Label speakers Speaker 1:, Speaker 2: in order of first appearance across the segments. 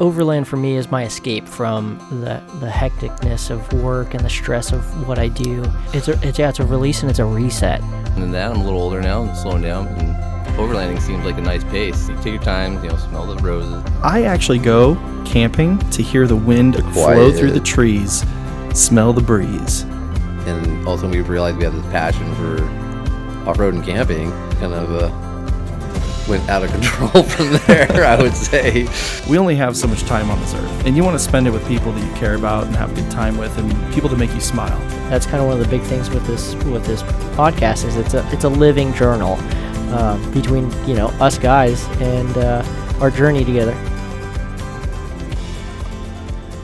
Speaker 1: overland for me is my escape from the, the hecticness of work and the stress of what I do. It's a, it's, yeah, it's a release and it's a reset.
Speaker 2: And then that, I'm a little older now, I'm slowing down, and overlanding seems like a nice pace. You take your time, you know, smell the roses.
Speaker 3: I actually go camping to hear the wind flow
Speaker 2: quiet.
Speaker 3: through the trees, smell the breeze.
Speaker 2: And also, we realized we have this passion for off-road and camping. Kind of uh, went out of control from there, I would say.
Speaker 3: We only have so much time on this earth, and you want to spend it with people that you care about and have a good time with, and people that make you smile.
Speaker 1: That's kind of one of the big things with this with this podcast is it's a it's a living journal uh, between you know us guys and uh, our journey together.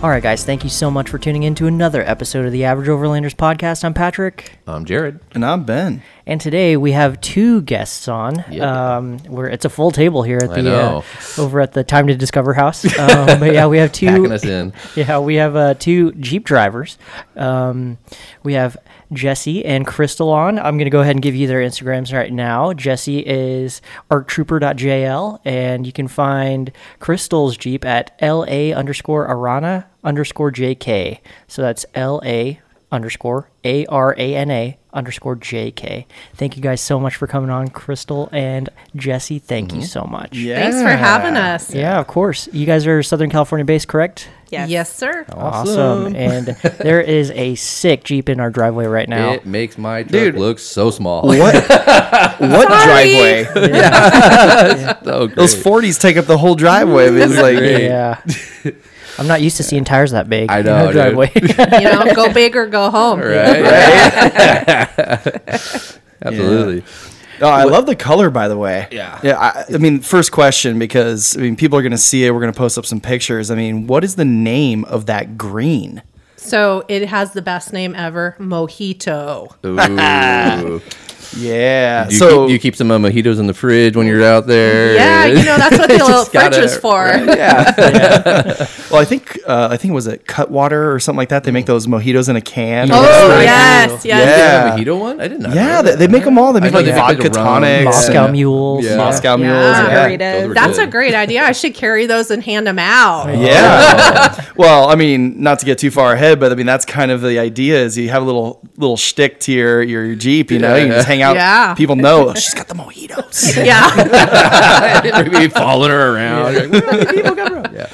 Speaker 1: All right, guys, thank you so much for tuning in to another episode of the Average Overlanders podcast. I'm Patrick.
Speaker 2: I'm Um, Jared.
Speaker 3: And I'm Ben.
Speaker 1: And today we have two guests on.
Speaker 2: Yeah.
Speaker 1: Um, where it's a full table here at
Speaker 2: I
Speaker 1: the uh,
Speaker 2: know.
Speaker 1: over at the Time to Discover House. Um, but yeah, we have two.
Speaker 2: Packing us in.
Speaker 1: Yeah, we have uh, two Jeep drivers. Um, we have Jesse and Crystal on. I'm going to go ahead and give you their Instagrams right now. Jesse is arctrooper.jl, and you can find Crystal's Jeep at la underscore arana underscore jk. So that's la underscore a r a n a underscore jk. Thank you guys so much for coming on, Crystal and Jesse. Thank you so much.
Speaker 4: Thanks for having us.
Speaker 1: Yeah, of course. You guys are Southern California based, correct?
Speaker 4: Yes. sir.
Speaker 1: Awesome. and there is a sick Jeep in our driveway right now.
Speaker 2: It makes my truck look so small.
Speaker 3: What? what driveway?
Speaker 4: Sorry.
Speaker 2: So great.
Speaker 3: Those 40s take up the whole driveway. It's like,
Speaker 1: yeah. I'm not used to seeing tires that big.
Speaker 2: I
Speaker 1: in
Speaker 2: know,
Speaker 1: our
Speaker 2: dude.
Speaker 1: driveway.
Speaker 4: You know, go big or go home.
Speaker 2: Oh. right? Absolutely.
Speaker 3: Oh, I love the color, by the way.
Speaker 2: Yeah.
Speaker 3: Yeah. I, I mean, first question because I mean, people are going to see it. We're going to post up some pictures. I mean, what is the name of that green?
Speaker 4: So it has the best name ever, Mojito.
Speaker 2: Ooh.
Speaker 3: Yeah.
Speaker 2: Do you,
Speaker 3: so
Speaker 2: keep, do you keep some uh, mojitos in the fridge when you're out there.
Speaker 4: Yeah, you know that's what the little
Speaker 2: Just
Speaker 4: fridge
Speaker 2: gotta-
Speaker 4: is for.
Speaker 3: yeah. yeah. Well, I think uh, I think it was it Cutwater or something like that. They
Speaker 2: Mm-hmm.
Speaker 3: make those mojitos in a can.
Speaker 4: Oh
Speaker 1: Right.
Speaker 4: yes,
Speaker 2: They
Speaker 4: yes.
Speaker 3: Yeah.
Speaker 2: have a mojito one? I did not.
Speaker 3: Yeah,
Speaker 2: know
Speaker 3: they,
Speaker 2: that.
Speaker 3: they make them all. They make
Speaker 2: know
Speaker 3: like
Speaker 2: they make, like,
Speaker 3: vodka
Speaker 2: a rum.
Speaker 3: tonics,
Speaker 1: Moscow
Speaker 3: and-
Speaker 1: mules.
Speaker 2: Yeah.
Speaker 3: Moscow
Speaker 4: Yeah,
Speaker 3: mules. Yeah.
Speaker 4: burritos.
Speaker 2: Those were
Speaker 4: That's
Speaker 2: good.
Speaker 4: a great idea. I should carry those and hand them out.
Speaker 3: Yeah.
Speaker 4: Oh.
Speaker 3: well, I mean, not to get too far ahead, but I mean that's kind of the idea is you have a little little shtick to your, your Jeep, you know, you can just hang out.
Speaker 4: Yeah.
Speaker 3: People know "Oh, she's got the mojitos.
Speaker 4: Yeah.
Speaker 2: Maybe following her around. You're like, "Where are the people coming from?" Yeah.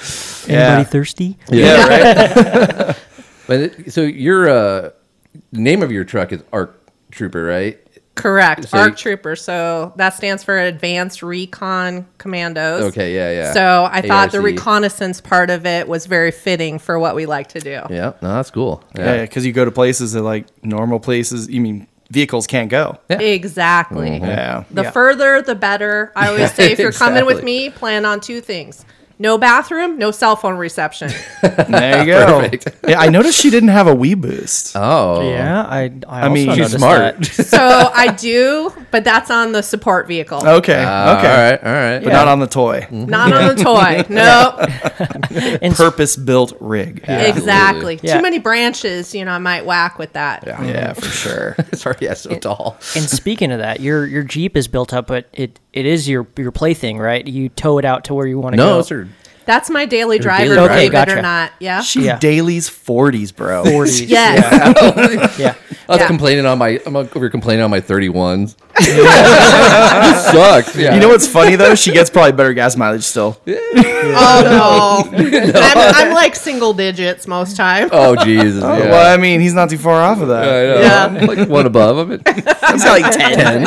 Speaker 1: Anybody
Speaker 3: Yeah.
Speaker 1: thirsty?
Speaker 3: yeah, right.
Speaker 2: But it, so your uh, the name of your truck is Arc Trooper, right?
Speaker 4: Correct.
Speaker 2: So-
Speaker 4: ARC Trooper. So that stands for Advanced Recon Commandos.
Speaker 2: Okay, yeah, yeah.
Speaker 4: So I thought the
Speaker 2: ARC.
Speaker 4: reconnaissance part of it was very fitting for what we like to do.
Speaker 2: Yeah, no, that's cool.
Speaker 3: Yeah, because you go to places that like normal places. You mean vehicles can't go.
Speaker 4: Exactly.
Speaker 2: Mm-hmm.
Speaker 3: Yeah.
Speaker 4: The
Speaker 3: Yeah.
Speaker 4: further, the better. I always say if you're coming with
Speaker 2: Exactly.
Speaker 4: me, plan on two things no bathroom, no cell phone reception.
Speaker 3: There you go.
Speaker 2: Perfect.
Speaker 3: Yeah, I noticed she didn't have a Wii boost.
Speaker 2: Oh,
Speaker 1: Yeah, I. I,
Speaker 3: I mean,
Speaker 1: also
Speaker 3: she's
Speaker 1: noticed
Speaker 2: smart.
Speaker 1: that.
Speaker 4: so I do, but that's on the support vehicle,
Speaker 3: Okay.
Speaker 2: Uh,
Speaker 3: okay.
Speaker 2: All right. Mm-hmm. All right.
Speaker 3: But not on the toy.
Speaker 4: not on the toy. No,
Speaker 1: And
Speaker 3: Purpose built rig. Yeah.
Speaker 4: exactly.
Speaker 1: Yeah.
Speaker 4: Too many branches, you know, I might whack with that.
Speaker 3: for sure.
Speaker 2: Sorry, yeah, so tall.
Speaker 1: and speaking of that, your your Jeep is built up, but it, it is your your plaything, right? You tow it out to where you want to go.
Speaker 2: No, sir.
Speaker 4: That's my daily driver,
Speaker 2: daily
Speaker 4: believe
Speaker 2: driver.
Speaker 4: it
Speaker 1: Okay, gotcha.
Speaker 4: or not. Yeah.
Speaker 3: She
Speaker 1: Yeah.
Speaker 3: dailies 40s, bro.
Speaker 1: 40s.
Speaker 4: yes.
Speaker 1: Yeah.
Speaker 2: I was
Speaker 4: Yeah.
Speaker 2: complaining on my. I'm over complaining on my 31s. this sucks. Yeah.
Speaker 3: You know what's funny though? She gets probably better gas mileage still.
Speaker 4: Oh no. I'm, I'm like single digits most time.
Speaker 2: Oh Jesus.
Speaker 3: Oh,
Speaker 2: yeah.
Speaker 3: Well, I mean, he's not too far off of
Speaker 2: I
Speaker 3: that.
Speaker 2: know.
Speaker 4: Yeah.
Speaker 2: I'm like one above. I'm at
Speaker 3: He's got like 10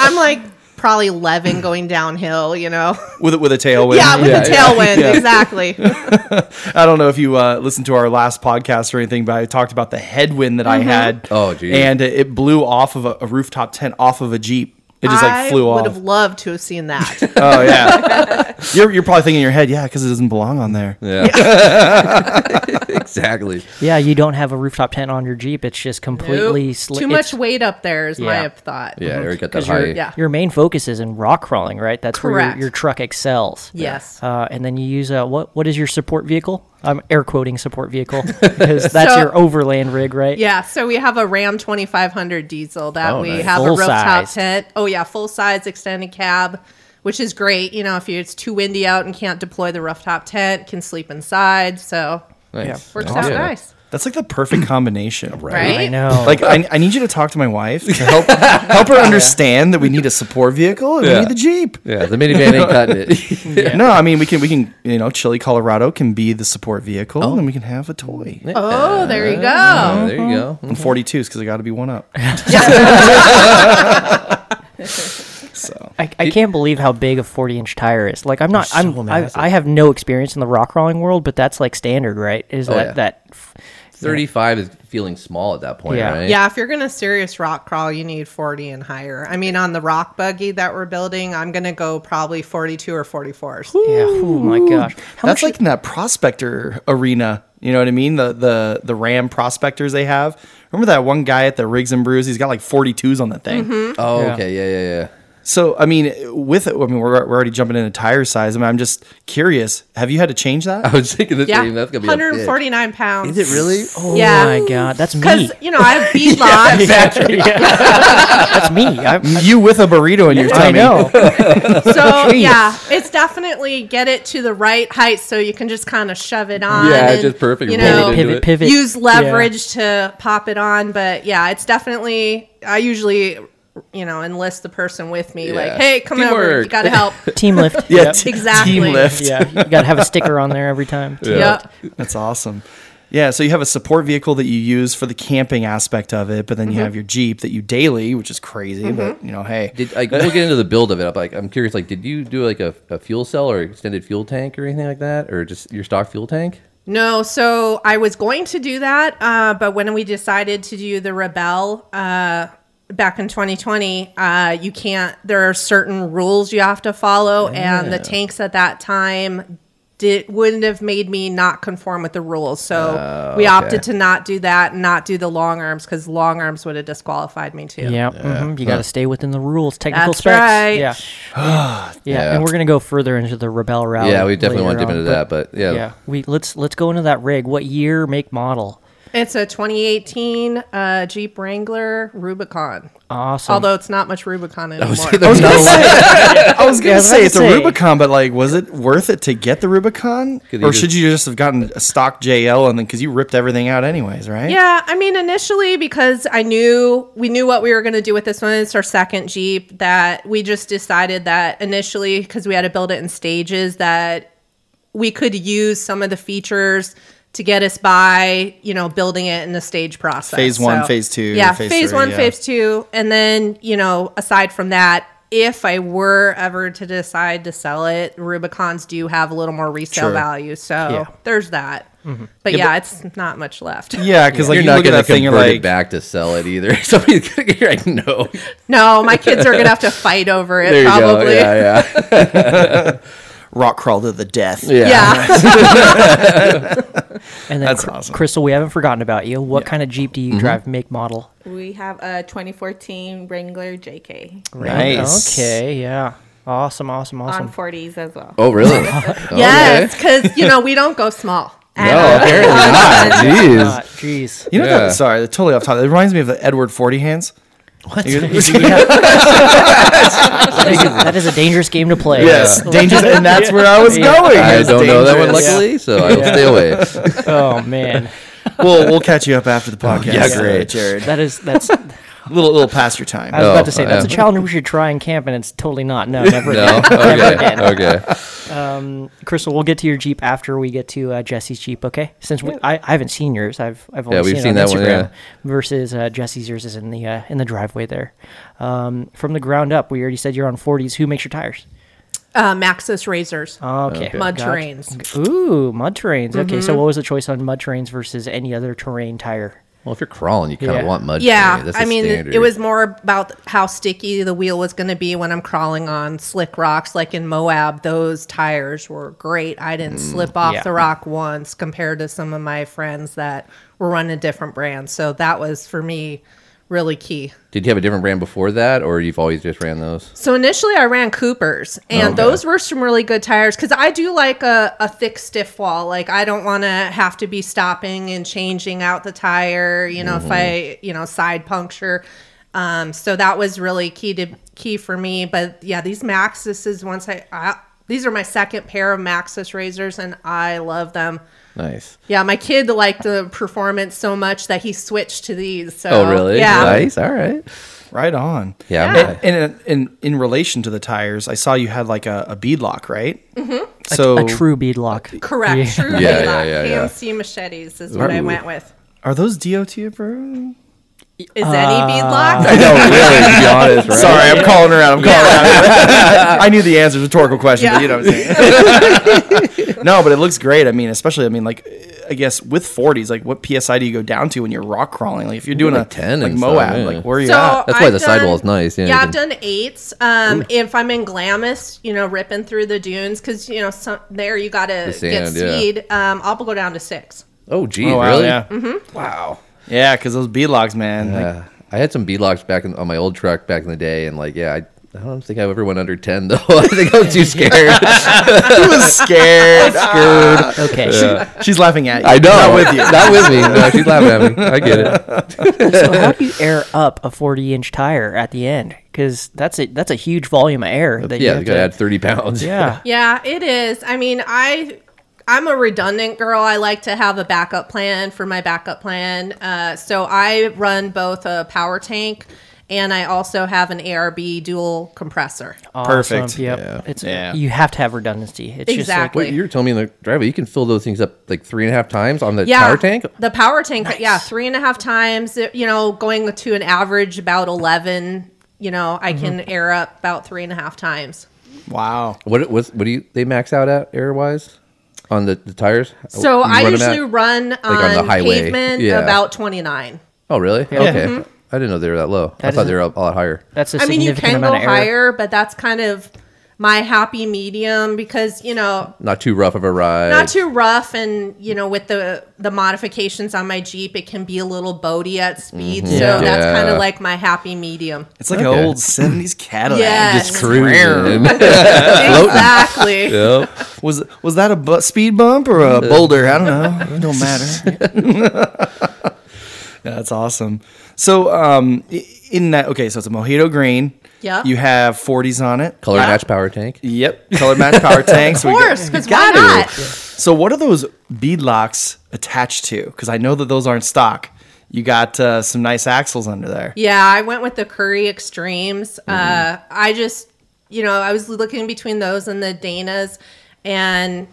Speaker 4: I'm like probably 11 going downhill, you know.
Speaker 3: with a, with a tailwind.
Speaker 4: Yeah, with
Speaker 2: Yeah,
Speaker 4: the
Speaker 2: yeah.
Speaker 4: tailwind, exactly.
Speaker 3: I don't know if you uh, listened to our last podcast or anything, but I talked about the headwind that I
Speaker 4: Mm-hmm.
Speaker 3: had.
Speaker 2: Oh, geez.
Speaker 3: And it- it blew off of a, a rooftop tent off of a Jeep. It just like flew
Speaker 4: I would
Speaker 3: off.
Speaker 4: have loved to have seen that.
Speaker 3: Oh, yeah. you're, you're probably thinking in your head, yeah, because it doesn't belong on there.
Speaker 2: yeah. exactly.
Speaker 1: Yeah, you don't have a rooftop tent on your Jeep. It's just completely
Speaker 4: Nope.
Speaker 1: sli-
Speaker 4: Too
Speaker 1: it's-
Speaker 4: much weight up there is
Speaker 1: Yeah.
Speaker 4: my thought.
Speaker 2: Yeah, Eric got that
Speaker 1: 'Cause your,
Speaker 2: high.
Speaker 4: Mm-hmm. Yeah.
Speaker 1: your main focus is in rock crawling, right? That's where your,
Speaker 4: Correct.
Speaker 1: your truck excels.
Speaker 4: Yes.
Speaker 1: Uh, and then you use a, what? What is your support vehicle? I'm air quoting support vehicle because that's
Speaker 4: So-
Speaker 1: your overland rig, right?
Speaker 4: Yeah, so we have a Ram 2500 diesel that
Speaker 2: Oh,
Speaker 4: we
Speaker 2: nice.
Speaker 4: have a rooftop
Speaker 1: Full-sized.
Speaker 4: tent. Oh yeah, full size extended cab. which is great. You know, if you, it's too windy out and can't deploy the rooftop tent, can sleep inside. So
Speaker 2: Nice.
Speaker 4: works
Speaker 2: Hell
Speaker 4: out
Speaker 2: yeah.
Speaker 4: nice,
Speaker 3: That's like the perfect combination,
Speaker 4: right?
Speaker 1: I know.
Speaker 3: Like I, I need you to talk to my wife to help help her understand that we need a support vehicle and
Speaker 2: Yeah.
Speaker 3: we need the Jeep.
Speaker 2: Yeah, the minivan ain't cutting it.
Speaker 3: No, I mean we can we can you know Chile, Colorado can be the support vehicle
Speaker 1: Oh.
Speaker 3: and then we can have a toy.
Speaker 4: oh, there you go.
Speaker 2: Oh, there you go.
Speaker 3: I'm 42s because I got to be one up. so
Speaker 1: I, I can't believe how big a 40 inch tire is. Like I'm not
Speaker 3: It's
Speaker 1: I'm
Speaker 3: so
Speaker 1: I,
Speaker 3: massive.
Speaker 1: I have no experience in the rock crawling world, but that's like standard, right? Is
Speaker 2: Oh,
Speaker 1: that
Speaker 2: yeah.
Speaker 1: that f-
Speaker 2: 35 is feeling small at that point,
Speaker 1: Yeah.
Speaker 2: right?
Speaker 4: Yeah, if you're gonna serious rock crawl, you need 40 and higher. I mean, on the rock buggy that we're building, I'm gonna go probably 42 or 44s.
Speaker 1: Yeah. Oh my gosh. How
Speaker 3: that's
Speaker 1: much
Speaker 3: like in that prospector arena. You know what I mean? The the the Ram prospectors they have. Remember that one guy at the Rigs and Brews? He's got like 42s on that thing.
Speaker 2: Oh, okay. Yeah, yeah, yeah.
Speaker 3: So I mean, with I mean, we're, we're already jumping into tire size. I mean, I'm just curious. Have you had to change that?
Speaker 2: I was thinking the
Speaker 4: Yeah,
Speaker 2: same. That's going to be a big-
Speaker 4: 149 pounds.
Speaker 2: Is it really?
Speaker 1: oh
Speaker 4: yeah.
Speaker 1: my god, that's me.
Speaker 4: Because you know I have bead locks.
Speaker 1: That's me. I,
Speaker 3: You with a burrito in your tummy?
Speaker 1: I know.
Speaker 4: So yeah, it's definitely get it to the right height so you can just kind of shove it on.
Speaker 2: Yeah,
Speaker 4: and,
Speaker 2: just perfect
Speaker 4: You
Speaker 2: roll it
Speaker 4: know,
Speaker 2: into
Speaker 1: pivot,
Speaker 2: it.
Speaker 1: pivot.
Speaker 4: use
Speaker 1: Yeah.
Speaker 4: leverage to pop it on. But yeah, it's definitely. I usually, you know, enlist the person with me.
Speaker 2: Yeah.
Speaker 4: Like, hey, come over.
Speaker 2: Teamwork.
Speaker 4: You gotta help.
Speaker 1: Team lift.
Speaker 3: Yeah,
Speaker 1: Yep.
Speaker 3: t-
Speaker 4: Exactly.
Speaker 3: Team lift.
Speaker 1: yeah. You got to have a sticker on there every time.
Speaker 4: yeah.
Speaker 3: That's awesome. Yeah, so you have a support vehicle that you use for the camping aspect of it, but then you have your Jeep that you daily, which is crazy, but you know, hey.
Speaker 2: Did like we'll get into the build of it. I'm like I'm curious. Like, did you do like a, a fuel cell or extended fuel tank or anything like that, or just your stock fuel tank?
Speaker 4: No, so I was going to do that, uh, but when we decided to do the Rebel uh, back in 2020, uh, you can't. There are certain rules you have to follow, and the tanks at that time did wouldn't have made me not conform with the rules. So we opted to not do that and not do the long arms because long arms would have disqualified me too.
Speaker 1: Yeah. mhm, You got to stay within the rules, technical
Speaker 4: That's
Speaker 1: specs.
Speaker 4: right.
Speaker 1: Yeah. yeah.
Speaker 2: Yeah.
Speaker 1: And we're gonna go further into the rebel route.
Speaker 2: yeah, we definitely want to dip
Speaker 1: later
Speaker 2: into
Speaker 1: on,
Speaker 2: that, but yeah,
Speaker 1: but yeah. We let's let's go into that rig. What year, make, model?
Speaker 4: It's a 2018 uh, Jeep Wrangler Rubicon.
Speaker 1: Awesome.
Speaker 4: Although it's not much Rubicon anymore.
Speaker 2: there's not a lot.
Speaker 3: I
Speaker 1: Yeah, I
Speaker 3: was gonna
Speaker 1: was about
Speaker 3: say
Speaker 1: to
Speaker 3: it's
Speaker 1: say.
Speaker 3: a Rubicon, but like, was it worth it to get the Rubicon,
Speaker 2: Could you
Speaker 3: or
Speaker 2: just-
Speaker 3: should you just have gotten a stock JL and then because you ripped everything out anyways, right?
Speaker 4: Yeah, I mean initially because I knew we knew what we were going to do with this one. It's our second Jeep that we just decided that initially because we had to build it in stages that we could use some of the features to get us by, you know, building it in the stage process.
Speaker 3: Phase one, phase two,
Speaker 4: Yeah,
Speaker 3: phase
Speaker 4: phase,
Speaker 3: three,
Speaker 4: one,
Speaker 3: yeah.
Speaker 4: phase two, and then you know, aside from that. If I were ever to decide to sell it, Rubicons do have a little more resale
Speaker 3: Sure. Mm-hmm.
Speaker 4: value, so
Speaker 1: Yeah.
Speaker 4: there's that. But yeah, it's not much left.
Speaker 3: yeah, because like
Speaker 2: you're
Speaker 3: you
Speaker 2: not
Speaker 3: look at
Speaker 2: going to convert
Speaker 3: that thing, you're
Speaker 2: it
Speaker 3: like,
Speaker 2: back to sell it either. Somebody's going to get like, no.
Speaker 4: No, my kids are gonna have to fight over it
Speaker 2: There you
Speaker 4: probably.
Speaker 2: go.
Speaker 4: yeah.
Speaker 2: Yeah, yeah,
Speaker 3: rock crawl to the death.
Speaker 2: yeah.
Speaker 1: and then
Speaker 3: That's
Speaker 1: Cr-
Speaker 3: awesome.
Speaker 1: Crystal, we haven't forgotten about you. What kind of Jeep do you
Speaker 2: Mm-hmm.
Speaker 1: drive, make, model?
Speaker 5: We have a 2014 Wrangler JK
Speaker 3: Nice.
Speaker 1: Okay. Yeah. Awesome. Awesome. Awesome.
Speaker 5: on 40s as well.
Speaker 2: Oh, really?
Speaker 4: Yes, because you know we don't go small.
Speaker 2: Okay. No, apparently not. Jeez.
Speaker 1: Ah, Jeez.
Speaker 3: You know
Speaker 2: Yeah.
Speaker 3: that? Sorry, that's totally off topic. It reminds me of the Edward Forty Hands.
Speaker 1: What?
Speaker 3: You-
Speaker 1: that, is a, that is a dangerous game to play.
Speaker 3: Yes, dangerous, and that's where I was going.
Speaker 2: I
Speaker 3: It's
Speaker 2: don't know that one,
Speaker 3: dangerous.
Speaker 2: luckily, so I will stay away.
Speaker 1: Oh man,
Speaker 3: we'll we'll catch you up after the podcast.
Speaker 2: yeah, great.
Speaker 3: Oh, Jared.
Speaker 1: that is that's. I
Speaker 3: Little little past your time.
Speaker 1: was
Speaker 2: Oh,
Speaker 1: about to say that's a
Speaker 2: yeah.
Speaker 1: challenge we should try in camp, and it's totally not. No, never.
Speaker 2: No? Okay. Okay.
Speaker 1: Crystal, we'll get to your Jeep after we get to uh, Jesse's Jeep, okay? Since we, I, I haven't seen yours, I've I've only
Speaker 2: Yeah, we've
Speaker 1: seen,
Speaker 2: seen
Speaker 1: it on
Speaker 2: that one,
Speaker 1: Instagram.
Speaker 2: yeah.
Speaker 1: Versus uh, Jesse's, yours is in the uh, in the driveway there. Um, from the ground up, we already said you're on 40s. Who makes your tires?
Speaker 4: Uh, Maxis razors,
Speaker 1: Okay,
Speaker 4: mud
Speaker 1: gotcha.
Speaker 4: terrains.
Speaker 1: Ooh, mud terrains. Okay,
Speaker 3: Mm-hmm.
Speaker 1: so what was the choice on mud terrains versus any other terrain tire?
Speaker 2: Well, if you're crawling, you kind of
Speaker 1: Yeah.
Speaker 2: want mud.
Speaker 4: Yeah,
Speaker 2: terrain. That's
Speaker 4: I
Speaker 2: the
Speaker 4: mean
Speaker 2: standard.
Speaker 4: it was more about how sticky the wheel was gonna be when I'm crawling on slick rocks, like in Moab. Those tires were great. I didn't
Speaker 2: Mm.
Speaker 4: slip off
Speaker 1: yeah.
Speaker 4: the rock once compared to some of my friends that were running different brands. So that was for me really key.
Speaker 2: Did you have a different brand before that, or you've always just ran those?
Speaker 4: So initially, I ran Coopers, and
Speaker 2: Okay.
Speaker 4: those were some really good tires because I do like a, a thick, stiff wall. Like I don't want to have to
Speaker 2: Mm-hmm.
Speaker 4: be stopping and changing out the tire. You know, if I you know side puncture, Um, so that was really key to key for me. But yeah, these Maxis is once I, I these are my second pair of Maxis razors, and I love them.
Speaker 2: Nice.
Speaker 4: Yeah, my kid liked the performance so much that he switched to these. So,
Speaker 2: Oh, really?
Speaker 4: Yeah.
Speaker 2: Nice. All right.
Speaker 3: Right on.
Speaker 2: Yeah. I'm
Speaker 3: And,
Speaker 2: not-
Speaker 3: and, and in relation to the tires, I saw you had like a, a bead lock, right? Mm-hmm. So
Speaker 1: a true bead lock.
Speaker 4: Correct. True
Speaker 2: Yeah,
Speaker 4: Haylock.
Speaker 2: yeah, yeah, yeah.
Speaker 4: Hand seam machetes is what I
Speaker 2: Ooh.
Speaker 4: went with.
Speaker 3: are those DOT approved?
Speaker 4: Is any beadlock?
Speaker 2: No, really. To be honest, right?
Speaker 3: Sorry, I'm calling her out. I'm calling her out. I knew the answer to rhetorical question, but you know what I'm saying. no, but it looks great. I mean, especially I mean, like I guess with 40s, like what psi do you go down to when you're rock crawling? Like if you're doing
Speaker 2: like
Speaker 3: a
Speaker 2: 10
Speaker 3: like
Speaker 2: and stuff,
Speaker 3: Moab,
Speaker 2: yeah.
Speaker 3: like where are you
Speaker 4: So
Speaker 3: at?
Speaker 2: That's why
Speaker 4: I've
Speaker 2: the sidewall is nice, yeah,
Speaker 4: Yeah,
Speaker 2: you
Speaker 4: I've done eights. Um, if I'm in Glamis, you know, ripping through the dunes because you know some, there you got to
Speaker 2: The sand,
Speaker 4: get
Speaker 2: yeah.
Speaker 4: speed. Um, I'll go down to six.
Speaker 2: Oh, gee,
Speaker 3: Oh, wow,
Speaker 2: really?
Speaker 3: Yeah.
Speaker 4: Mm-hmm.
Speaker 1: Mm-hmm.
Speaker 3: Wow. Yeah, because those bead locks, man. like,
Speaker 2: Uh, I had some bead locks back in, on my old truck back in the day, and like, yeah, I, I don't think I ever went under ten though. I think I was too scared.
Speaker 3: he was scared. Ah.
Speaker 1: Okay.
Speaker 3: She's laughing at you.
Speaker 2: I know.
Speaker 3: Not with you.
Speaker 2: Not with me. No, she's laughing at me. I get it.
Speaker 1: so how do you air up a 40 inch tire at the end? Because that's a that's a huge volume of air. That you
Speaker 2: Yeah, you
Speaker 1: have
Speaker 2: gotta
Speaker 1: to-
Speaker 2: add thirty pounds.
Speaker 1: yeah.
Speaker 4: Yeah, it is. I mean, I I'm a redundant girl. I like to have a backup plan for my backup plan. Uh, so I run both a power tank and I also have an ARB dual compressor.
Speaker 3: Perfect.
Speaker 1: Awesome. Yep.
Speaker 2: Yeah.
Speaker 1: It's
Speaker 3: Yeah.
Speaker 1: you have to have redundancy. It's
Speaker 4: Exactly.
Speaker 2: Wait, you were telling me in the driveway you can fill those things up like three and a half times on the
Speaker 4: yeah,
Speaker 2: power tank.
Speaker 4: The power tank, yeah, three and a half times. uh, You know, going to an average about eleven. You know, I can
Speaker 2: Mm-hmm.
Speaker 4: air up about three and a half times.
Speaker 3: Wow.
Speaker 2: What it was? What do you? They max out at air wise on the, the tires.
Speaker 4: So
Speaker 2: Oh, You
Speaker 4: I
Speaker 2: run 'em
Speaker 4: usually
Speaker 2: at-
Speaker 4: run on,
Speaker 2: on the highway.
Speaker 4: pavement
Speaker 2: Yeah.
Speaker 4: about twenty nine.
Speaker 2: Oh, really? Okay.
Speaker 4: Mm-hmm.
Speaker 2: I didn't know they were that low. I
Speaker 1: That
Speaker 2: thought
Speaker 1: is-
Speaker 2: they were a lot higher.
Speaker 1: Just, that's a
Speaker 4: I mean,
Speaker 1: significant
Speaker 4: you can go
Speaker 1: amount of air.
Speaker 4: higher, but that's kind of my happy medium because you know
Speaker 2: Not too rough of a ride.
Speaker 4: not too rough and you know with the the modifications on my jeep it can be a little boaty at speed so
Speaker 3: Yeah.
Speaker 4: that's kind
Speaker 2: Mm-hmm. Yeah.
Speaker 4: of like my happy medium
Speaker 3: It's like
Speaker 2: Okay.
Speaker 3: an old 70s Cadillac.
Speaker 4: Yes.
Speaker 2: Just cruising.
Speaker 4: exactly
Speaker 2: Yep.
Speaker 3: Was was that a bu- speed bump or a boulder? I don't know. It don't matter. Yeah, that's awesome. So um, i- in that, okay, so it's a mojito green.
Speaker 4: Yep.
Speaker 3: You have 40s on it.
Speaker 2: Color match power tank.
Speaker 3: Yep. Color match power tanks.
Speaker 4: of course because why not
Speaker 3: So what are those bead locks attached to? Because I know that those aren't stock. You got uh, some nice axles under there.
Speaker 4: Yeah, I went with the Curry Extremes. Uh, I just, you know, I was looking between those and the Dana's, and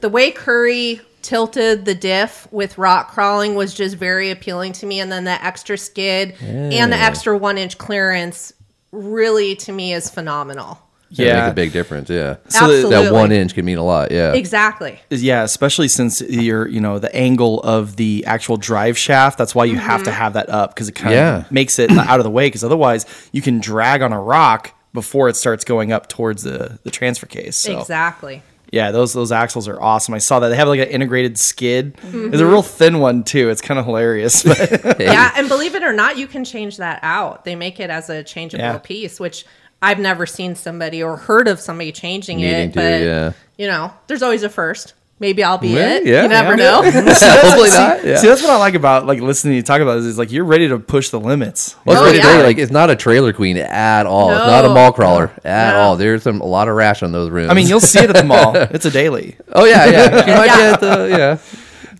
Speaker 4: the way Curry tilted the diff with rock crawling was just very appealing to me. And then the extra skid and the extra one inch clearance really to me is phenomenal.
Speaker 2: Yeah.
Speaker 3: Yeah.
Speaker 2: Make a big difference. Yeah.
Speaker 3: So that-
Speaker 4: Absolutely.
Speaker 2: That one inch can mean a lot. Yeah.
Speaker 4: Exactly.
Speaker 3: Yeah, especially since you're, you know, the angle of the actual drive shaft. That's why you have to have that up because it kind of
Speaker 2: Yeah.
Speaker 3: makes it out of the way. Because otherwise, you can drag on a rock before it starts going up towards the the transfer case. So,
Speaker 4: Exactly.
Speaker 3: Yeah, those those axles are awesome. I saw that they have like an integrated skid. It's a real thin one too. It's kind of hilarious. But
Speaker 4: Yeah, and believe it or not, you can change that out. They make it as a changeable
Speaker 3: Yeah.
Speaker 4: piece, which I've never seen somebody or heard of somebody changing
Speaker 2: Needing
Speaker 4: it.
Speaker 2: to,
Speaker 4: but
Speaker 2: yeah.
Speaker 4: you know, there's always a first. Maybe I'll be
Speaker 2: Yeah,
Speaker 4: it.
Speaker 2: yeah.
Speaker 4: you never know.
Speaker 2: Hopefully not. Yeah.
Speaker 3: see, that's what I like about like listening to you talk about this. Is like you're ready to push the limits.
Speaker 2: Well,
Speaker 4: Oh,
Speaker 2: it's pretty
Speaker 4: yeah.
Speaker 2: great. Like it's not a trailer queen at all. It's not a
Speaker 4: No.
Speaker 2: mall crawler at
Speaker 4: No.
Speaker 2: all. There's some a lot of rash on those rims.
Speaker 3: I mean, you'll see it at the mall. It's a daily.
Speaker 2: oh yeah, yeah. She might be at the- yeah.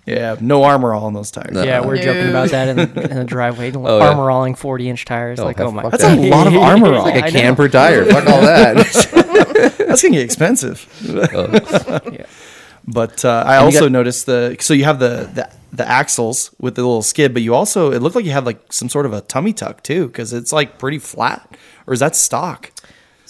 Speaker 3: Yeah, no armor all on those tires.
Speaker 1: Yeah, we're joking
Speaker 4: No.
Speaker 1: about that in the, in the driveway.
Speaker 2: yeah.
Speaker 1: armor rolling 40 inch tires. like,
Speaker 2: yeah,
Speaker 1: oh my god.
Speaker 2: fuck That's a
Speaker 3: lot of armor
Speaker 1: It's
Speaker 3: on.
Speaker 2: Like
Speaker 1: I
Speaker 2: a
Speaker 1: know.
Speaker 2: can per tire. Fuck all that.
Speaker 3: That's gonna get expensive. But uh, I also
Speaker 2: got-
Speaker 3: noticed the so you have the, the the axles with the little skid, but you also it looked like you had like some sort of a tummy tuck too, because it's like pretty flat. Or is that stock?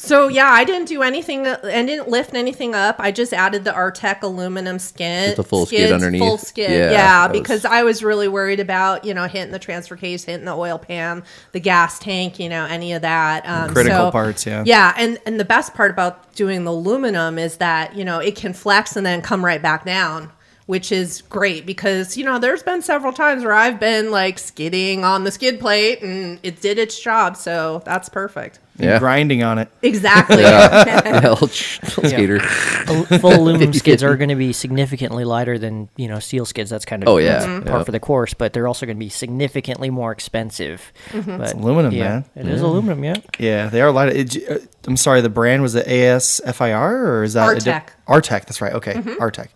Speaker 4: so yeah, I didn't do anything. I didn't lift anything up. I just added the Artec aluminum skin.
Speaker 2: With the full skid
Speaker 4: skids,
Speaker 2: underneath.
Speaker 4: Full skid.
Speaker 2: Yeah,
Speaker 4: Yeah,
Speaker 2: that was-
Speaker 4: because I was really worried about you know hitting the transfer case, hitting the oil pan, the gas tank, you know, any of that. Um,
Speaker 3: Critical
Speaker 4: so-
Speaker 3: parts, yeah.
Speaker 4: Yeah, and and the best part about doing the aluminum is that you know it can flex and then come right back down. which is great because you know there's been several times where I've been like skidding on the skid plate and it did its job, so that's perfect.
Speaker 2: Yeah.
Speaker 3: grinding on it.
Speaker 4: Exactly.
Speaker 2: yeah, little, ch- little skater.
Speaker 1: Al- full aluminum
Speaker 2: Fifty
Speaker 1: skids
Speaker 2: kid.
Speaker 1: are going to be significantly lighter than you know steel skids. That's kind of
Speaker 2: Oh, yeah.
Speaker 1: that's
Speaker 2: Mhm.
Speaker 1: par
Speaker 2: Yeah.
Speaker 1: for the course. But they're also going to be significantly more expensive.
Speaker 4: Mm-hmm.
Speaker 1: But,
Speaker 3: aluminum,
Speaker 1: yeah,
Speaker 3: man.
Speaker 1: It is aluminum. Yeah,
Speaker 3: Yeah, they are a lot of. It, uh, I'm sorry, the brand was the ASFIR or is that a di-
Speaker 4: Artec. Mm-hmm.
Speaker 3: Artec, that's right. Okay, Artec.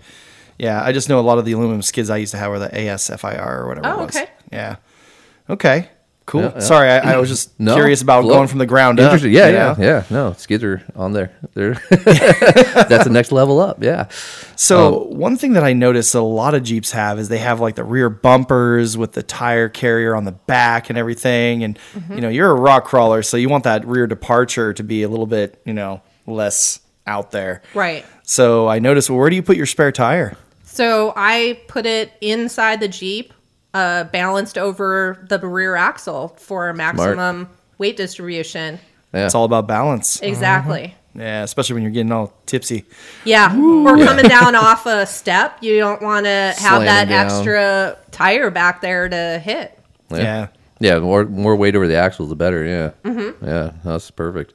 Speaker 3: Yeah, I just know a lot of the aluminum skids I used to have were the ASFIR or whatever.
Speaker 4: Oh,
Speaker 3: it was.
Speaker 4: okay.
Speaker 3: Yeah. Okay. Cool. Sorry, I, I was just
Speaker 2: No,
Speaker 3: curious about
Speaker 2: look,
Speaker 3: going from the ground up.
Speaker 2: Interesting. Yeah,
Speaker 3: you
Speaker 2: yeah,
Speaker 3: know?
Speaker 2: yeah. No, skids are on there. They're that's the next level up. Yeah. Oh.
Speaker 3: So one thing that I noticed a lot of Jeeps have is they have like the rear bumpers with the tire carrier on the back and everything. And
Speaker 4: Mm-hmm.
Speaker 3: you know, you're a rock crawler, so you want that rear departure to be a little bit, you know, less out there.
Speaker 4: Right.
Speaker 3: So I noticed, well, where do you put your spare tire?
Speaker 4: So I put it inside the Jeep, uh, balanced over the rear axle for maximum weight distribution.
Speaker 2: Yeah.
Speaker 3: It's all about balance.
Speaker 4: Exactly.
Speaker 3: Yeah, especially when you're getting all tipsy.
Speaker 4: Yeah. Or coming down off a step. You don't want to have
Speaker 2: Slamming
Speaker 4: that
Speaker 2: down.
Speaker 4: extra tire back there to hit.
Speaker 2: Yeah.
Speaker 3: yeah.
Speaker 2: Yeah, more more weight over the axles, the better. Yeah,
Speaker 4: Mm-hmm.
Speaker 2: yeah, that's perfect.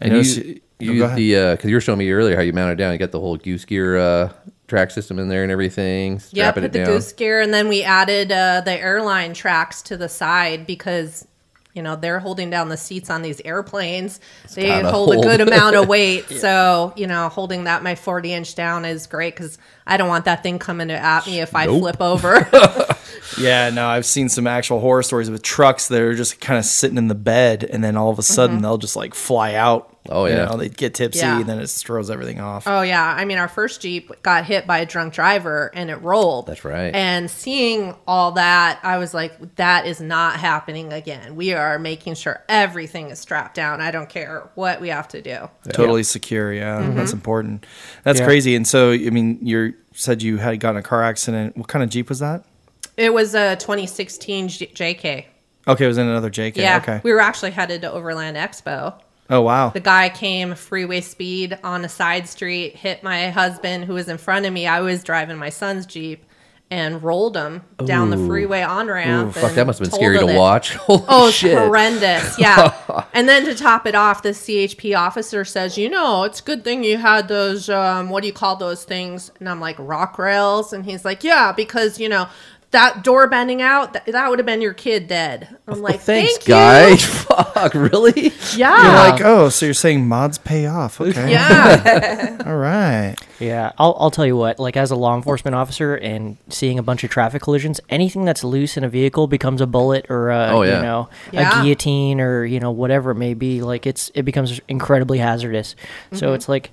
Speaker 2: And
Speaker 3: noticed
Speaker 2: you,
Speaker 3: you-
Speaker 2: you
Speaker 3: oh, go
Speaker 2: use the because you were showing me earlier how you mounted it down. You got the whole goose gear uh, track system in there and everything.
Speaker 4: Yeah,
Speaker 2: Strapping
Speaker 4: put
Speaker 2: it
Speaker 4: the
Speaker 2: down.
Speaker 4: goose gear, and then we added uh, the airline tracks to the side because you know they're holding down the seats on these airplanes. they
Speaker 2: gotta
Speaker 4: hold, a
Speaker 2: hold.
Speaker 4: good amount of weight, so you know holding that my forty inch down is great because I don't want that thing coming at me if I flip over.
Speaker 3: Yeah, no, I've seen some actual horror stories with trucks that are just kind of sitting in the bed, and then all of a
Speaker 4: Mm-hmm.
Speaker 3: sudden they'll just like fly out.
Speaker 2: Oh,
Speaker 3: you
Speaker 2: yeah.
Speaker 3: know, they get tipsy,
Speaker 4: Yeah.
Speaker 3: and then it just throws everything off.
Speaker 4: Oh yeah, I mean our first Jeep got hit by a drunk driver and it rolled.
Speaker 2: That's right.
Speaker 4: And seeing all that, I was like that is not happening again. We are making sure everything is strapped down. I don't care what we have to do.
Speaker 3: totally secure. Yeah,
Speaker 4: Mm-hmm.
Speaker 3: that's important. That's
Speaker 1: Yeah.
Speaker 3: crazy. And so, I mean, you said you had gotten a car accident. What kind of Jeep was that?
Speaker 4: It was a 2016 J- JK.
Speaker 3: Okay, it was in another JK.
Speaker 4: Yeah.
Speaker 3: Okay.
Speaker 4: We were actually headed to Overland Expo.
Speaker 3: oh wow.
Speaker 4: The guy came freeway speed on a side street, hit my husband who was in front of me. I was driving my son's Jeep and rolled him down the freeway on ramp.
Speaker 2: Fuck, that must have been scary to
Speaker 4: watch.
Speaker 2: watch. Holy
Speaker 4: Oh, it's
Speaker 2: shit!
Speaker 4: horrendous. Yeah. and then to top it off, the CHP officer says, you know, it's a good thing you had those, um, what do you call those things? And I'm like, rock rails. And he's like, yeah, because, you know, that door bending out, th- that would have been your kid dead. I'm like,
Speaker 2: Thanks,
Speaker 4: thank
Speaker 2: guy.
Speaker 4: you.
Speaker 2: Fuck, really?
Speaker 4: Yeah.
Speaker 3: You're like, oh, so you're saying mods pay off? Okay.
Speaker 4: yeah.
Speaker 3: All right.
Speaker 1: yeah. I'll I'll tell you what. Like as a law enforcement officer and seeing a bunch of traffic collisions, anything that's loose in a vehicle becomes a bullet or a,
Speaker 2: Oh, yeah.
Speaker 1: you know
Speaker 4: Yeah.
Speaker 1: a guillotine or you know whatever it may be. Like it's it becomes incredibly hazardous. So it's like,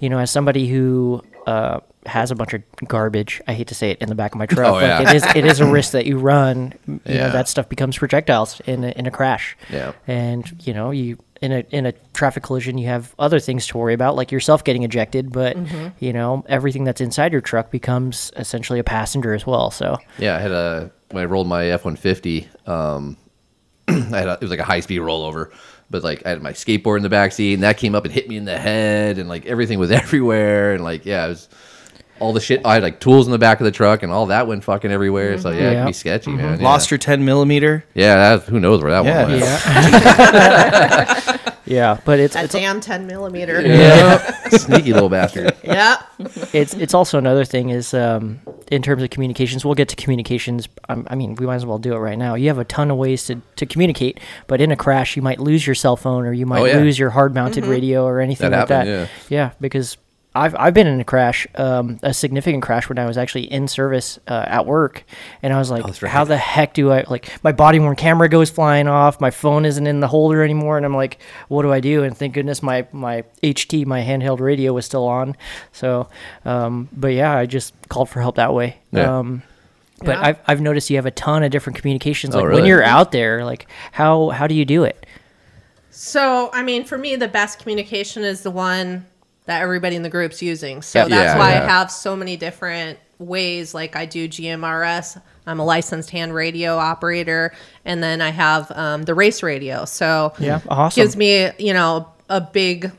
Speaker 1: you know, as somebody who. Uh, has a bunch of garbage. I hate to say it in the back of my truck.
Speaker 2: Oh, yeah.
Speaker 1: Like it is, it is a risk that you run. You
Speaker 2: Yeah.
Speaker 1: know that stuff becomes projectiles in a, in a crash.
Speaker 2: Yeah.
Speaker 1: and you know you in a in a traffic collision you have other things to worry about like yourself getting ejected but you know everything that's inside your truck becomes essentially a passenger as well so
Speaker 2: Yeah, I had a when I rolled my F one fifty. Um, I had a, it was like a high speed rollover, but like I had my skateboard in the back seat, and that came up and hit me in the head, and like everything was everywhere, and like yeah, it was all the shit. I had like tools in the back of the truck, and all that went fucking everywhere. So yeah, it
Speaker 1: Yeah.
Speaker 2: can be sketchy, man. Yeah.
Speaker 3: Mm-hmm. Lost your 10 millimeter.
Speaker 2: Yeah, that, who knows where that
Speaker 3: Yeah.
Speaker 2: one went.
Speaker 1: yeah yeah but it's
Speaker 4: that
Speaker 1: it's,
Speaker 4: damn 10 millimeter.
Speaker 2: Sneaky little bastard.
Speaker 4: yeah.
Speaker 1: it's it's also another thing is um in terms of communications we'll get to communications um, i mean we might as well do it right now you have a ton of ways to, to communicate but in a crash you might lose your cell phone or you might
Speaker 2: Oh, yeah.
Speaker 1: lose your hard mounted radio or anything
Speaker 2: That
Speaker 1: like
Speaker 2: happened,
Speaker 1: that yeah. because I've, I've been in a crash, um, a significant crash when I was actually in service uh, at work, and I was like,
Speaker 2: that's right.
Speaker 1: "How the heck do I like my body worn camera goes flying off? My phone isn't in the holder anymore, and I'm like, what do I do?" And thank goodness my my HT, my handheld radio, was still on. So, um, but yeah, I just called for help that way.
Speaker 2: Yeah.
Speaker 1: Um, but
Speaker 4: Yeah.
Speaker 1: I've, I've noticed you have a ton of different communications. Like when
Speaker 2: Oh, really?
Speaker 1: you're out there, like how how do you do it?
Speaker 4: So, I mean, for me, the best communication is the one that everybody in the group's using. So
Speaker 2: Yeah.
Speaker 4: that's
Speaker 2: Yeah,
Speaker 4: why
Speaker 2: yeah.
Speaker 4: I have so many different ways. Like I do GMRS, I'm a licensed hand radio operator, and then I have um, the race radio. So
Speaker 1: Yeah, awesome.
Speaker 4: gives me, you know, a big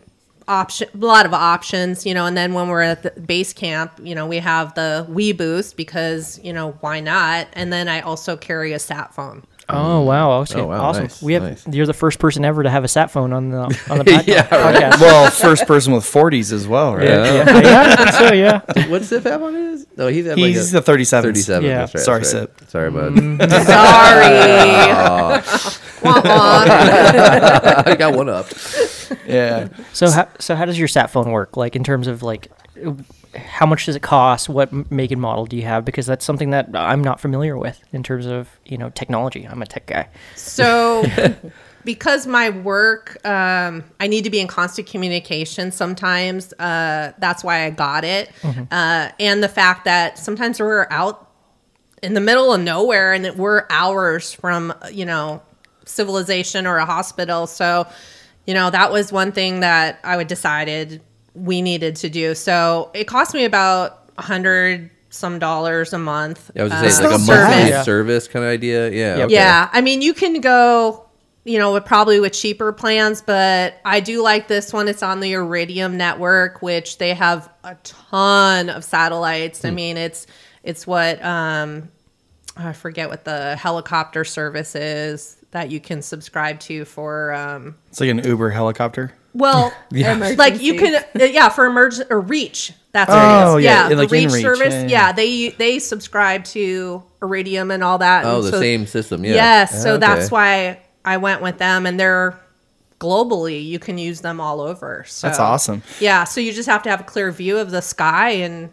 Speaker 4: option, a lot of options, you know. And then when we're at the base camp, you know, we have the Wii Boost because you know why not? And then I also carry a sat phone.
Speaker 1: Oh wow! Okay,
Speaker 2: wow,
Speaker 1: awesome.
Speaker 2: nice,
Speaker 1: we have
Speaker 2: nice.
Speaker 1: you're the first person ever to have a sat phone on the on the podcast.
Speaker 2: Yeah, right. Oh.
Speaker 1: podcast.
Speaker 3: well, first person with 40s as well, right?
Speaker 2: Yeah.
Speaker 1: yeah, yeah, I think so yeah.
Speaker 2: What's Sip have on his? No, he's at
Speaker 3: He's
Speaker 2: like
Speaker 3: the 37.
Speaker 2: 37.
Speaker 1: Yeah.
Speaker 2: That's right,
Speaker 3: Sorry, Mm.
Speaker 2: that's right.
Speaker 3: Sip.
Speaker 2: Sorry, bud.
Speaker 4: Sorry. Wah, wah.
Speaker 2: I got one up.
Speaker 3: Yeah.
Speaker 1: So how, so how does your sat phone work? Like in terms of like, how much does it cost? What m- make and model do you have? Because that's something that I'm not familiar with in terms of you know technology. I'm a tech guy.
Speaker 4: So, because my work, um, I need to be in constant communication sometimes. Uh, that's why I got it. Uh, and the fact that sometimes we're out in the middle of nowhere and that we're hours from, you know, civilization or a hospital. So, you know, that was one thing that I would decided we needed to do. So it cost me about a hundred some dollars a month.
Speaker 2: I was just saying,
Speaker 3: Uh,
Speaker 2: like a
Speaker 3: Service.
Speaker 2: monthly
Speaker 1: Yeah.
Speaker 2: service kind of idea. Yeah. okay.
Speaker 4: Yeah, I mean, you can go, you know, with probably with cheaper plans, but I do like this one. It's on the Iridium network, which they have a ton of satellites. I mean, it's it's what um, I forget what the helicopter service is that you can subscribe to for um,
Speaker 3: It's like an Uber helicopter.
Speaker 4: well, like you can, uh, yeah, for emergency or reach. That's
Speaker 3: Oh,
Speaker 4: what it is.
Speaker 3: yeah,
Speaker 4: Yeah,
Speaker 3: yeah,
Speaker 4: the
Speaker 3: like
Speaker 4: reach
Speaker 3: inReach,
Speaker 4: service.
Speaker 3: yeah,
Speaker 4: Yeah,
Speaker 3: yeah.
Speaker 4: they they subscribe to Iridium and all that.
Speaker 2: Oh,
Speaker 4: and
Speaker 2: the
Speaker 4: so-
Speaker 2: same system. Yeah. Ah,
Speaker 4: Yes, so
Speaker 2: Okay.
Speaker 4: that's why I went with them, and they're globally. You can use them all over. So
Speaker 3: That's awesome.
Speaker 4: Yeah, so you just have to have a clear view of the sky and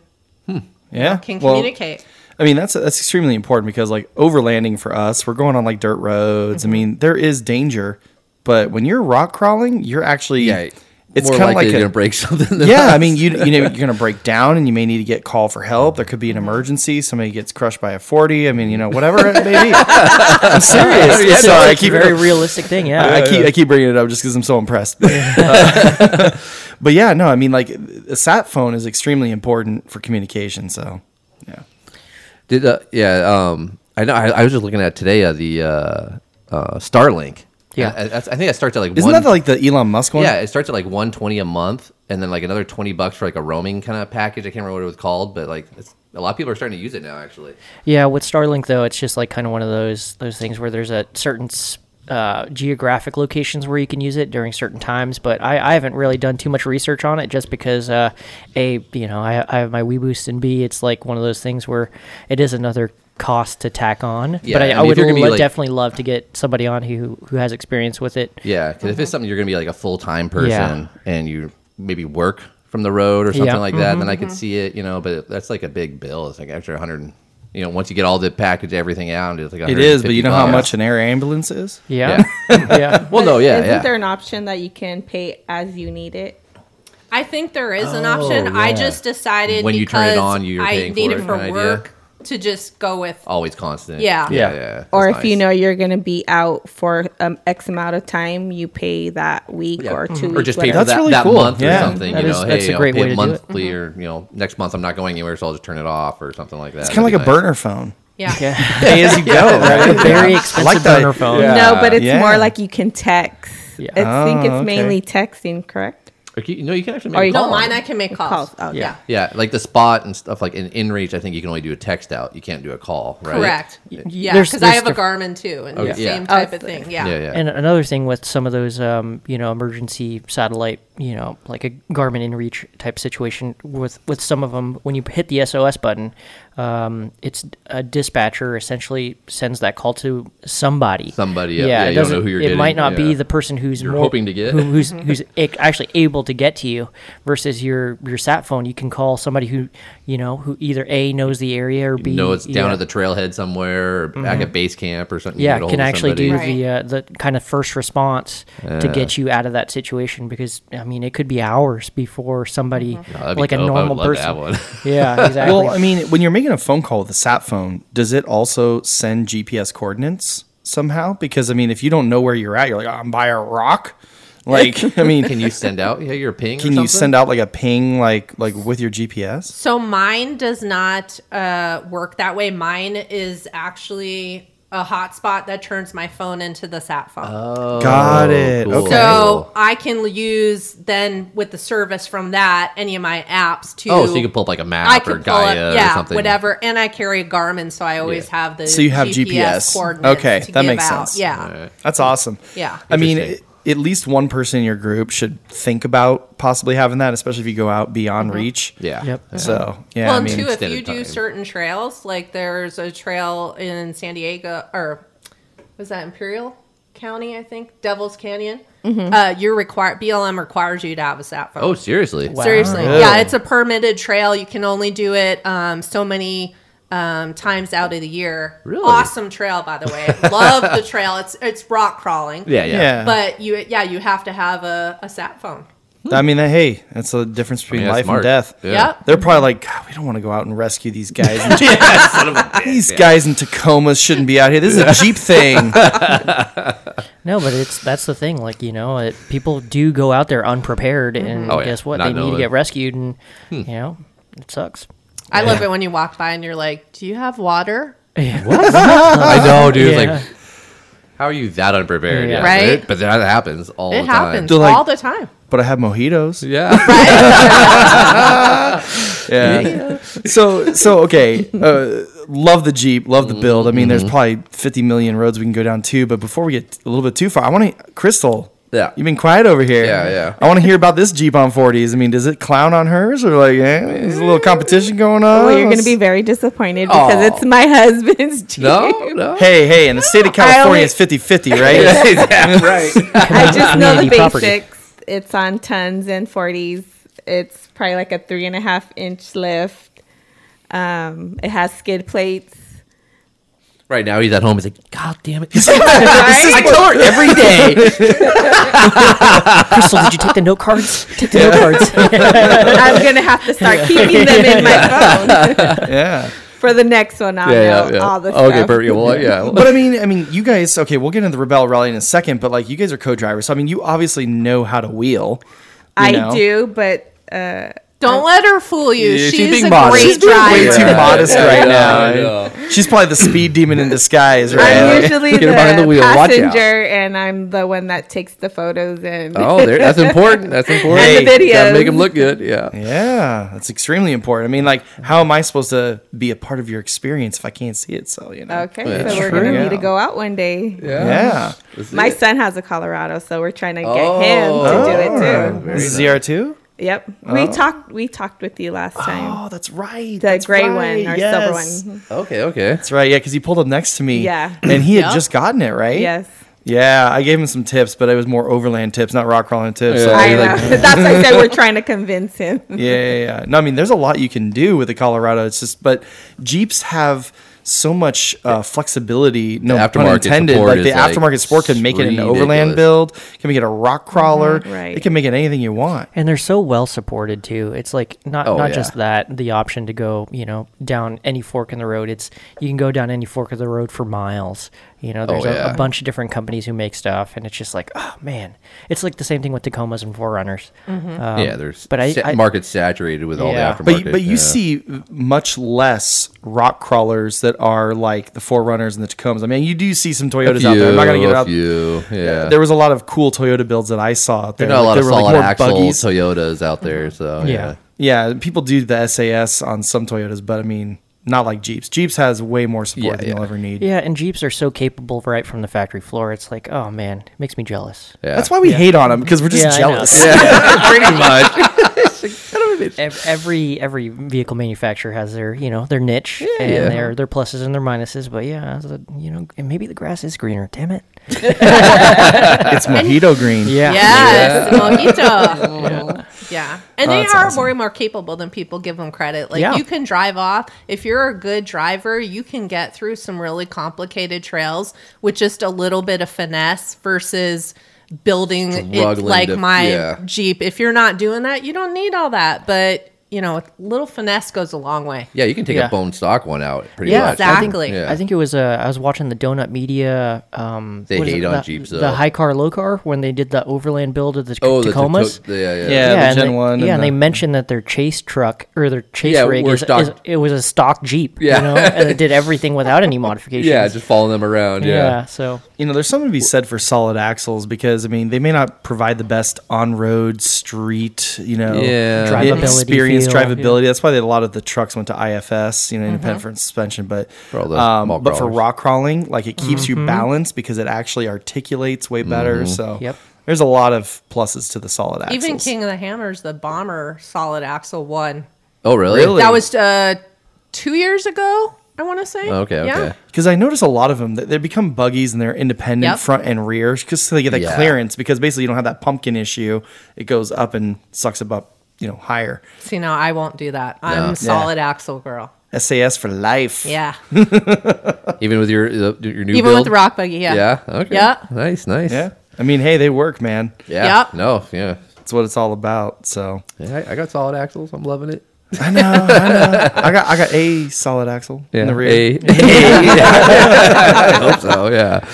Speaker 3: Yeah.
Speaker 4: can
Speaker 3: Well,
Speaker 4: communicate.
Speaker 3: I mean, that's that's extremely important because like overlanding for us, we're going on like dirt roads.
Speaker 4: Mm-hmm.
Speaker 3: I mean, there is danger, but when you're rock crawling, you're actually
Speaker 2: Yeah.
Speaker 3: it's
Speaker 2: more
Speaker 3: kind
Speaker 2: likely
Speaker 3: of like
Speaker 2: you're
Speaker 3: a,
Speaker 2: gonna break something. Than
Speaker 3: yeah, I mean, you you know you're gonna break down, and you may need to get call for help. There could be an
Speaker 4: Mm-hmm.
Speaker 3: emergency. Somebody gets crushed by a forty. I mean, you know, whatever it may be. I'm serious.
Speaker 1: It's
Speaker 3: Sorry,
Speaker 1: a
Speaker 3: I keep
Speaker 1: very realistic thing. Yeah.
Speaker 3: I keep I keep bringing it up just because I'm so impressed. Uh, but yeah, no, I mean, like a sat phone is extremely important for communication. So yeah,
Speaker 2: Did uh, yeah? Um, I know. I, I was just looking at today uh, the uh, uh, Starlink.
Speaker 1: Yeah.
Speaker 2: I, I, I think it starts at like
Speaker 3: isn't
Speaker 2: one.
Speaker 3: that like the Elon Musk one?
Speaker 2: yeah, it starts at like one twenty a month, and then like another twenty bucks for like a roaming kind of package. I can't remember what it was called, but like it's, a lot of people are starting to use it now. Actually,
Speaker 1: Yeah, with Starlink though, it's just like kind of one of those those things where there's a certain s- uh, geographic locations where you can use it during certain times. But I, I haven't really done too much research on it just because uh, a you know I, I have my Weeboost and b it's like one of those things where it is another cost to tack on.
Speaker 2: Yeah,
Speaker 1: but I,
Speaker 2: I
Speaker 1: I,
Speaker 2: mean, if
Speaker 1: would
Speaker 2: you're gonna be,
Speaker 1: lo-
Speaker 2: like-
Speaker 1: definitely love to get somebody on who who has experience with it.
Speaker 2: yeah, because if it's something you're gonna be like a full time person
Speaker 1: Yeah.
Speaker 2: and you maybe work from the road or something
Speaker 1: Yeah.
Speaker 2: like that, then
Speaker 5: Mm-hmm.
Speaker 2: I could see it. You know, but that's like a big bill. It's like extra hundred. You know, once you get all the package, everything out, it's like
Speaker 3: it is. But
Speaker 2: 150
Speaker 3: you know how
Speaker 2: bucks.
Speaker 3: much an air ambulance is?
Speaker 1: Yeah, yeah.
Speaker 2: Well, no, yeah,
Speaker 5: Isn't
Speaker 2: yeah.
Speaker 5: there an option that you can pay as you need it?
Speaker 4: I think there is an option. I
Speaker 2: yeah.
Speaker 4: just decided
Speaker 2: When you turn it
Speaker 4: because
Speaker 2: on, you're
Speaker 4: I
Speaker 2: paying
Speaker 4: need
Speaker 2: for
Speaker 4: it
Speaker 2: it, Oh.
Speaker 4: for
Speaker 2: kind of
Speaker 4: work to just go with.
Speaker 2: always constant.
Speaker 4: Yeah.
Speaker 2: yeah,
Speaker 3: Yeah.
Speaker 2: yeah.
Speaker 5: Or if
Speaker 2: That's
Speaker 5: you
Speaker 2: nice.
Speaker 5: know you're going to be out for um, X amount of time, you pay that week
Speaker 2: Yeah. Mm-hmm.
Speaker 5: or two weeks.
Speaker 2: or just pay for
Speaker 5: whatever.
Speaker 3: That's
Speaker 2: that,
Speaker 3: really
Speaker 2: that
Speaker 3: cool.
Speaker 2: month
Speaker 3: Yeah.
Speaker 2: or something.
Speaker 1: That
Speaker 2: you
Speaker 1: is-
Speaker 2: know,
Speaker 1: that's
Speaker 2: hey,
Speaker 1: a great
Speaker 2: I'll
Speaker 1: way to
Speaker 2: pay it
Speaker 1: do it.
Speaker 2: monthly,
Speaker 5: Mm-hmm.
Speaker 2: or you know, next month I'm not going anywhere, so I'll just turn it off or something like that.
Speaker 3: It's kind of like a
Speaker 2: burner.
Speaker 3: burner phone.
Speaker 4: Yeah.
Speaker 1: yeah.
Speaker 3: Pay as you go.
Speaker 1: A
Speaker 3: right?
Speaker 1: very expensive
Speaker 3: like that.
Speaker 1: burner phone.
Speaker 3: Yeah.
Speaker 5: No, but it's
Speaker 3: yeah.
Speaker 5: more like you can text.
Speaker 1: Yeah.
Speaker 5: I think it's
Speaker 3: Oh, okay.
Speaker 5: mainly texting, correct?
Speaker 2: You, no, you can actually
Speaker 5: Or
Speaker 2: make a
Speaker 5: you
Speaker 2: call.
Speaker 4: No,
Speaker 5: Oh.
Speaker 4: mine I can make calls.
Speaker 5: Calls. Oh,
Speaker 1: Yeah.
Speaker 5: yeah.
Speaker 2: yeah, like the spot and stuff. Like in in reach, I think you can only do a text out. You can't do a call, right?
Speaker 4: Correct. Yeah,
Speaker 1: there's-
Speaker 4: because I
Speaker 1: there's
Speaker 4: have a
Speaker 1: diff-
Speaker 4: Garmin too, and
Speaker 2: Okay.
Speaker 4: the
Speaker 2: Yeah.
Speaker 4: same type
Speaker 5: Oh,
Speaker 4: of thing.
Speaker 2: Yeah, yeah.
Speaker 1: And another thing with some of those, um, you know, emergency satellite, you know, like a Garmin InReach type situation with with some of them, when you hit the SOS button, um, it's a dispatcher essentially sends that call to somebody.
Speaker 2: Somebody, yeah, yeah, you don't know
Speaker 1: doesn't-
Speaker 2: who you're
Speaker 1: It might
Speaker 2: getting,
Speaker 1: not be
Speaker 2: yeah.
Speaker 1: the person who's
Speaker 2: You're hoping to get.
Speaker 1: who, who's who's ac- actually able to get to you versus your your sat phone. You can call somebody who you know who either a knows the area or b
Speaker 2: You know, it's down
Speaker 1: yeah. Mm-hmm.
Speaker 2: at the trailhead somewhere, or back at base camp, or something. You
Speaker 1: yeah
Speaker 2: get a
Speaker 1: can
Speaker 2: hold of
Speaker 1: actually
Speaker 2: somebody.
Speaker 1: do
Speaker 4: Right.
Speaker 1: the uh, the kind of first response to get you out of that situation because I mean it could be hours before somebody
Speaker 2: That'd be
Speaker 1: like
Speaker 2: dope.
Speaker 1: a
Speaker 2: I would
Speaker 1: normal
Speaker 2: love
Speaker 1: person.
Speaker 2: to have one.
Speaker 1: Yeah, exactly.
Speaker 3: Mm-hmm. Well, I mean, when you're making a phone call with a sat phone, does it also send GPS coordinates somehow? Because I mean, if you don't know where you're at, you're like, I'm by a rock. Like, I mean,
Speaker 2: Can you send out? Yeah, your ping.
Speaker 3: Can you send out like a ping, like like with your GPS?
Speaker 4: So mine does not uh, work that way. Mine is actually a hotspot that turns my phone into the sat phone.
Speaker 3: Got it.
Speaker 2: Oh, cool.
Speaker 3: Okay.
Speaker 4: So I can use then with the service from that any of my apps to.
Speaker 2: oh, so you could pull up like a map
Speaker 4: I
Speaker 2: or
Speaker 4: could pull up,
Speaker 2: Gaia
Speaker 4: yeah,
Speaker 2: or something.
Speaker 4: whatever, and I carry a Garmin, so I always
Speaker 2: Yeah.
Speaker 4: have the.
Speaker 3: So you have GPS.
Speaker 4: coordinates
Speaker 3: Okay,
Speaker 4: to
Speaker 3: that
Speaker 4: give
Speaker 3: makes
Speaker 4: out.
Speaker 3: sense.
Speaker 4: Yeah,
Speaker 2: All right.
Speaker 3: That's awesome.
Speaker 4: Yeah.
Speaker 3: I mean,
Speaker 2: Interesting.
Speaker 3: a- at least one person in your group should think about possibly having that, especially if you go out beyond reach.
Speaker 2: Yeah.
Speaker 1: Yep.
Speaker 2: Yeah.
Speaker 3: So, yeah,
Speaker 4: Mm-hmm. well,
Speaker 3: I
Speaker 4: and
Speaker 3: mean,
Speaker 4: two, if
Speaker 2: extended
Speaker 4: you do
Speaker 2: time.
Speaker 4: certain trails, like there's a trail in San Diego, or was that Imperial County? I think Devil's Canyon. Uh, you're required. BLM requires you to have a sat phone.
Speaker 2: Mm-hmm. Oh, seriously?
Speaker 4: Seriously,
Speaker 3: Wow.
Speaker 4: yeah, it's a permitted trail. You can only do it um, so many um, times out of the year.
Speaker 2: Really?
Speaker 4: awesome trail, by the way. Love the trail. It's it's rock crawling.
Speaker 2: Yeah, yeah.
Speaker 3: Yeah.
Speaker 4: but you yeah you have to have a, a sat phone.
Speaker 3: I mean, hey, that's the difference between
Speaker 2: I mean, that's
Speaker 3: life
Speaker 2: smart.
Speaker 3: and death.
Speaker 2: Yeah.
Speaker 4: Yep.
Speaker 3: They're probably like, God, we don't want to go out and rescue these guys.
Speaker 2: Son of a bitch.
Speaker 3: these guys in Tacomas shouldn't be out here. This is a Jeep thing.
Speaker 1: No, but it's that's the thing. Like you know, it, people do go out there unprepared,
Speaker 3: Mm-hmm.
Speaker 1: and
Speaker 2: Oh, yeah.
Speaker 1: guess what?
Speaker 2: Not
Speaker 1: they need
Speaker 2: knowing. Hmm.
Speaker 1: to get rescued, and you know, it sucks.
Speaker 4: I love it when you walk by and you're like, "Do you have water?"
Speaker 2: I know, dude.
Speaker 1: Yeah.
Speaker 2: Like, how are you that unprepared?
Speaker 1: Yeah.
Speaker 4: Right?
Speaker 2: it- But that happens all
Speaker 4: It
Speaker 2: the
Speaker 4: happens
Speaker 2: time.
Speaker 3: They're like-
Speaker 4: all the time.
Speaker 3: But I have mojitos.
Speaker 2: Yeah.
Speaker 3: Yeah. So so okay. Uh, love the Jeep. Love the build. I mean, there's probably 50 million roads we can go down to. But before we get a little bit too far, I want to Crystal.
Speaker 2: Yeah.
Speaker 3: You've been quiet over here.
Speaker 2: Yeah, yeah.
Speaker 3: I want to hear about this Jeep on 40s. I mean, does it clown on hers or like eh, there's a little competition going on?
Speaker 5: Well, you're going to be very disappointed because it's my husband's Jeep.
Speaker 2: Oh. no, no.
Speaker 3: Hey, hey, in the state of California,
Speaker 5: only-
Speaker 3: it's 50 50, right?
Speaker 2: yeah, right.
Speaker 5: I just know the
Speaker 1: Community property.
Speaker 5: basics. It's on tons and 40s. It's probably like a three and a half inch lift. Um, it has skid plates.
Speaker 2: Right now he's at home. He's like, God damn it.
Speaker 5: Right?
Speaker 2: Or every day.
Speaker 1: Crystal, did you take the note cards? Take the note cards.
Speaker 5: I'm going to have to start keeping them in my phone.
Speaker 3: yeah.
Speaker 5: For the next one, I'll
Speaker 2: Yeah, yeah,
Speaker 5: know
Speaker 2: yeah.
Speaker 5: all the
Speaker 2: okay,
Speaker 5: stuff.
Speaker 2: perfect. Yeah, Well, yeah.
Speaker 3: But I mean, I mean, you guys. Okay, we'll get into the Rebel Rally in a second. But like, you guys are co-drivers, so I mean, you obviously know how to wheel. you
Speaker 5: I
Speaker 3: know?
Speaker 5: do, but uh,
Speaker 4: Don't let her fool you.
Speaker 2: Yeah, she's
Speaker 4: she's
Speaker 2: being
Speaker 4: a
Speaker 2: modest.
Speaker 4: great
Speaker 2: She's
Speaker 3: being
Speaker 4: driver.
Speaker 3: way too
Speaker 2: Yeah,
Speaker 3: modest
Speaker 2: yeah,
Speaker 3: right
Speaker 2: yeah, I know.
Speaker 3: now. She's probably the speed demon in disguise, right?
Speaker 5: I'm
Speaker 3: Like,
Speaker 5: usually
Speaker 3: get
Speaker 5: the,
Speaker 3: behind the wheel. Watch
Speaker 5: passenger,
Speaker 3: out.
Speaker 5: and I'm the one that takes the photos and
Speaker 2: Oh, there, that's important. That's important.
Speaker 5: And the
Speaker 2: You gotta
Speaker 5: videos.
Speaker 2: make him look good. Yeah.
Speaker 3: Yeah, that's extremely important. I mean, like, how am I supposed to be a part of your experience if I can't see it? So you know.
Speaker 5: Okay,
Speaker 2: Yeah.
Speaker 5: so we're gonna
Speaker 3: True.
Speaker 5: need to go out one day.
Speaker 3: Yeah.
Speaker 2: That's
Speaker 5: My
Speaker 2: it.
Speaker 5: son has a Colorado, so we're trying to get
Speaker 2: Oh.
Speaker 5: him to do it too.
Speaker 2: Very
Speaker 3: This is
Speaker 2: nice.
Speaker 3: ZR2.
Speaker 5: Yep, we talked. We talked with you last time.
Speaker 3: Oh, that's right.
Speaker 5: The
Speaker 3: that's
Speaker 5: gray
Speaker 3: right,
Speaker 5: one Mm-hmm. or
Speaker 3: yes.
Speaker 5: silver one.
Speaker 2: Okay, okay.
Speaker 3: That's right. Yeah, because he pulled up next to me.
Speaker 5: Yeah.
Speaker 3: And he had
Speaker 4: Yeah.
Speaker 3: just gotten it, right?
Speaker 5: Yes,
Speaker 3: Yeah, I gave him some tips, but it was more overland tips, not rock crawling tips. So
Speaker 2: Yeah.
Speaker 5: I
Speaker 3: I
Speaker 5: know.
Speaker 3: was like,
Speaker 5: That's why I said we're trying to convince him. Uh,
Speaker 3: yeah, yeah, yeah. No, I mean, there's a lot you can do with the Colorado. It's just, but Jeeps have so much uh, flexibility. No
Speaker 2: The
Speaker 3: pun
Speaker 2: aftermarket
Speaker 3: intended.
Speaker 2: support
Speaker 3: Like the
Speaker 2: is, like,
Speaker 3: aftermarket sport can make it an overland
Speaker 2: ridiculous.
Speaker 3: build, can make it a rock crawler.
Speaker 5: Mhm, right.
Speaker 3: It can make it anything you want.
Speaker 1: and they're so well supported too. It's like not
Speaker 2: Oh,
Speaker 1: not
Speaker 2: yeah.
Speaker 1: just that the option to go you know down any fork in the road. It's you can go down any fork of the road for miles. You know, there's a,
Speaker 2: Oh, yeah.
Speaker 1: a bunch of different companies who make stuff, and it's just like oh man, it's like the same thing with Tacomas and Forerunners. Um,
Speaker 2: yeah, there's
Speaker 1: but I-
Speaker 2: sa-
Speaker 1: I-
Speaker 2: market's saturated with all
Speaker 1: Yeah.
Speaker 2: the aftermarket.
Speaker 3: But you, but you
Speaker 2: yeah.
Speaker 3: see much less rock crawlers that are like the Forerunners and the Tacomas. I mean, you do see some Toyotas out there. I'm not gonna get
Speaker 2: Few,
Speaker 3: it out.
Speaker 2: few, yeah.
Speaker 3: There was a lot of cool Toyota builds that I saw. out There
Speaker 2: Not a lot
Speaker 3: Like,
Speaker 2: of
Speaker 3: there were, like,
Speaker 2: solid
Speaker 3: more
Speaker 2: axle
Speaker 3: buggies.
Speaker 2: Toyotas out
Speaker 3: Mm-hmm.
Speaker 2: there, so yeah.
Speaker 1: Yeah.
Speaker 3: Yeah, people do the SAS on some Toyotas, but I mean, not like Jeeps. Jeeps has way more support
Speaker 2: Yeah,
Speaker 3: than
Speaker 2: yeah.
Speaker 3: you'll ever need.
Speaker 1: Yeah, and Jeeps are so capable right from the factory floor. It's like, oh man, it makes me jealous.
Speaker 2: yeah.
Speaker 3: That's why we hate on them because we're just
Speaker 1: Yeah, I know.
Speaker 3: jealous.
Speaker 2: pretty much.
Speaker 1: Ev- Every every vehicle manufacturer has their you know their niche and
Speaker 2: Yeah.
Speaker 1: their their pluses and their minuses. But yeah, it's a- you know, and maybe the grass is greener. Damn it.
Speaker 3: it's mojito green.
Speaker 4: Yes, mojito. Yeah.
Speaker 2: Oh,
Speaker 4: and they
Speaker 3: that's
Speaker 4: are
Speaker 3: awesome.
Speaker 4: way more capable than people give them credit. Like
Speaker 1: Yeah.
Speaker 4: you can drive off if you're a good driver, you can get through some really complicated trails with just a little bit of finesse versus building it
Speaker 2: Struggling
Speaker 4: like
Speaker 2: to-
Speaker 4: my
Speaker 2: yeah.
Speaker 4: Jeep. If you're not doing that, you don't need all that. But you know, a little finesse goes a long way.
Speaker 2: Yeah, you can take
Speaker 1: Yeah.
Speaker 2: a bone stock one out pretty
Speaker 1: Yeah,
Speaker 2: much.
Speaker 4: exactly.
Speaker 2: Yeah.
Speaker 1: I think it was uh, I was watching the Donut Media. Um,
Speaker 2: They
Speaker 1: what is
Speaker 2: hate
Speaker 1: it?
Speaker 2: on
Speaker 1: the,
Speaker 2: Jeeps,
Speaker 1: The
Speaker 2: though.
Speaker 1: high car, low car when they did the overland build of the
Speaker 2: oh, the
Speaker 1: Tacomas.
Speaker 2: Taco- yeah, yeah.
Speaker 3: Yeah. the
Speaker 1: and
Speaker 3: Gen
Speaker 1: they,
Speaker 3: 1
Speaker 1: Yeah,
Speaker 3: and
Speaker 1: and
Speaker 3: the-
Speaker 1: they mentioned that their chase truck or their chase
Speaker 2: Yeah,
Speaker 1: rig
Speaker 2: were
Speaker 1: is,
Speaker 2: stock-
Speaker 1: is- it was a stock Jeep,
Speaker 2: Yeah.
Speaker 1: you know, and it did everything without any modifications.
Speaker 2: Yeah, just following them around. Yeah.
Speaker 1: yeah. So
Speaker 3: You know, there's something to be said for solid axles because I mean they may not provide the best on-road street, you know,
Speaker 2: Yeah.
Speaker 1: Drivability
Speaker 3: experience,
Speaker 1: feel,
Speaker 3: drivability. That's why they, a lot of the trucks went to IFS, you know, independent for suspension. But
Speaker 2: For all those mall
Speaker 3: um, but for
Speaker 2: crawlers.
Speaker 3: rock crawling, like it keeps you balanced because it actually articulates way better.
Speaker 2: Mm-hmm.
Speaker 3: So
Speaker 1: Yep.
Speaker 3: there's a lot of pluses to the solid axles.
Speaker 4: Even King of the Hammers, the bomber solid axle one.
Speaker 2: Oh, really?
Speaker 3: Really?
Speaker 4: That was uh, two years ago, I want to say.
Speaker 2: Oh, Okay,
Speaker 4: Yeah.
Speaker 2: okay.
Speaker 3: Because I notice a lot of them, that they become buggies and they're independent
Speaker 4: Yep.
Speaker 3: front and rear because they get that
Speaker 2: Yeah.
Speaker 3: clearance because basically you don't have that pumpkin issue. It goes up and sucks it up, you know, higher.
Speaker 4: See, no, I won't do that. I'm solid axle girl.
Speaker 3: SAS for life.
Speaker 4: Yeah.
Speaker 2: Even with your uh, your new
Speaker 4: Even with
Speaker 2: build?
Speaker 4: the rock buggy. Yeah.
Speaker 2: Yeah. Okay.
Speaker 4: Yeah.
Speaker 2: Nice. Nice.
Speaker 3: Yeah. I mean, hey, they work, man.
Speaker 2: Yeah.
Speaker 4: Yep.
Speaker 2: No. Yeah.
Speaker 3: That's what it's all about. So
Speaker 2: yeah I, I got solid axles. I'm loving it.
Speaker 3: I got I got a solid axle in the
Speaker 2: Hey.
Speaker 3: rear.
Speaker 2: I hope so. Yeah.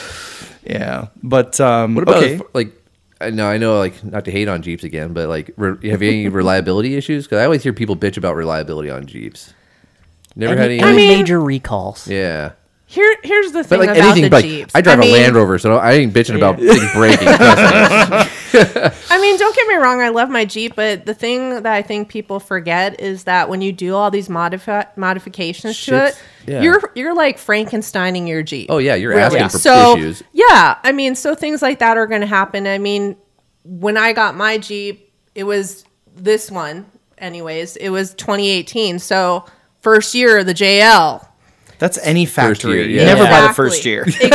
Speaker 3: Yeah. But um
Speaker 2: What about
Speaker 3: okay.
Speaker 2: as- like? I know, I know, like not to hate on Jeeps again, but like, re- have you any reliability issues? Because I always hear people bitch about reliability on Jeeps. Never had
Speaker 1: any,
Speaker 2: any.
Speaker 1: any
Speaker 4: I mean-
Speaker 1: major recalls.
Speaker 2: yeah,
Speaker 4: Here, here's the
Speaker 2: but
Speaker 4: thing
Speaker 2: like
Speaker 4: about
Speaker 2: anything,
Speaker 4: the
Speaker 2: but like,
Speaker 4: Jeeps.
Speaker 2: I drive a
Speaker 4: mean-
Speaker 2: Land Rover, so I ain't bitching about things breaking. Trust me.
Speaker 4: I mean, don't get me wrong. I love my Jeep, but the thing that I think people forget is that when you do all these modifi- modifications to
Speaker 2: Shits.
Speaker 4: it,
Speaker 2: Yeah.
Speaker 4: you're you're like Frankensteining your Jeep.
Speaker 2: Oh, yeah, you're asking for
Speaker 4: so,
Speaker 2: issues.
Speaker 4: Yeah, I mean, so things like that are going to happen. I mean, when I got my Jeep, it was this one, anyways. It was 2018, so first year of the JL.
Speaker 3: That's any factory.
Speaker 2: year, yeah.
Speaker 3: Never by the
Speaker 4: Exactly.
Speaker 3: first year.
Speaker 4: Exactly.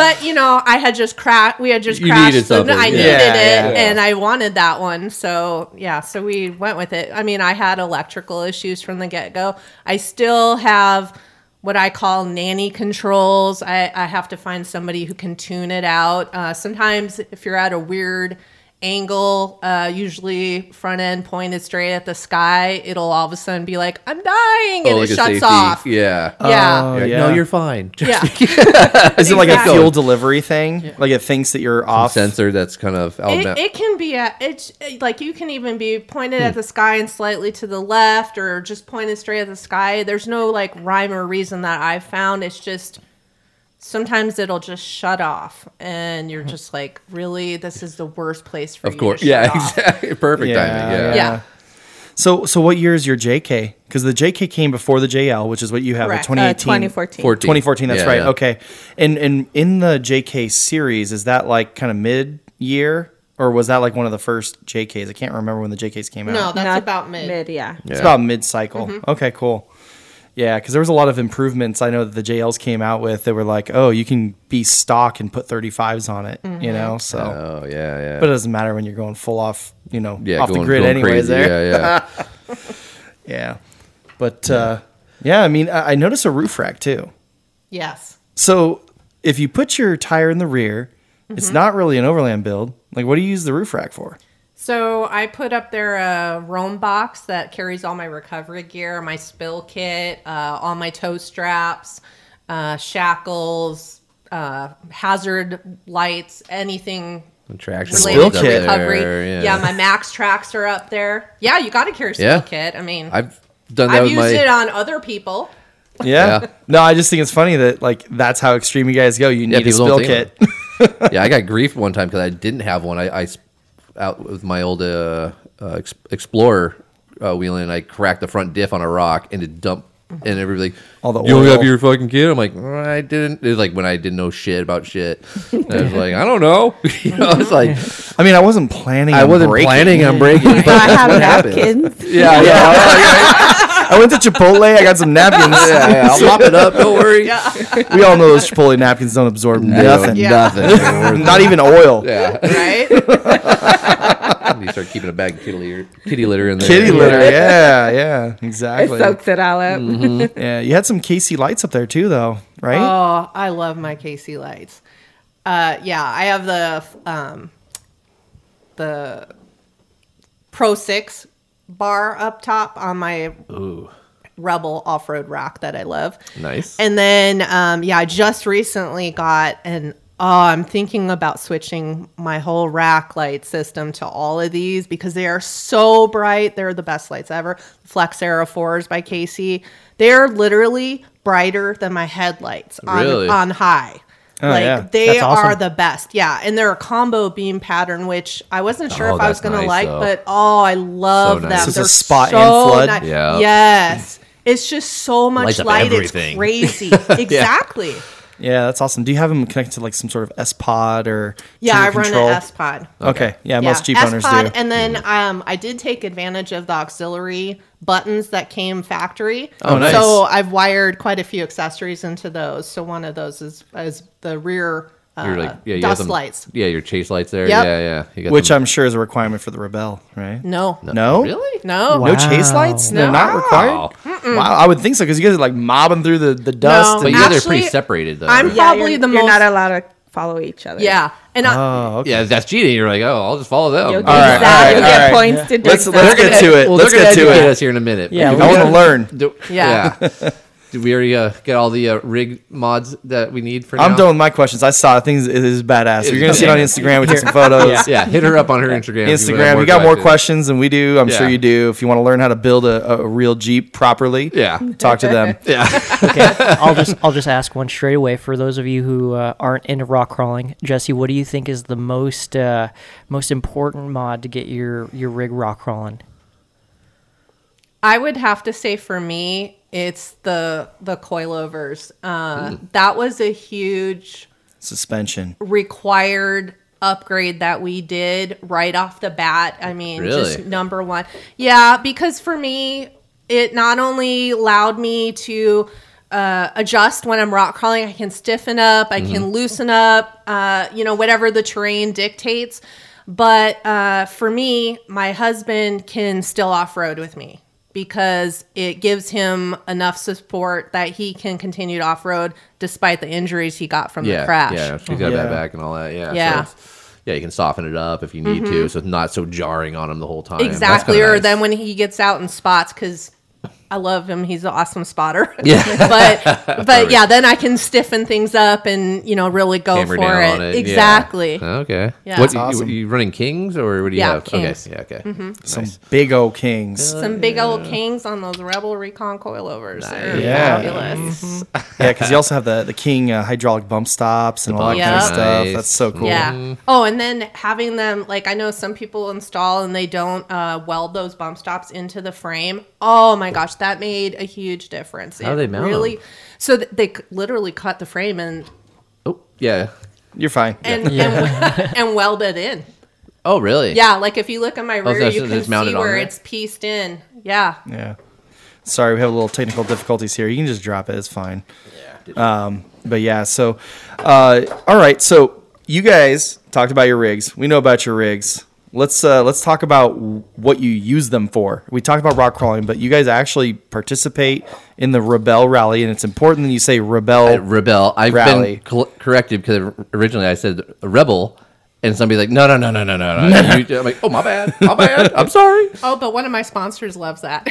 Speaker 4: But you know, I had just crashed. We had just
Speaker 2: You
Speaker 4: crashed.
Speaker 2: needed
Speaker 4: the-
Speaker 2: something,
Speaker 4: I
Speaker 2: yeah.
Speaker 4: needed
Speaker 3: Yeah,
Speaker 4: it,
Speaker 3: yeah.
Speaker 4: and I wanted that one. So yeah, so we went with it. I mean, I had electrical issues from the get go. I still have what I call nanny controls. I, I have to find somebody who can tune it out. Uh, sometimes if you're at a weird angle uh usually front end pointed straight at the sky it'll all of a sudden be like i'm dying and
Speaker 2: Oh, like
Speaker 4: it
Speaker 2: a
Speaker 4: shuts
Speaker 2: safety-
Speaker 4: off
Speaker 2: Yeah.
Speaker 4: yeah
Speaker 3: Oh,
Speaker 2: You're like,
Speaker 3: yeah.
Speaker 2: No, you're fine.
Speaker 4: yeah
Speaker 3: Is it like a
Speaker 4: Exactly.
Speaker 3: fuel delivery thing? Like it thinks that you're off.
Speaker 2: Sensor that's kind of out.
Speaker 4: It, it can be a, it's like you can even be pointed
Speaker 2: Hmm.
Speaker 4: at the sky and slightly to the left or just pointed straight at the sky. There's no like rhyme or reason that I've found. It's just sometimes it'll just shut off and you're just like, really, this is the worst place
Speaker 2: Hmm.
Speaker 4: for
Speaker 2: of
Speaker 4: you.
Speaker 2: course.
Speaker 4: to shut
Speaker 2: Yeah.
Speaker 4: off."
Speaker 2: Exactly. Perfect
Speaker 3: Yeah,
Speaker 2: timing. Yeah.
Speaker 4: Yeah.
Speaker 3: So so what year is your JK? Because the JK came before the JL, which is what you have. a
Speaker 4: Correct. Uh,
Speaker 3: 2018.
Speaker 5: 2014.
Speaker 2: 14.
Speaker 3: 2014 that's
Speaker 2: Yeah,
Speaker 3: right
Speaker 2: yeah.
Speaker 3: okay and and in the jk series is that like kind of mid year or was that like one of the first jks i can't remember when the jks came out
Speaker 4: No, Mm-hmm. that's
Speaker 5: Not-
Speaker 4: about mid.
Speaker 5: yeah.
Speaker 3: it's about mid cycle okay cool yeah because there was a lot of improvements i know that the jls came out with that were like oh you can be stock and put 35s on it
Speaker 4: Mm-hmm.
Speaker 3: you know so
Speaker 2: Oh yeah. Yeah.
Speaker 3: but it doesn't matter when you're going full off you know
Speaker 2: yeah,
Speaker 3: off the grid anyways
Speaker 2: crazy.
Speaker 3: there
Speaker 2: Yeah, yeah.
Speaker 3: yeah but uh yeah i mean i, I noticed a roof rack too
Speaker 4: Yes.
Speaker 3: So if you put your tire in the rear,
Speaker 2: Mm-hmm.
Speaker 3: it's not really an overland build. Like, what do you use the roof rack for?
Speaker 4: So I put up there a roam box that carries all my recovery gear, my spill kit, uh, all my toe straps, uh, shackles, uh, hazard lights, anything
Speaker 2: Traction.
Speaker 4: related
Speaker 3: Spill
Speaker 2: lights
Speaker 4: to
Speaker 2: up
Speaker 3: kit.
Speaker 4: recovery.
Speaker 2: there,
Speaker 4: yeah. my max tracks are up there. Yeah, you got to carry spill
Speaker 2: Yeah.
Speaker 4: kit. I mean, I've,
Speaker 2: I've done that with
Speaker 4: used
Speaker 2: my.
Speaker 4: it on other people.
Speaker 3: Yeah.
Speaker 2: Yeah.
Speaker 3: No, I just think it's funny that like that's how extreme you guys go. You need a
Speaker 2: people
Speaker 3: spill
Speaker 2: don't
Speaker 3: kit.
Speaker 2: think yeah, I got griefed one time because I didn't have one. I, I s- out with my old uh, uh, ex- Explorer uh, wheeling, and I cracked the front diff on a rock and it dumped. And everybody's like,
Speaker 3: All the
Speaker 2: you only
Speaker 3: oil."
Speaker 2: have your fucking kid. I'm like, "Mm, I didn't. It's like when I didn't know shit about shit. And I was like, I don't know. you know, I was like,
Speaker 3: I mean, I wasn't planning.
Speaker 2: I
Speaker 3: on
Speaker 2: wasn't
Speaker 3: braking.
Speaker 2: planning on breaking. But
Speaker 5: I
Speaker 2: that's
Speaker 5: have
Speaker 2: what happened.
Speaker 5: napkins.
Speaker 2: Yeah, yeah,
Speaker 3: I went to Chipotle. I got some napkins.
Speaker 2: yeah, yeah. I'll mop it up. Don't worry. Yeah.
Speaker 3: We all know those Chipotle napkins don't absorb nothing,
Speaker 2: Nothing.
Speaker 3: not even oil.
Speaker 2: yeah.
Speaker 4: Right?
Speaker 2: You start keeping a bag of kitty litter, kitty litter in there.
Speaker 3: Kitty litter.
Speaker 2: Yeah.
Speaker 3: Yeah, yeah,
Speaker 5: It
Speaker 3: exactly.
Speaker 5: soaks it all up.
Speaker 3: Mm-hmm. yeah, you had some KC lights up there too, though, right?
Speaker 4: Oh, I love my KC lights. Uh, yeah, I have the um, the Pro Six bar up top on my Rebel off road rack that I love.
Speaker 2: Nice.
Speaker 4: And then, um, yeah, I just recently got an. Oh, I'm thinking about switching my whole rack light system to all of these because they are so bright. They're the best lights ever. Flex Aero 4s by Casey. They are literally brighter than my headlights on,
Speaker 2: Really?
Speaker 4: on high. like
Speaker 3: Oh, yeah.
Speaker 4: they
Speaker 1: That's awesome.
Speaker 4: are the best. Yeah. And they're a combo beam pattern, which I wasn't sure
Speaker 2: Oh,
Speaker 4: if I was
Speaker 2: that's
Speaker 4: going
Speaker 2: nice,
Speaker 4: to like,
Speaker 2: though.
Speaker 4: but oh, I love
Speaker 2: nice.
Speaker 4: them.
Speaker 2: So it's
Speaker 3: a
Speaker 4: They're
Speaker 3: spot
Speaker 4: so
Speaker 3: and flood?
Speaker 4: ni-
Speaker 2: Yeah.
Speaker 4: Yes. It's just so much
Speaker 2: Lights up
Speaker 4: light. It's
Speaker 2: everything.
Speaker 4: crazy. exactly.
Speaker 3: Yeah, that's awesome. Do you have them connected to like some sort of S Pod or
Speaker 4: Yeah,
Speaker 3: to
Speaker 4: I
Speaker 3: your
Speaker 4: run
Speaker 3: control?
Speaker 4: an S Pod.
Speaker 3: Okay, yeah, most Jeep owners do.
Speaker 4: S-Pod, And then
Speaker 2: Mm-hmm.
Speaker 4: um, I did take advantage of the auxiliary buttons that came factory.
Speaker 3: Oh, nice.
Speaker 4: So I've wired quite a few accessories into those. So one of those is, is the rear uh,
Speaker 2: You're like, yeah, you have
Speaker 4: dust
Speaker 2: them-
Speaker 4: lights.
Speaker 2: Yeah, your chase lights there.
Speaker 4: Yep.
Speaker 2: Yeah, yeah. You got
Speaker 3: which
Speaker 2: them-
Speaker 3: I'm sure is a requirement for the Rebel, right?
Speaker 4: No.
Speaker 3: No,
Speaker 2: really?
Speaker 4: No.
Speaker 3: no chase
Speaker 1: Wow.
Speaker 3: lights. They're not
Speaker 2: Wow.
Speaker 3: required. Wow, I would think so because you guys are like mobbing through the the dust.
Speaker 4: No.
Speaker 2: But
Speaker 3: and-
Speaker 2: yeah, they're
Speaker 4: Actually,
Speaker 2: pretty separated though.
Speaker 4: I'm-
Speaker 2: right?
Speaker 5: Yeah,
Speaker 4: Probably
Speaker 5: you're-
Speaker 4: the
Speaker 5: you're
Speaker 4: most-
Speaker 5: not allowed to follow each other.
Speaker 4: Yeah. And I,
Speaker 3: oh, okay.
Speaker 2: yeah, if that's cheating. You're like, oh, I'll just follow them.
Speaker 5: You'll get,
Speaker 3: right, all
Speaker 5: that.
Speaker 3: right,
Speaker 5: You'll
Speaker 3: all
Speaker 5: get
Speaker 3: right.
Speaker 5: points to do
Speaker 3: Let's-
Speaker 5: that.
Speaker 3: let's get to it.
Speaker 2: Well,
Speaker 3: Let's
Speaker 2: they're
Speaker 3: get
Speaker 2: gonna
Speaker 3: to
Speaker 2: educate
Speaker 3: it.
Speaker 2: us here in a minute.
Speaker 1: Yeah,
Speaker 2: We
Speaker 1: we
Speaker 3: I want
Speaker 2: gotta-
Speaker 3: to learn.
Speaker 2: Do,
Speaker 4: Yeah.
Speaker 2: yeah. Did we already uh, get all the uh, rig mods that we need for now?
Speaker 3: I'm done with my questions. I saw things. It is badass. You're gonna see it on Instagram. We took some photos.
Speaker 1: Yeah.
Speaker 2: Yeah, hit her up on her Instagram. if you have
Speaker 3: Instagram. You got more
Speaker 2: questions.
Speaker 3: questions than we do. I'm sure
Speaker 2: Yeah.
Speaker 3: you do. If you want to learn how to build a, a real Jeep properly,
Speaker 2: Yeah.
Speaker 3: talk to them.
Speaker 1: Okay, I'll just I'll just ask one straight away for those of you who uh, aren't into rock crawling. Jesse, what do you think is the most uh, most important mod to get your your rig rock crawling?
Speaker 4: I would have to say for me, it's the the coilovers. Uh,
Speaker 2: Mm.
Speaker 4: That was a huge
Speaker 3: Suspension.
Speaker 4: required upgrade that we did right off the bat. I mean, just
Speaker 2: Really?
Speaker 4: number one. Yeah, because for me, it not only allowed me to uh, adjust when I'm rock crawling, I can stiffen up, I
Speaker 2: Mm-hmm.
Speaker 4: can loosen up, uh, you know, whatever the terrain dictates. But uh, for me, my husband can still off road with me because it gives him enough support that he can continue to off road despite the injuries he got from
Speaker 2: Yeah,
Speaker 4: the crash.
Speaker 2: yeah. She's got
Speaker 3: Yeah.
Speaker 2: that back and all that. Yeah, so
Speaker 4: Yeah. Mm-hmm.
Speaker 2: it's- yeah. You can soften it up if you need to, so it's not so jarring on him the whole time. That's
Speaker 4: Exactly.
Speaker 2: kinda
Speaker 4: Or
Speaker 2: nice.
Speaker 4: then when he gets out and spots, because I love him. He's an awesome spotter.
Speaker 2: Yeah.
Speaker 4: but but yeah, then I can stiffen things up and you know really go
Speaker 2: hammer
Speaker 4: for
Speaker 2: down on it.
Speaker 4: it.
Speaker 2: yeah. Uh,
Speaker 4: Exactly.
Speaker 2: Oh, Okay.
Speaker 4: Yeah.
Speaker 2: What
Speaker 4: That's
Speaker 2: you,
Speaker 3: awesome.
Speaker 2: you running kings or what do you
Speaker 4: Yeah,
Speaker 2: have?
Speaker 4: Kings. Mm-hmm.
Speaker 2: Okay. Yeah. Okay.
Speaker 3: Some big old kings.
Speaker 4: Some big old kings on those Rebel Recon coilovers. They're
Speaker 3: Yeah.
Speaker 4: fabulous.
Speaker 3: Yeah, because you also have the the King uh, hydraulic bump stops and all that
Speaker 4: bump
Speaker 3: kind of
Speaker 4: stops.
Speaker 3: stuff.
Speaker 2: Nice.
Speaker 3: That's so cool.
Speaker 4: Yeah. Oh, and then having them like I know some people install and they don't uh, weld those bump stops into the frame. Oh my gosh, that made a huge difference.
Speaker 2: How do they mount 'em?
Speaker 4: really? So th- they c- literally cut the frame and
Speaker 2: Oh yeah.
Speaker 3: You're fine.
Speaker 4: and and, and weld it in.
Speaker 2: Oh really?
Speaker 4: Yeah, like if you look at my rear,
Speaker 2: so
Speaker 4: you
Speaker 2: it's
Speaker 4: can
Speaker 2: just mounted
Speaker 4: see
Speaker 2: on
Speaker 4: where
Speaker 2: there?
Speaker 4: it's pieced in. Yeah.
Speaker 3: Yeah. Sorry, we have a little technical difficulties here. You can just drop it. It's fine. Um, but yeah, so uh, all right. So you guys talked about your rigs. We know about your rigs. Let's uh, let's talk about what you use them for. We talked about rock crawling, but you guys actually participate in the Rebel Rally, and it's important that you say
Speaker 2: Uh,
Speaker 3: Rebel.
Speaker 2: Rebel. I've
Speaker 3: Rally.
Speaker 2: been cl- corrected because originally I said rebel, and somebody's like, no, no, no, no, no, no, no. You- I'm like, oh my bad, my bad. I'm sorry.
Speaker 4: Oh, but one of my sponsors loves that.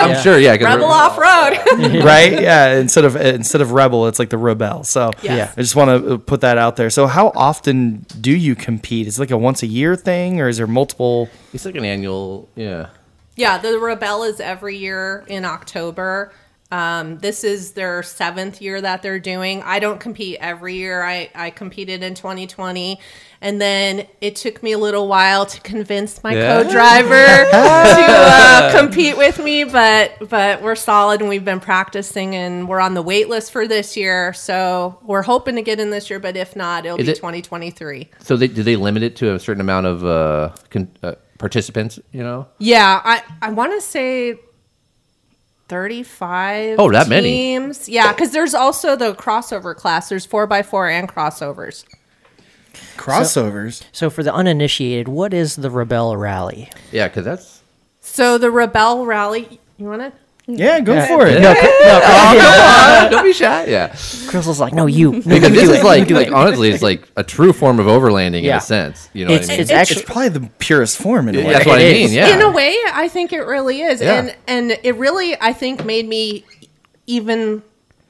Speaker 2: I'm sure. Yeah. 'cause
Speaker 4: Rebel
Speaker 2: we're-
Speaker 4: off road.
Speaker 3: right? Yeah. Instead of instead of rebel, it's like the rebel. So
Speaker 4: Yes. Yeah.
Speaker 3: I just want to put that out there. So how often do you compete? Is it like a once a year thing, or is there multiple?
Speaker 2: It's like an annual. Yeah.
Speaker 4: yeah, the Rebel is every year in October. Um, this is their seventh year that they're doing. I don't compete every year. I, I competed in 2020. And then it took me a little while to convince my
Speaker 2: Yeah.
Speaker 4: co-driver to uh, compete with me, but but we're solid and we've been practicing and we're on the wait list for this year. So we're hoping to get in this year, but if not, it'll
Speaker 2: Is
Speaker 4: be
Speaker 2: it-
Speaker 4: 2023.
Speaker 2: So they do they limit it to a certain amount of uh, con- uh, participants? You know.
Speaker 4: Yeah, I I want to say 35
Speaker 2: Oh, that many.
Speaker 4: teams. Yeah, cuz there's also the crossover class. There's 4x4 and crossovers.
Speaker 3: Crossovers.
Speaker 1: So for the uninitiated, what is the Rebel Rally?
Speaker 2: Yeah, because that's
Speaker 4: So the Rebel Rally, you want to
Speaker 3: Yeah, go for it.
Speaker 1: No, no,
Speaker 2: Don't be shy. Yeah.
Speaker 1: Crystal's like, no, you. No, you
Speaker 2: Because
Speaker 1: do
Speaker 2: this
Speaker 1: it.
Speaker 2: is like,
Speaker 1: You do
Speaker 2: like
Speaker 1: it.
Speaker 2: honestly, it's like a true form of overlanding in
Speaker 1: Yeah.
Speaker 2: a sense. You know
Speaker 1: It's,
Speaker 2: what I mean?
Speaker 1: it's actually
Speaker 3: It's probably the purest form in a way.
Speaker 2: That's what
Speaker 1: it
Speaker 2: I
Speaker 1: is.
Speaker 2: mean. Yeah.
Speaker 4: In a way, I think it really is,
Speaker 2: Yeah.
Speaker 4: and and it really, I think, made me even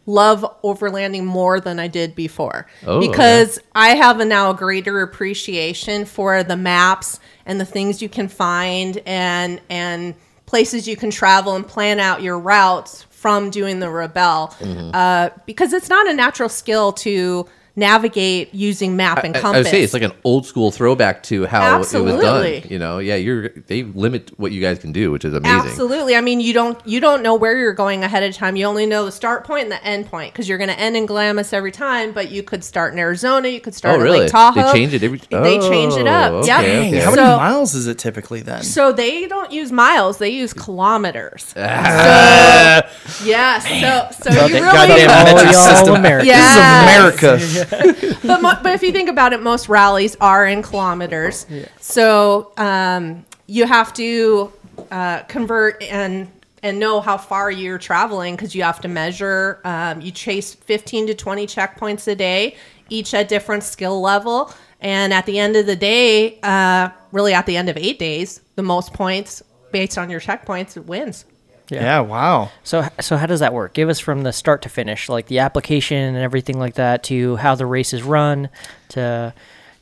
Speaker 4: love overlanding more than I did before
Speaker 2: Oh,
Speaker 4: because I have a now greater appreciation for the maps and the things you can find and and places you can travel and plan out your routes from doing the rebel
Speaker 2: Mm-hmm.
Speaker 4: uh, because it's not a natural skill to navigate using map and
Speaker 2: I,
Speaker 4: compass.
Speaker 2: I would say it's like an old school throwback to how it was
Speaker 4: Absolutely.
Speaker 2: done. You know, yeah, you're they limit what you guys can do, which is amazing.
Speaker 4: Absolutely. I mean, you don't you don't know where you're going ahead of time. You only know the start point and the end point because you're going to end in Glamis every time. But you could start in Arizona. You could start
Speaker 2: Oh,
Speaker 4: in
Speaker 2: really?
Speaker 4: Lake Tahoe.
Speaker 2: They change it every.
Speaker 4: They change it up.
Speaker 2: Oh,
Speaker 4: Yep.
Speaker 2: okay,
Speaker 3: Dang,
Speaker 2: okay.
Speaker 3: how
Speaker 4: So-
Speaker 3: many miles is it typically then?
Speaker 4: So they don't use miles; they use kilometers.
Speaker 2: Uh,
Speaker 4: So, yes. So, so you
Speaker 3: That
Speaker 4: really
Speaker 3: goddamn metric
Speaker 1: y'all
Speaker 3: system.
Speaker 1: Americans.
Speaker 4: Yes.
Speaker 3: This is America.
Speaker 4: but mo- but if you think about it, most rallies are in kilometers. So um, you have to uh, convert and and know how far you're traveling because you have to measure. Um, you chase 15 to 20 checkpoints a day, each at different skill level. And at the end of the day, uh, really at the end of eight days, the most points based on your checkpoints wins.
Speaker 3: yeah, wow.
Speaker 1: So, so how does that work? Give us from the start to finish, like the application and everything like that, to how the race is run, to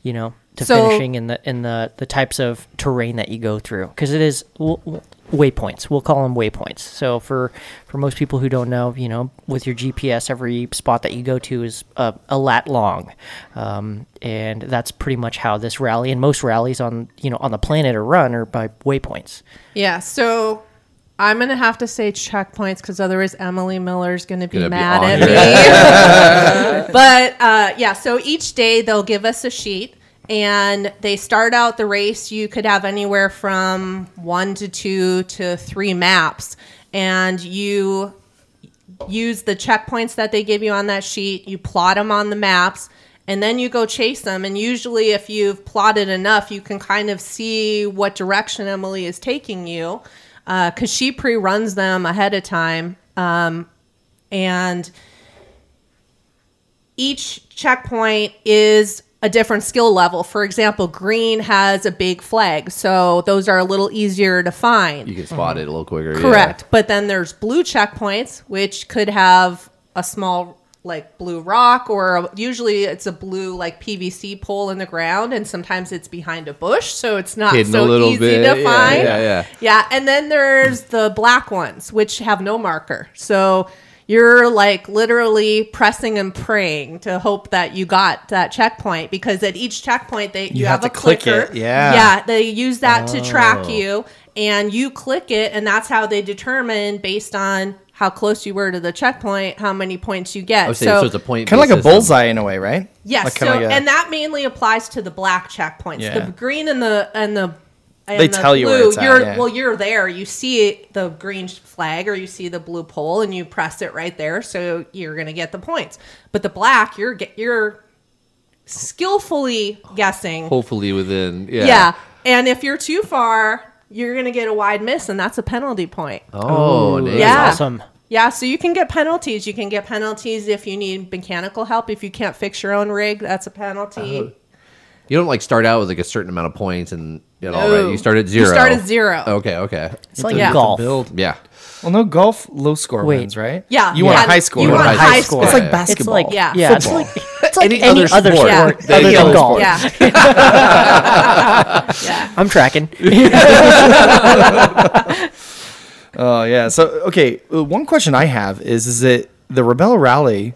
Speaker 1: you know, to
Speaker 4: So-
Speaker 1: finishing and the and the the types of terrain that you go through, because it is w- w- waypoints. We'll call them waypoints. So for for most people who don't know, you know, with your GPS, every spot that you go to is a, a lat long, um, and that's pretty much how this rally and most rallies on you know on the planet are run are by waypoints.
Speaker 4: Yeah, so I'm gonna have to say checkpoints because otherwise Emily Miller's gonna be
Speaker 2: Gonna be
Speaker 4: mad
Speaker 2: on
Speaker 4: at
Speaker 2: your
Speaker 4: me. but uh, yeah, so each day they'll give us a sheet and they start out the race. You could have anywhere from one to two to three maps, and you use the checkpoints that they give you on that sheet, you plot them on the maps, and then you go chase them. And usually, if you've plotted enough, you can kind of see what direction Emily is taking you because she pre runs them ahead of time. Um, and each checkpoint is a different skill level. For example, green has a big flag, so those are a little easier to find.
Speaker 2: You can spot it a little quicker. yeah.
Speaker 4: Correct. But then there's blue checkpoints, which could have a small like blue rock or a, usually it's a blue like PVC pole in the ground and sometimes it's behind a bush so it's not
Speaker 2: Hidden a
Speaker 4: so
Speaker 2: little
Speaker 4: easy
Speaker 2: bit.
Speaker 4: to
Speaker 2: Yeah,
Speaker 4: find.
Speaker 2: yeah, yeah.
Speaker 4: Yeah, and then there's the black ones which have no marker. So you're like literally pressing and praying to hope that you got that checkpoint because at each checkpoint they you,
Speaker 3: have
Speaker 4: have,
Speaker 3: to
Speaker 4: a
Speaker 3: click
Speaker 4: clicker.
Speaker 3: it, yeah.
Speaker 4: Yeah, Uh, they use that to
Speaker 3: Oh.
Speaker 4: track you and you click it and that's how they determine based on how close you were to the checkpoint how many points
Speaker 2: I
Speaker 4: you
Speaker 3: Oh,
Speaker 4: get
Speaker 2: would say
Speaker 4: so,
Speaker 2: so it's a point.
Speaker 3: Kind of like a
Speaker 2: system.
Speaker 3: bullseye in a way, right?
Speaker 4: yes
Speaker 3: Like,
Speaker 4: so,
Speaker 3: kinda like a-
Speaker 4: and that mainly applies to the black checkpoints
Speaker 3: Yeah.
Speaker 4: the green and the and the and
Speaker 3: They
Speaker 4: the
Speaker 3: tell you where
Speaker 4: blue,
Speaker 3: it's at,
Speaker 4: you're
Speaker 3: yeah.
Speaker 4: well you're there you see the green flag or you see the blue pole and you press it right there so you're going to get the points but the black you're get you're skillfully guessing
Speaker 2: Hopefully within. Yeah.
Speaker 4: yeah. And if you're too far, you're going to get a wide miss, and that's a penalty point.
Speaker 2: Oh,
Speaker 1: that's
Speaker 2: damn.
Speaker 4: yeah.
Speaker 1: awesome.
Speaker 4: Yeah, so you can get penalties. You can get penalties if you need mechanical help. If you can't fix your own rig, that's a penalty.
Speaker 2: You don't like start out with like a certain amount of points and you know,
Speaker 4: No.
Speaker 2: right? You start at
Speaker 4: You
Speaker 2: zero.
Speaker 4: start at zero.
Speaker 2: Okay. Okay.
Speaker 1: It's like
Speaker 4: Yeah.
Speaker 1: golf.
Speaker 2: Yeah.
Speaker 3: Well, no golf, low score
Speaker 1: Wait.
Speaker 3: wins, right?
Speaker 4: Yeah,
Speaker 3: You want
Speaker 4: yeah.
Speaker 3: a high score.
Speaker 4: You want
Speaker 2: a high
Speaker 4: high
Speaker 2: score.
Speaker 3: It's
Speaker 2: Yeah.
Speaker 3: like
Speaker 2: It's
Speaker 1: It's
Speaker 3: basketball.
Speaker 1: like
Speaker 4: Yeah.
Speaker 1: yeah, it's
Speaker 3: Football.
Speaker 1: like it's like
Speaker 2: Any
Speaker 1: any,
Speaker 2: other
Speaker 1: other,
Speaker 2: sport.
Speaker 1: sport,
Speaker 4: Yeah.
Speaker 1: other
Speaker 3: Any
Speaker 1: than
Speaker 3: other
Speaker 2: Uh,
Speaker 1: golf.
Speaker 4: Yeah. yeah.
Speaker 1: I'm tracking.
Speaker 3: Oh yeah. So okay, uh, one question I have is: Is it the Rebel Rally?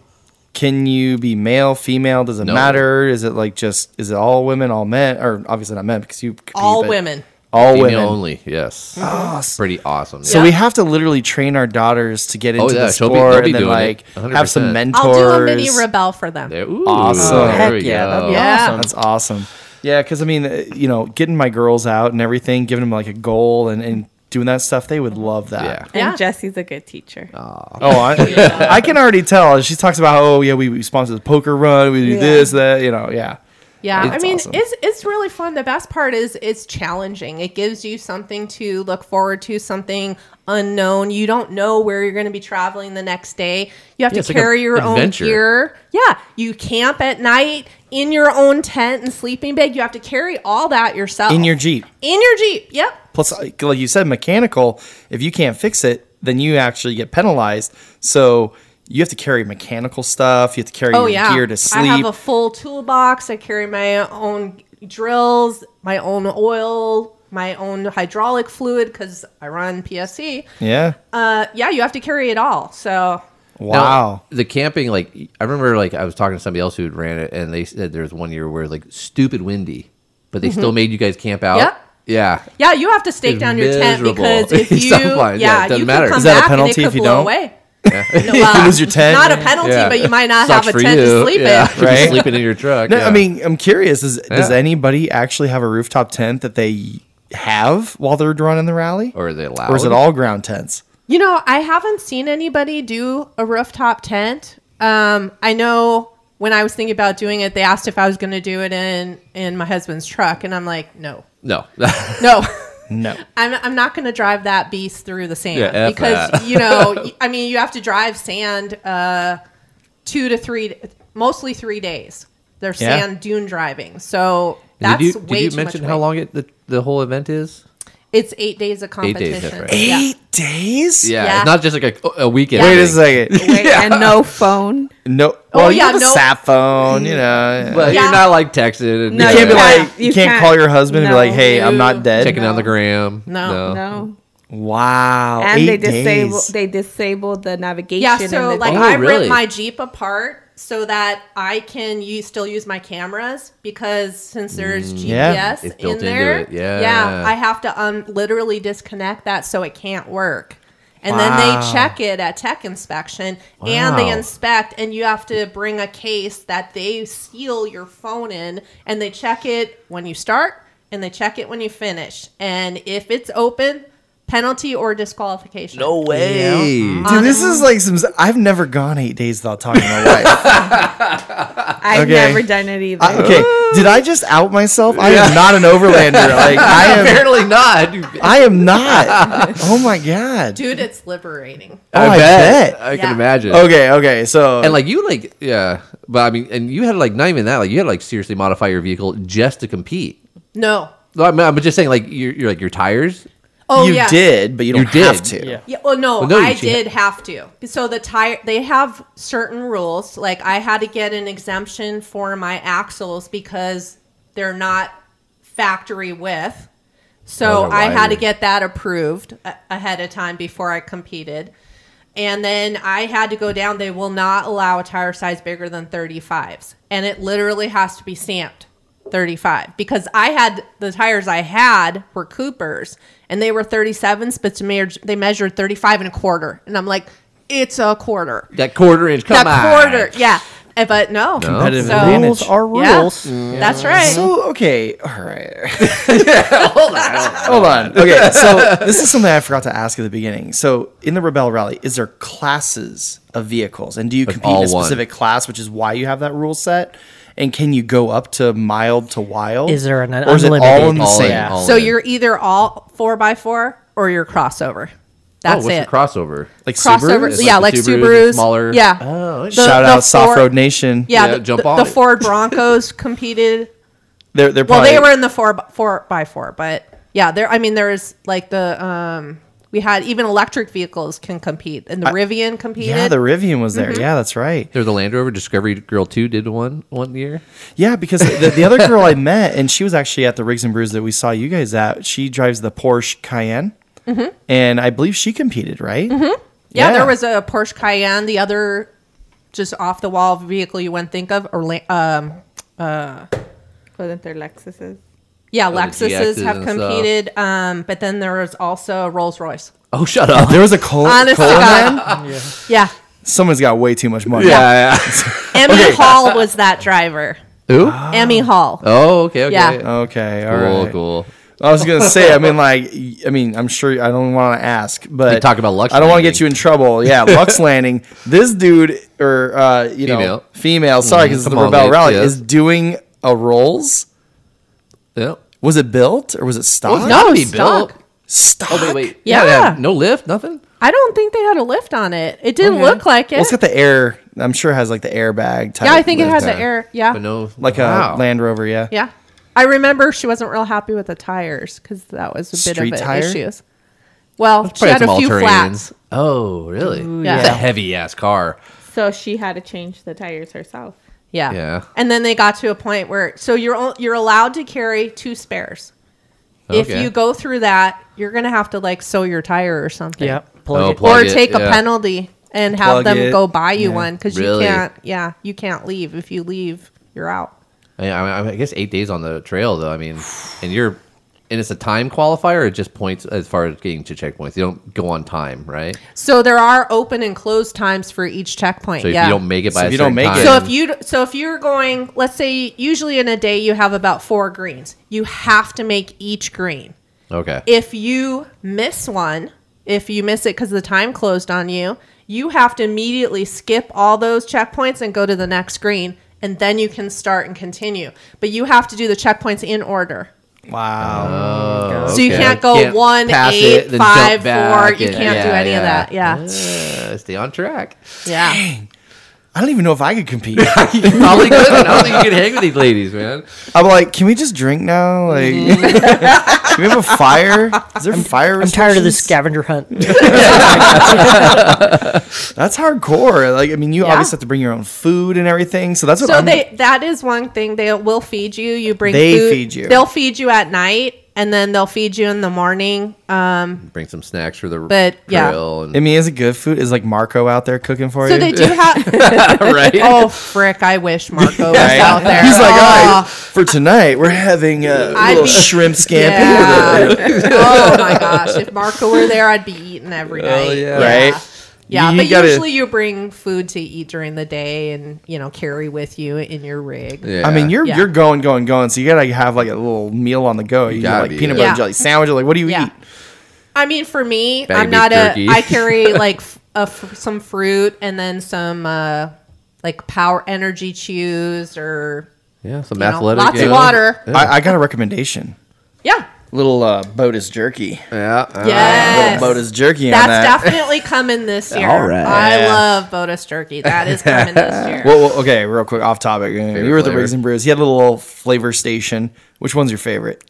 Speaker 3: Can you be male, female? Does it
Speaker 2: No.
Speaker 3: matter? Is it like just? Is it all women, all men, or obviously not men because you compete,
Speaker 4: All
Speaker 3: but
Speaker 4: women.
Speaker 3: all
Speaker 2: Female
Speaker 3: women
Speaker 2: only. Yes. Pretty awesome.
Speaker 3: So
Speaker 4: Yeah.
Speaker 3: we have to literally train our daughters to get into
Speaker 2: Oh, yeah,
Speaker 3: the
Speaker 2: she'll be-
Speaker 3: sport
Speaker 2: they'll be
Speaker 3: and then
Speaker 2: doing it,
Speaker 3: like have some
Speaker 2: 100%.
Speaker 3: mentors.
Speaker 4: I'll do a mini rebel for them.
Speaker 2: There- ooh,
Speaker 3: Awesome.
Speaker 2: there
Speaker 1: Heck
Speaker 2: we
Speaker 1: yeah, that'd be
Speaker 2: go.
Speaker 4: Yeah.
Speaker 1: awesome.
Speaker 3: That's awesome. Yeah, because I mean, uh, you know, getting my girls out and everything, giving them like a goal and, and doing that stuff, they would love that.
Speaker 2: Yeah.
Speaker 4: Yeah.
Speaker 5: And Jesse's a good teacher.
Speaker 3: Oh, I, I can already tell. She talks about, oh yeah, we, we sponsor the poker run, we do this, that, you know, yeah.
Speaker 4: Yeah,
Speaker 3: That's
Speaker 4: I mean,
Speaker 3: awesome.
Speaker 4: it's it's really fun. The best part is it's challenging. It gives you something to look forward to, something unknown. You don't know where you're going to be traveling the next day. You have
Speaker 2: Yeah, it's
Speaker 4: to
Speaker 2: like a
Speaker 4: carry your
Speaker 2: adventure.
Speaker 4: own gear. Yeah, you camp at night in your own tent and sleeping bag. You have to carry all that yourself
Speaker 3: in your Jeep.
Speaker 4: In your Jeep. Yep.
Speaker 3: Plus, like like you said, mechanical. If you can't fix it, then you actually get penalized. So you have to carry mechanical stuff. You have to carry
Speaker 4: Oh
Speaker 3: your
Speaker 4: yeah.
Speaker 3: gear to sleep.
Speaker 4: I have a full toolbox. I carry my own drills, my own oil, my own hydraulic fluid cuz I run PSC.
Speaker 3: yeah.
Speaker 4: uh, yeah, you have to carry it all. So
Speaker 2: Now,
Speaker 3: Wow.
Speaker 2: the camping, like I remember, like I was talking to somebody else who had ran it, and they said there was one year where it was, like stupid windy, but they still made you guys camp out.
Speaker 4: Mm-hmm. Yep.
Speaker 2: Yeah.
Speaker 4: yeah, you have to stake
Speaker 2: It's
Speaker 4: down your
Speaker 2: miserable.
Speaker 4: tent because if
Speaker 2: It's
Speaker 4: you,
Speaker 2: so fine. Yeah,
Speaker 4: yeah,
Speaker 2: it doesn't
Speaker 4: you
Speaker 2: matter.
Speaker 4: can come
Speaker 2: Is
Speaker 3: that a
Speaker 4: back and it
Speaker 3: penalty
Speaker 4: could
Speaker 3: if you
Speaker 4: blow
Speaker 3: don't?
Speaker 4: away. No,
Speaker 3: you
Speaker 4: well,
Speaker 3: lose your tent.
Speaker 4: Not a penalty,
Speaker 2: Yeah.
Speaker 4: but you might not
Speaker 2: Sucks
Speaker 4: have a
Speaker 2: for
Speaker 4: tent
Speaker 2: you.
Speaker 4: to sleep
Speaker 2: yeah.
Speaker 4: in.
Speaker 3: Right?
Speaker 2: Sleeping in your truck.
Speaker 3: No,
Speaker 2: yeah.
Speaker 3: I mean, I'm curious. Is, Does
Speaker 2: Yeah.
Speaker 3: anybody actually have a rooftop tent that they have while they're running the rally,
Speaker 2: or are they allowed?
Speaker 3: or is it all ground tents?
Speaker 4: You know, I haven't seen anybody do a rooftop tent. Um, I know when I was thinking about doing it, they asked if I was going to do it in in my husband's truck, and I'm like, no,
Speaker 2: No.
Speaker 4: no.
Speaker 3: No.
Speaker 4: I'm, I'm not going to drive that beast through the sand
Speaker 2: Yeah, F
Speaker 4: because
Speaker 2: that.
Speaker 4: you know y- I mean you have to drive sand uh, two to three mostly three days. They're
Speaker 3: Yeah.
Speaker 4: sand dune driving, so
Speaker 2: did
Speaker 4: that's
Speaker 2: you,
Speaker 4: way
Speaker 2: did
Speaker 4: too
Speaker 2: you mention
Speaker 4: much
Speaker 2: how
Speaker 4: weight.
Speaker 2: long it, the, the whole event is?
Speaker 4: It's eight days of
Speaker 2: Eight days,
Speaker 4: competition.
Speaker 2: that's right.
Speaker 4: Yeah.
Speaker 3: Eight days.
Speaker 2: Yeah.
Speaker 4: Yeah.
Speaker 2: It's not just like a, a weekend.
Speaker 3: Wait a
Speaker 2: thing.
Speaker 3: second.
Speaker 5: Wait, and no phone.
Speaker 3: No. Well, you
Speaker 4: yeah,
Speaker 3: have a
Speaker 4: no-
Speaker 3: sap phone, you know.
Speaker 2: But
Speaker 4: Yeah.
Speaker 2: you're not like texting. And
Speaker 5: No,
Speaker 3: you can't be
Speaker 5: Yeah.
Speaker 3: like you,
Speaker 5: You
Speaker 3: can't,
Speaker 5: can't.
Speaker 3: call your husband and be like,
Speaker 5: No.
Speaker 3: "Hey, I'm not dead."
Speaker 2: checking on the gram.
Speaker 4: No.
Speaker 5: No.
Speaker 3: Wow.
Speaker 5: And
Speaker 3: Oh. eight
Speaker 5: they disable
Speaker 3: days.
Speaker 5: they disabled the navigation.
Speaker 4: Yeah,
Speaker 5: in
Speaker 4: so
Speaker 5: the
Speaker 4: like
Speaker 5: Jeep.
Speaker 2: Oh,
Speaker 4: I
Speaker 2: really?
Speaker 4: rip my Jeep apart so that I can use, still use my cameras because since there's GPS
Speaker 3: yeah.
Speaker 2: Mm, It's built
Speaker 4: in
Speaker 2: into
Speaker 4: there,
Speaker 2: it, yeah.
Speaker 4: yeah, I have to um, literally disconnect that so it can't work. And then they
Speaker 3: Wow.
Speaker 4: check it at tech inspection and they
Speaker 2: Wow.
Speaker 4: inspect and you have to bring a case that they seal your phone in and they check it when you start and they check it when you finish. And if it's open, penalty or disqualification.
Speaker 2: way.
Speaker 3: Dude, this is like some. I've never gone eight days without talking to my wife.
Speaker 5: I've
Speaker 3: okay.
Speaker 5: never done it either.
Speaker 3: I- okay, did I just out myself? I am not an overlander. Like I am. Oh,
Speaker 2: Apparently not. You-
Speaker 3: I am not. Oh my god.
Speaker 4: Dude, it's liberating.
Speaker 3: Oh, I bet.
Speaker 2: I can
Speaker 4: Yeah.
Speaker 2: imagine.
Speaker 3: Okay. Okay. So
Speaker 2: And like you like yeah, but I mean, and you had like not even that. Like you had to, like seriously modify your vehicle just to compete.
Speaker 4: No,
Speaker 2: No, I'm, I'm just saying like you're, you're like your tires.
Speaker 4: Oh
Speaker 3: you
Speaker 4: yeah.
Speaker 3: did, but you don't
Speaker 2: You did.
Speaker 3: have to.
Speaker 1: Yeah.
Speaker 4: Yeah, well, no,
Speaker 2: Well, no,
Speaker 4: I
Speaker 2: you- she-
Speaker 4: did have to. So the tire, they have certain rules. Like I had to get an exemption for my axles because they're not factory width. So
Speaker 2: Oh, they're
Speaker 4: I had to
Speaker 2: wired.
Speaker 4: get that approved a- ahead of time before I competed. And then I had to go down. They will not allow a tire size bigger than 35s. And it literally has to be stamped 35 because I had the tires I had were Coopers and they were 37s, but to measure- they measured 35 and a quarter. And I'm like, it's a quarter.
Speaker 2: That quarter inch. Come
Speaker 4: that
Speaker 2: on.
Speaker 4: quarter. Yeah. Eh, But no.
Speaker 3: Competitive
Speaker 4: So-
Speaker 3: advantage. Mm.
Speaker 1: Rules are
Speaker 4: Yeah.
Speaker 1: rules.
Speaker 4: That's right.
Speaker 3: So Oh, okay, all right. hold on, hold on. Okay, so this is something I forgot to ask at the beginning. So in the Rebel Rally, is there classes of vehicles, and do you compete in
Speaker 2: all
Speaker 3: a
Speaker 2: one.
Speaker 3: specific class, which is why you have that rule set? And can you go up to mild to wild?
Speaker 1: Is there an
Speaker 3: or is it all in
Speaker 1: unlimited-
Speaker 3: the
Speaker 2: All in,
Speaker 3: same?
Speaker 1: yeah.
Speaker 2: all
Speaker 4: So
Speaker 2: in.
Speaker 4: you're either all four by four or you're crossover.
Speaker 2: Oh,
Speaker 4: That's
Speaker 2: what's
Speaker 4: it.
Speaker 2: your crossover?
Speaker 3: Like
Speaker 4: crossover,
Speaker 3: Subarus?
Speaker 2: It's
Speaker 4: yeah,
Speaker 2: like
Speaker 4: like,
Speaker 2: the Subarus,
Speaker 4: Subarus,
Speaker 2: the smaller-
Speaker 4: yeah.
Speaker 2: Oh,
Speaker 4: The-
Speaker 3: Shout
Speaker 4: the
Speaker 3: out Soft
Speaker 4: Ford-
Speaker 3: Road Nation.
Speaker 4: Yeah,
Speaker 2: Yeah,
Speaker 4: the,
Speaker 2: jump
Speaker 4: the,
Speaker 2: on
Speaker 4: the
Speaker 2: it.
Speaker 4: Ford Broncos competed.
Speaker 3: they're they're
Speaker 4: Well,
Speaker 3: probably
Speaker 4: they were in the four by, four by four, but yeah, there. I mean, there's like the um, we had even electric vehicles can compete, and the Rivian competed.
Speaker 3: yeah, the Rivian was there. Yeah, that's right.
Speaker 2: There's a Land Rover Discovery Girl Two did one one year.
Speaker 3: Yeah, because the, the other girl I met, and she was actually at the Rigs and Brews that we saw you guys at. She drives the Porsche Cayenne, and I believe she competed, right? Mm-hmm.
Speaker 4: Mm-hmm. yeah, there was a Porsche Cayenne. The other just off the wall vehicle you wouldn't think of, or la- um,
Speaker 5: Wasn't there Lexuses?
Speaker 4: yeah,
Speaker 2: Oh, the
Speaker 4: Lexuses
Speaker 2: GXs
Speaker 4: have
Speaker 2: and stuff.
Speaker 4: competed. Um, but then there was also a Rolls Royce.
Speaker 2: Oh, shut up.
Speaker 3: there was a coal.
Speaker 4: Honest to
Speaker 3: coal
Speaker 4: God.
Speaker 3: man?
Speaker 4: Yeah,
Speaker 3: Someone's got way too much money.
Speaker 2: yeah.
Speaker 4: Emmy Hall was that driver.
Speaker 2: Who?
Speaker 4: Emmy Hall.
Speaker 2: Oh, okay, okay.
Speaker 4: Uh, Yeah.
Speaker 3: Okay. All
Speaker 2: Cool,
Speaker 3: right.
Speaker 2: cool.
Speaker 3: I was gonna say. I mean, like, I mean, I'm sure I don't want to ask, but
Speaker 2: We talk about Lux
Speaker 3: I don't want to
Speaker 2: Landing.
Speaker 3: get you in trouble. Yeah, Lux Landing. This dude, or uh, you know,
Speaker 2: Female.
Speaker 3: female.
Speaker 2: Mhm,
Speaker 3: Sorry, because it's
Speaker 2: come
Speaker 3: the
Speaker 2: on,
Speaker 3: Rebel
Speaker 2: lady,
Speaker 3: Rally
Speaker 2: yeah.
Speaker 3: is doing a Rolls?
Speaker 4: Oh,
Speaker 2: Yeah.
Speaker 3: Was it built or was it stock?
Speaker 4: not-
Speaker 2: Gotta be
Speaker 4: stock.
Speaker 2: built.
Speaker 3: Stock.
Speaker 2: Oh, wait, wait.
Speaker 4: Yeah.
Speaker 2: Yeah. they have no lift, nothing.
Speaker 4: I don't think they had a lift on it. It didn't look like it.
Speaker 3: Well, it's got the air. I'm sure it has like the airbag type.
Speaker 4: yeah, I think it
Speaker 3: lift
Speaker 4: had
Speaker 3: on
Speaker 4: the air. Yeah.
Speaker 2: But no.
Speaker 3: Like a
Speaker 2: Wow.
Speaker 3: Land Rover, yeah.
Speaker 4: Yeah. I remember she wasn't real happy with the tires because that was a bit
Speaker 3: Street
Speaker 4: of an
Speaker 3: tire?
Speaker 4: issues. Well, she
Speaker 2: Probably
Speaker 4: had a
Speaker 2: some
Speaker 4: few
Speaker 2: all-terrains.
Speaker 4: flats.
Speaker 2: Oh, really?
Speaker 4: yeah.
Speaker 2: It's a heavy ass car.
Speaker 5: So she had to change the tires herself.
Speaker 4: Yeah.
Speaker 2: Yeah.
Speaker 4: And then they got to a point where so you're o- you're allowed to carry two spares. If
Speaker 2: Okay.
Speaker 4: you go through that, you're gonna have to like sew your tire or something.
Speaker 1: Yeah. Plug
Speaker 2: Oh,
Speaker 1: it.
Speaker 2: plug
Speaker 4: or
Speaker 2: it,
Speaker 4: take a
Speaker 2: yeah.
Speaker 4: penalty and have
Speaker 3: Plug
Speaker 4: them
Speaker 3: it,
Speaker 4: go buy you
Speaker 3: yeah.
Speaker 4: one because
Speaker 2: Really?
Speaker 4: you can't. Yeah, you can't leave. If you leave, you're out.
Speaker 2: I, I, I guess eight days on the trail, though. I mean, and you're, and it's a time qualifier. It just points as far as getting to checkpoints. You don't go on time, right?
Speaker 4: So there are open and closed times for each checkpoint.
Speaker 2: So if
Speaker 4: yeah.
Speaker 2: you don't make it by
Speaker 3: So
Speaker 2: a
Speaker 3: if you don't
Speaker 2: certain
Speaker 3: make
Speaker 2: time,
Speaker 3: it-
Speaker 4: So if you so if you're going, let's say usually in a day you have about four greens. You have to make each green.
Speaker 2: okay,
Speaker 4: If you miss one, if you miss it because the time closed on you, you have to immediately skip all those checkpoints and go to the next green, and then you can start and continue. But you have to do the checkpoints in order.
Speaker 3: Wow.
Speaker 4: So you
Speaker 2: Okay.
Speaker 4: can't go
Speaker 2: Can't
Speaker 4: one,
Speaker 2: pass
Speaker 4: eight,
Speaker 2: it, then
Speaker 4: five,
Speaker 2: jump back
Speaker 4: four. You
Speaker 2: and-
Speaker 4: can't do
Speaker 2: yeah,
Speaker 4: any of
Speaker 2: yeah.
Speaker 4: that. Yeah.
Speaker 2: uh, stay on track.
Speaker 4: Yeah.
Speaker 3: I don't even know if I could compete.
Speaker 2: you probably could. I don't think you could hang with these ladies, man.
Speaker 3: I'm like, can we just drink now? Like,
Speaker 4: Mm.
Speaker 3: can we have a fire? Is there fire?
Speaker 1: I'm tired of this
Speaker 3: restrictions?
Speaker 1: scavenger hunt.
Speaker 3: That's hardcore. Like, I mean, you
Speaker 4: Yeah.
Speaker 3: obviously have to bring your own food and everything. So that's what
Speaker 4: So
Speaker 3: I'm.
Speaker 4: they that is one thing they will feed you. You bring
Speaker 3: They
Speaker 4: food.
Speaker 3: feed you.
Speaker 4: They'll feed you at night, and then they'll feed you in the morning. Um,
Speaker 2: Bring some snacks for the
Speaker 4: But, yeah.
Speaker 2: trail and
Speaker 3: I mean, is it good food? Is like Marco out there cooking for
Speaker 4: so
Speaker 3: you?
Speaker 4: they do have.
Speaker 2: right.
Speaker 4: oh frick! I wish Marco was
Speaker 3: Right?
Speaker 4: out there.
Speaker 3: He's like, all right,
Speaker 4: Oh,
Speaker 3: for tonight, we're having a
Speaker 4: I'd
Speaker 3: little
Speaker 4: be-
Speaker 3: shrimp scampi.
Speaker 4: yeah. oh my gosh! If Marco were there, I'd be eating every night.
Speaker 2: yeah.
Speaker 3: Right?
Speaker 4: Yeah,
Speaker 3: You- you
Speaker 4: but
Speaker 3: gotta-
Speaker 4: usually you bring food to eat during the day, and you know carry with you in your rig.
Speaker 2: Yeah.
Speaker 3: I mean, you're
Speaker 4: Yeah.
Speaker 3: you're going, going, going. So you gotta have like a little meal on the go. You, got
Speaker 2: gotta
Speaker 3: like
Speaker 2: be,
Speaker 3: peanut
Speaker 2: yeah.
Speaker 3: butter and jelly sandwich. Like, what do you
Speaker 4: Yeah.
Speaker 3: eat?
Speaker 4: I mean, for me,
Speaker 2: Bag of
Speaker 4: I'm
Speaker 2: beef
Speaker 4: not a.
Speaker 2: jerky.
Speaker 4: I carry like f- a f- some fruit and then some uh, like power energy chews or
Speaker 2: yeah, some
Speaker 4: you know,
Speaker 2: athletic.
Speaker 4: lots
Speaker 2: yeah.
Speaker 4: of water.
Speaker 3: I, I got a recommendation.
Speaker 4: Yeah.
Speaker 3: Little uh, Botus jerky.
Speaker 2: Yeah. uh,
Speaker 4: Yes.
Speaker 3: Little Botus jerky on
Speaker 4: That's
Speaker 3: that.
Speaker 4: definitely coming this year.
Speaker 2: All right.
Speaker 4: I love Botus turkey. That is coming this year.
Speaker 3: Well, well, okay, real quick, off topic. Uh, we were at the
Speaker 2: flavor.
Speaker 3: Rigs and Brews. He had a little flavor station. Which one's your favorite?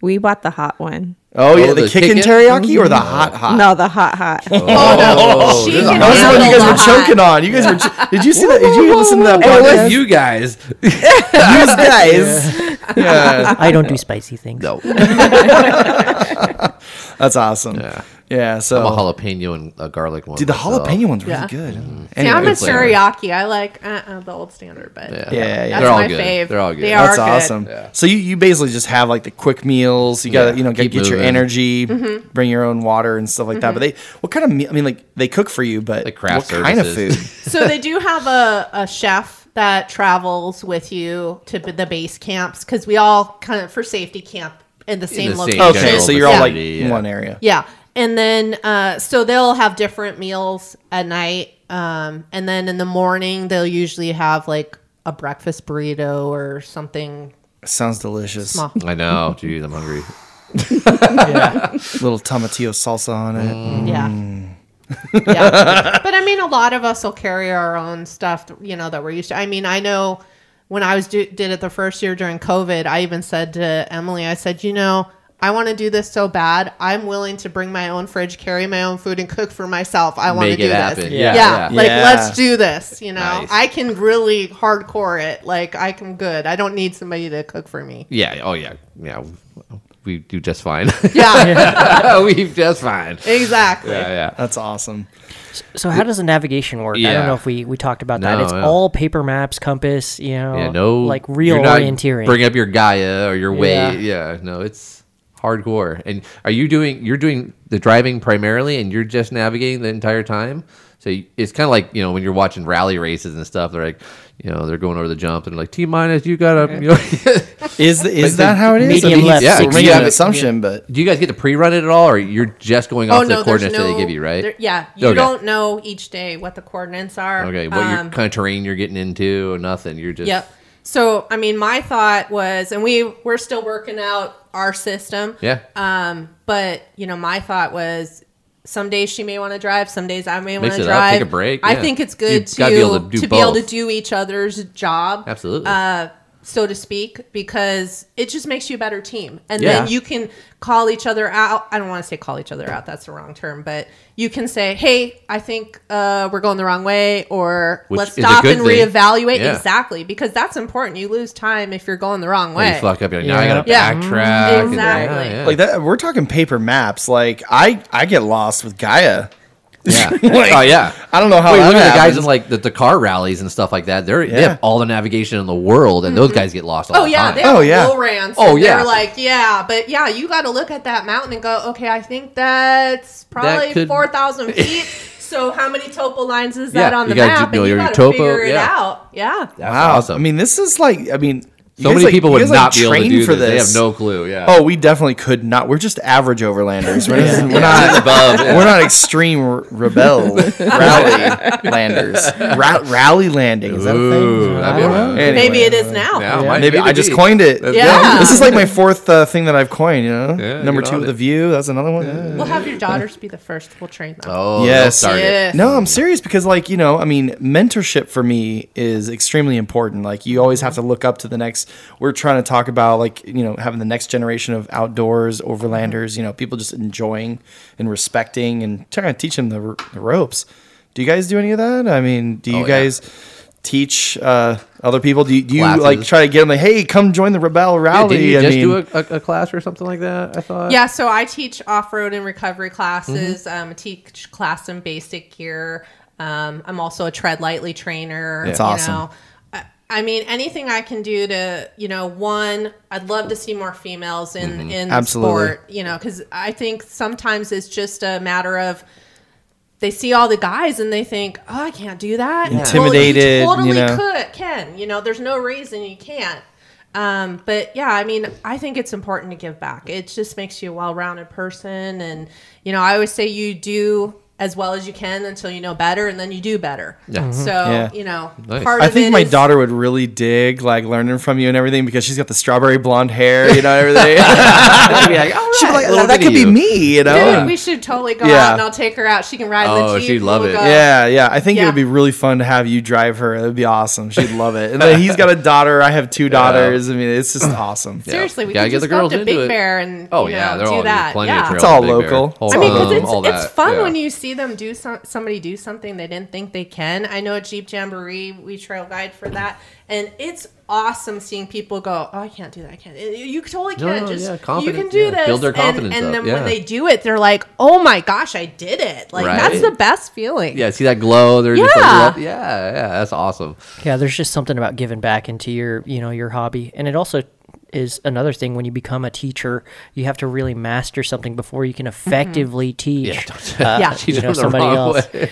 Speaker 5: We bought the hot
Speaker 2: Ah.
Speaker 5: one.
Speaker 3: Oh, yeah, the,
Speaker 2: the
Speaker 3: kickin'
Speaker 2: kickin'?
Speaker 3: teriyaki or the hot hot?
Speaker 5: No, the hot hot.
Speaker 4: oh, no. She can
Speaker 3: That was the one you
Speaker 4: handle
Speaker 3: guys
Speaker 4: the
Speaker 3: were
Speaker 4: hot.
Speaker 3: choking on. You guys were. Ch- did you see that? Did you listen to that
Speaker 2: Hey,
Speaker 3: podcast?
Speaker 2: listen, you guys.
Speaker 3: guys. Yeah.
Speaker 1: I don't do spicy things.
Speaker 2: No.
Speaker 3: That's awesome. Yeah. so.
Speaker 2: I'm a jalapeno and a garlic one.
Speaker 3: Dude, the
Speaker 2: myself.
Speaker 3: jalapeno one's really
Speaker 4: Yeah.
Speaker 3: good.
Speaker 4: See, I'm a
Speaker 3: Anyways.
Speaker 2: flavor.
Speaker 4: teriyaki. I like uh, uh, the old standard, but
Speaker 2: Yeah.
Speaker 3: Yeah, yeah.
Speaker 4: that's
Speaker 2: They're all
Speaker 4: my
Speaker 2: good.
Speaker 4: fave.
Speaker 2: They're all good.
Speaker 4: They are
Speaker 3: That's
Speaker 4: good.
Speaker 3: awesome.
Speaker 2: Yeah.
Speaker 3: So you, you basically just have like the quick meals. You gotta
Speaker 2: Yeah,
Speaker 3: you know get,
Speaker 2: keep
Speaker 3: get your
Speaker 2: moving.
Speaker 3: energy,
Speaker 4: Mm-hmm.
Speaker 3: bring your own water and stuff like that. But they what kind of meal? I mean like they cook for you, but
Speaker 2: Like craft
Speaker 3: what kind of
Speaker 2: services.
Speaker 3: food?
Speaker 4: so they do have a, a chef that travels with you to b- the base camps because we all kind of for safety camp in the same
Speaker 2: the same
Speaker 4: location.
Speaker 2: general
Speaker 3: okay, so you're all like
Speaker 2: vicinity,
Speaker 3: in
Speaker 2: yeah.
Speaker 3: one area.
Speaker 4: Yeah. And then, uh, so they'll have different meals at night. Um, and then in the morning, they'll usually have like a breakfast burrito or something.
Speaker 3: Sounds delicious.
Speaker 4: Small.
Speaker 2: I know. Jeez, I'm hungry.
Speaker 3: Little tomatillo salsa on it.
Speaker 2: Mm.
Speaker 4: Yeah. yeah. But I mean, a lot of us will carry our own stuff, you know, that we're used to. I mean, I know when I was do- did it the first year during COVID, I even said to Emily, I said, you know, I want to do this so bad. I'm willing to bring my own fridge, carry my own food, and cook for myself. I want to
Speaker 2: Make
Speaker 4: do
Speaker 2: it
Speaker 4: this.
Speaker 2: happen.
Speaker 1: Yeah.
Speaker 2: Yeah.
Speaker 4: yeah, like
Speaker 3: Yeah.
Speaker 4: let's do this you know
Speaker 2: Nice.
Speaker 4: i can really hardcore it like i can good i don't need somebody to cook for me
Speaker 2: Yeah. Oh yeah. Yeah. We do just fine.
Speaker 4: yeah
Speaker 2: we just fine.
Speaker 4: exactly
Speaker 2: Yeah. Yeah.
Speaker 3: That's awesome.
Speaker 1: So how does the navigation work? I don't
Speaker 2: Yeah.
Speaker 1: know if we, we talked about that.
Speaker 2: No,
Speaker 1: It's
Speaker 2: yeah.
Speaker 1: all paper maps, compass, you know,
Speaker 2: Yeah. No.
Speaker 1: Uh, like real
Speaker 2: you're not-
Speaker 1: orienteering.
Speaker 2: Bring up your Gaia or your
Speaker 1: Yeah.
Speaker 2: weight. Yeah. No, it's hardcore. And are you doing? You're doing the driving primarily, and you're just navigating the entire time. So you- it's kind of like you know when you're watching rally races and stuff. They're like, you know, they're going over the jump and like T minus, you got to. You know,
Speaker 3: Is is
Speaker 2: But
Speaker 3: that
Speaker 2: the-
Speaker 3: how it is?
Speaker 1: medium
Speaker 3: mean,
Speaker 1: left.
Speaker 3: Yeah,
Speaker 1: Yeah,
Speaker 3: we're making
Speaker 2: yeah,
Speaker 3: an
Speaker 2: but-
Speaker 3: assumption, but
Speaker 2: Do you guys get to pre-run it at all, or you're just going
Speaker 4: Oh,
Speaker 2: off the coordinates that they give you, right?
Speaker 4: there- yeah, you
Speaker 2: Okay.
Speaker 4: don't know each day what the coordinates are.
Speaker 2: Okay, what your
Speaker 4: Um,
Speaker 2: kind of terrain you're getting into, or nothing. You're just
Speaker 4: Yep. So, I mean, my thought was, and we we're still working out our system.
Speaker 2: Yeah.
Speaker 4: Um, but you know, my thought was, some days she may want to drive, some days I may want
Speaker 2: Mix
Speaker 4: to
Speaker 2: it up,
Speaker 4: drive.
Speaker 2: take a break,
Speaker 4: I
Speaker 2: yeah.
Speaker 4: think it's good
Speaker 2: You've
Speaker 4: to
Speaker 2: gotta
Speaker 4: be
Speaker 2: be able to do
Speaker 4: to be able to
Speaker 2: both.
Speaker 4: do each other's job.
Speaker 2: Absolutely.
Speaker 4: Uh, so to speak, because it just makes you a better team, and
Speaker 2: Yeah.
Speaker 4: then you can call each other out. I don't want to say call each other out; that's the wrong term. But you can say, "Hey, I think uh, we're going the wrong way," or
Speaker 2: Which
Speaker 4: "Let's
Speaker 2: is a
Speaker 4: stop
Speaker 2: good
Speaker 4: and
Speaker 2: thing.
Speaker 4: reevaluate."
Speaker 2: Yeah.
Speaker 4: Exactly, because that's important. You lose time if you're going the wrong
Speaker 2: When
Speaker 4: way.
Speaker 2: Oh, you fuck up, you're like, now I
Speaker 1: Yeah.
Speaker 2: gotta
Speaker 4: Yeah.
Speaker 2: backtrack. and- oh,
Speaker 4: Exactly.
Speaker 2: yeah, yeah.
Speaker 3: Like that, we're talking paper maps. Like I, I get lost with Gaia.
Speaker 2: Yeah.
Speaker 3: Like,
Speaker 2: oh yeah.
Speaker 3: I don't know how
Speaker 2: Well, you
Speaker 3: that
Speaker 2: look at the guys
Speaker 3: happens.
Speaker 2: in like the, the car rallies and stuff like that. They're, They
Speaker 3: Yeah.
Speaker 2: have all the navigation in the world, and those guys get lost all
Speaker 4: Oh
Speaker 2: the
Speaker 4: yeah,
Speaker 2: time.
Speaker 4: they have
Speaker 3: Oh,
Speaker 4: oh,
Speaker 3: yeah.
Speaker 4: yeah. rants.
Speaker 2: Oh,
Speaker 4: and
Speaker 2: yeah.
Speaker 4: They're like, yeah, but yeah, you got to look at that mountain and go, okay, I think that's probably
Speaker 2: could-
Speaker 4: four thousand feet. so how many topo lines is
Speaker 2: Yeah,
Speaker 4: that on
Speaker 2: you
Speaker 4: the
Speaker 2: gotta
Speaker 4: map?
Speaker 2: do- know
Speaker 4: and you
Speaker 2: your
Speaker 4: got to
Speaker 2: topo,
Speaker 4: figure it
Speaker 2: yeah.
Speaker 4: out. Yeah.
Speaker 2: That's
Speaker 3: wow.
Speaker 2: awesome.
Speaker 3: I mean, this is like, I mean, you
Speaker 2: so
Speaker 3: guys,
Speaker 2: many
Speaker 3: like-
Speaker 2: people
Speaker 3: you
Speaker 2: would
Speaker 3: guys, like,
Speaker 2: not be able to
Speaker 3: train
Speaker 2: do this. They have no clue. Yeah.
Speaker 3: Oh, we definitely could not. We're just average overlanders. We're, just- we're not.
Speaker 2: above. yeah.
Speaker 3: We're not extreme r- rebel rally landers. Ra- rally landing. Is that a thing?
Speaker 2: Ooh, that'd be
Speaker 3: know.
Speaker 2: amazing.
Speaker 3: Anyway.
Speaker 4: Maybe it is now.
Speaker 2: Yeah,
Speaker 1: Yeah.
Speaker 2: might
Speaker 3: Maybe
Speaker 2: need to
Speaker 3: I just
Speaker 2: be.
Speaker 3: coined it.
Speaker 4: Yeah.
Speaker 3: This is like my fourth uh, thing that I've coined. You know,
Speaker 2: Yeah,
Speaker 3: number
Speaker 2: get
Speaker 3: two
Speaker 2: on
Speaker 3: with
Speaker 2: it.
Speaker 3: the view. That's another one. Yeah.
Speaker 4: We'll have your daughters be the first. We'll train them.
Speaker 2: Oh,
Speaker 3: Yes.
Speaker 2: yes. Start it.
Speaker 4: Yes.
Speaker 3: No, I'm serious because, like, you know, I mean, mentorship for me is extremely important. Like, you always have to look up to the next. We're trying to talk about, like, you know, having the next generation of outdoors, overlanders, you know, people just enjoying and respecting and trying to teach them the, r- the ropes. Do you guys do any of that? I mean, do you
Speaker 2: Oh, yeah.
Speaker 3: guys teach uh, other people? Do you, do you like
Speaker 2: Classes.
Speaker 3: try to get them, like, hey, come join the Rebel
Speaker 2: Yeah,
Speaker 3: Rally?
Speaker 2: didn't Oh, you
Speaker 3: I
Speaker 2: just
Speaker 3: mean,
Speaker 2: do a, a, a class or something like that? I thought.
Speaker 4: Yeah, so I teach off road and recovery classes. Um, I teach class in basic gear. Um, I'm also a tread lightly trainer.
Speaker 3: That's
Speaker 4: you
Speaker 3: awesome.
Speaker 4: know. I, I mean, anything I can do to, you know, one, I'd love to see more females in in the
Speaker 3: Mm-hmm. Absolutely.
Speaker 4: sport. You know, because I think sometimes it's just a matter of they see all the guys and they think, oh, I can't do that. And
Speaker 3: Intimidated,
Speaker 4: Totally,
Speaker 3: you
Speaker 4: you
Speaker 3: know.
Speaker 4: could, can. You know, there's no reason you can't. Um, but yeah, I mean, I think it's important to give back. It just makes you a well-rounded person, and you know, I always say you do as well as you can until you know better, and then you do better.
Speaker 2: Yeah. Mhm.
Speaker 4: So
Speaker 3: Yeah.
Speaker 4: you know,
Speaker 2: Nice.
Speaker 4: part
Speaker 3: Mm-hmm. I
Speaker 4: of
Speaker 3: think
Speaker 4: it
Speaker 3: my
Speaker 4: is-
Speaker 3: daughter would really dig like learning from you and everything because she's got the strawberry blonde hair, you know, everything.
Speaker 2: I'd be like, all
Speaker 3: She'd be
Speaker 2: right,
Speaker 3: like,
Speaker 2: little
Speaker 3: "Oh, that
Speaker 2: bit
Speaker 3: could
Speaker 2: of
Speaker 3: be
Speaker 2: you."
Speaker 3: me, you know?
Speaker 4: Dude,
Speaker 3: and-
Speaker 4: we should totally go
Speaker 3: Yeah.
Speaker 4: out, and I'll take her out. She can ride
Speaker 2: Oh,
Speaker 4: the jeep.
Speaker 2: she'd
Speaker 4: and
Speaker 2: love
Speaker 4: we'll
Speaker 2: it.
Speaker 4: go.
Speaker 3: yeah, yeah. I think it
Speaker 4: Yeah.
Speaker 3: would be really fun to have you drive her. It would be awesome. She'd love it. And then he's got a daughter. I have two daughters. I mean, it's just awesome.
Speaker 2: Yeah.
Speaker 4: Seriously, we
Speaker 2: Gotta
Speaker 4: can
Speaker 2: get
Speaker 4: just
Speaker 2: the
Speaker 4: go up
Speaker 2: girls
Speaker 4: to
Speaker 2: into
Speaker 4: Big
Speaker 2: it.
Speaker 4: Bear and
Speaker 2: Oh
Speaker 4: you
Speaker 2: yeah,
Speaker 4: know,
Speaker 2: they're
Speaker 4: do
Speaker 2: all
Speaker 4: that.
Speaker 2: plenty
Speaker 4: yeah.
Speaker 2: of trails.
Speaker 3: It's all
Speaker 2: in Big Bear.
Speaker 3: local.
Speaker 2: Whole
Speaker 4: I mean,
Speaker 2: farm,
Speaker 4: because
Speaker 2: all
Speaker 4: it's, it's
Speaker 2: that,
Speaker 4: fun
Speaker 2: yeah.
Speaker 4: when you see them do some, somebody do something they didn't think they can. I know at Jeep Jamboree we trail guide for that, and it's awesome seeing people go, "Oh, I can't do that. I can't." You- You totally
Speaker 2: No,
Speaker 4: can't.
Speaker 2: no, yeah,
Speaker 4: just you can
Speaker 2: confidence,
Speaker 4: do
Speaker 2: yeah.
Speaker 4: this.
Speaker 2: Build their confidence
Speaker 4: And,
Speaker 2: up,
Speaker 4: and then
Speaker 2: yeah.
Speaker 4: when they do it, they're like, "Oh my gosh, I did it!" Like
Speaker 2: Right.
Speaker 4: that's the best feeling.
Speaker 2: Yeah, see that glow? They're just
Speaker 4: Yeah.
Speaker 2: like, yeah, yeah, that's awesome.
Speaker 1: Yeah, there's just something about giving back into your, you know, your hobby. And it also is another thing when you become a teacher, you have to really master something before you can effectively teach. uh,
Speaker 4: Yeah.
Speaker 1: you
Speaker 2: Teach
Speaker 1: know,
Speaker 2: them the
Speaker 1: somebody
Speaker 2: wrong
Speaker 1: else.
Speaker 2: way.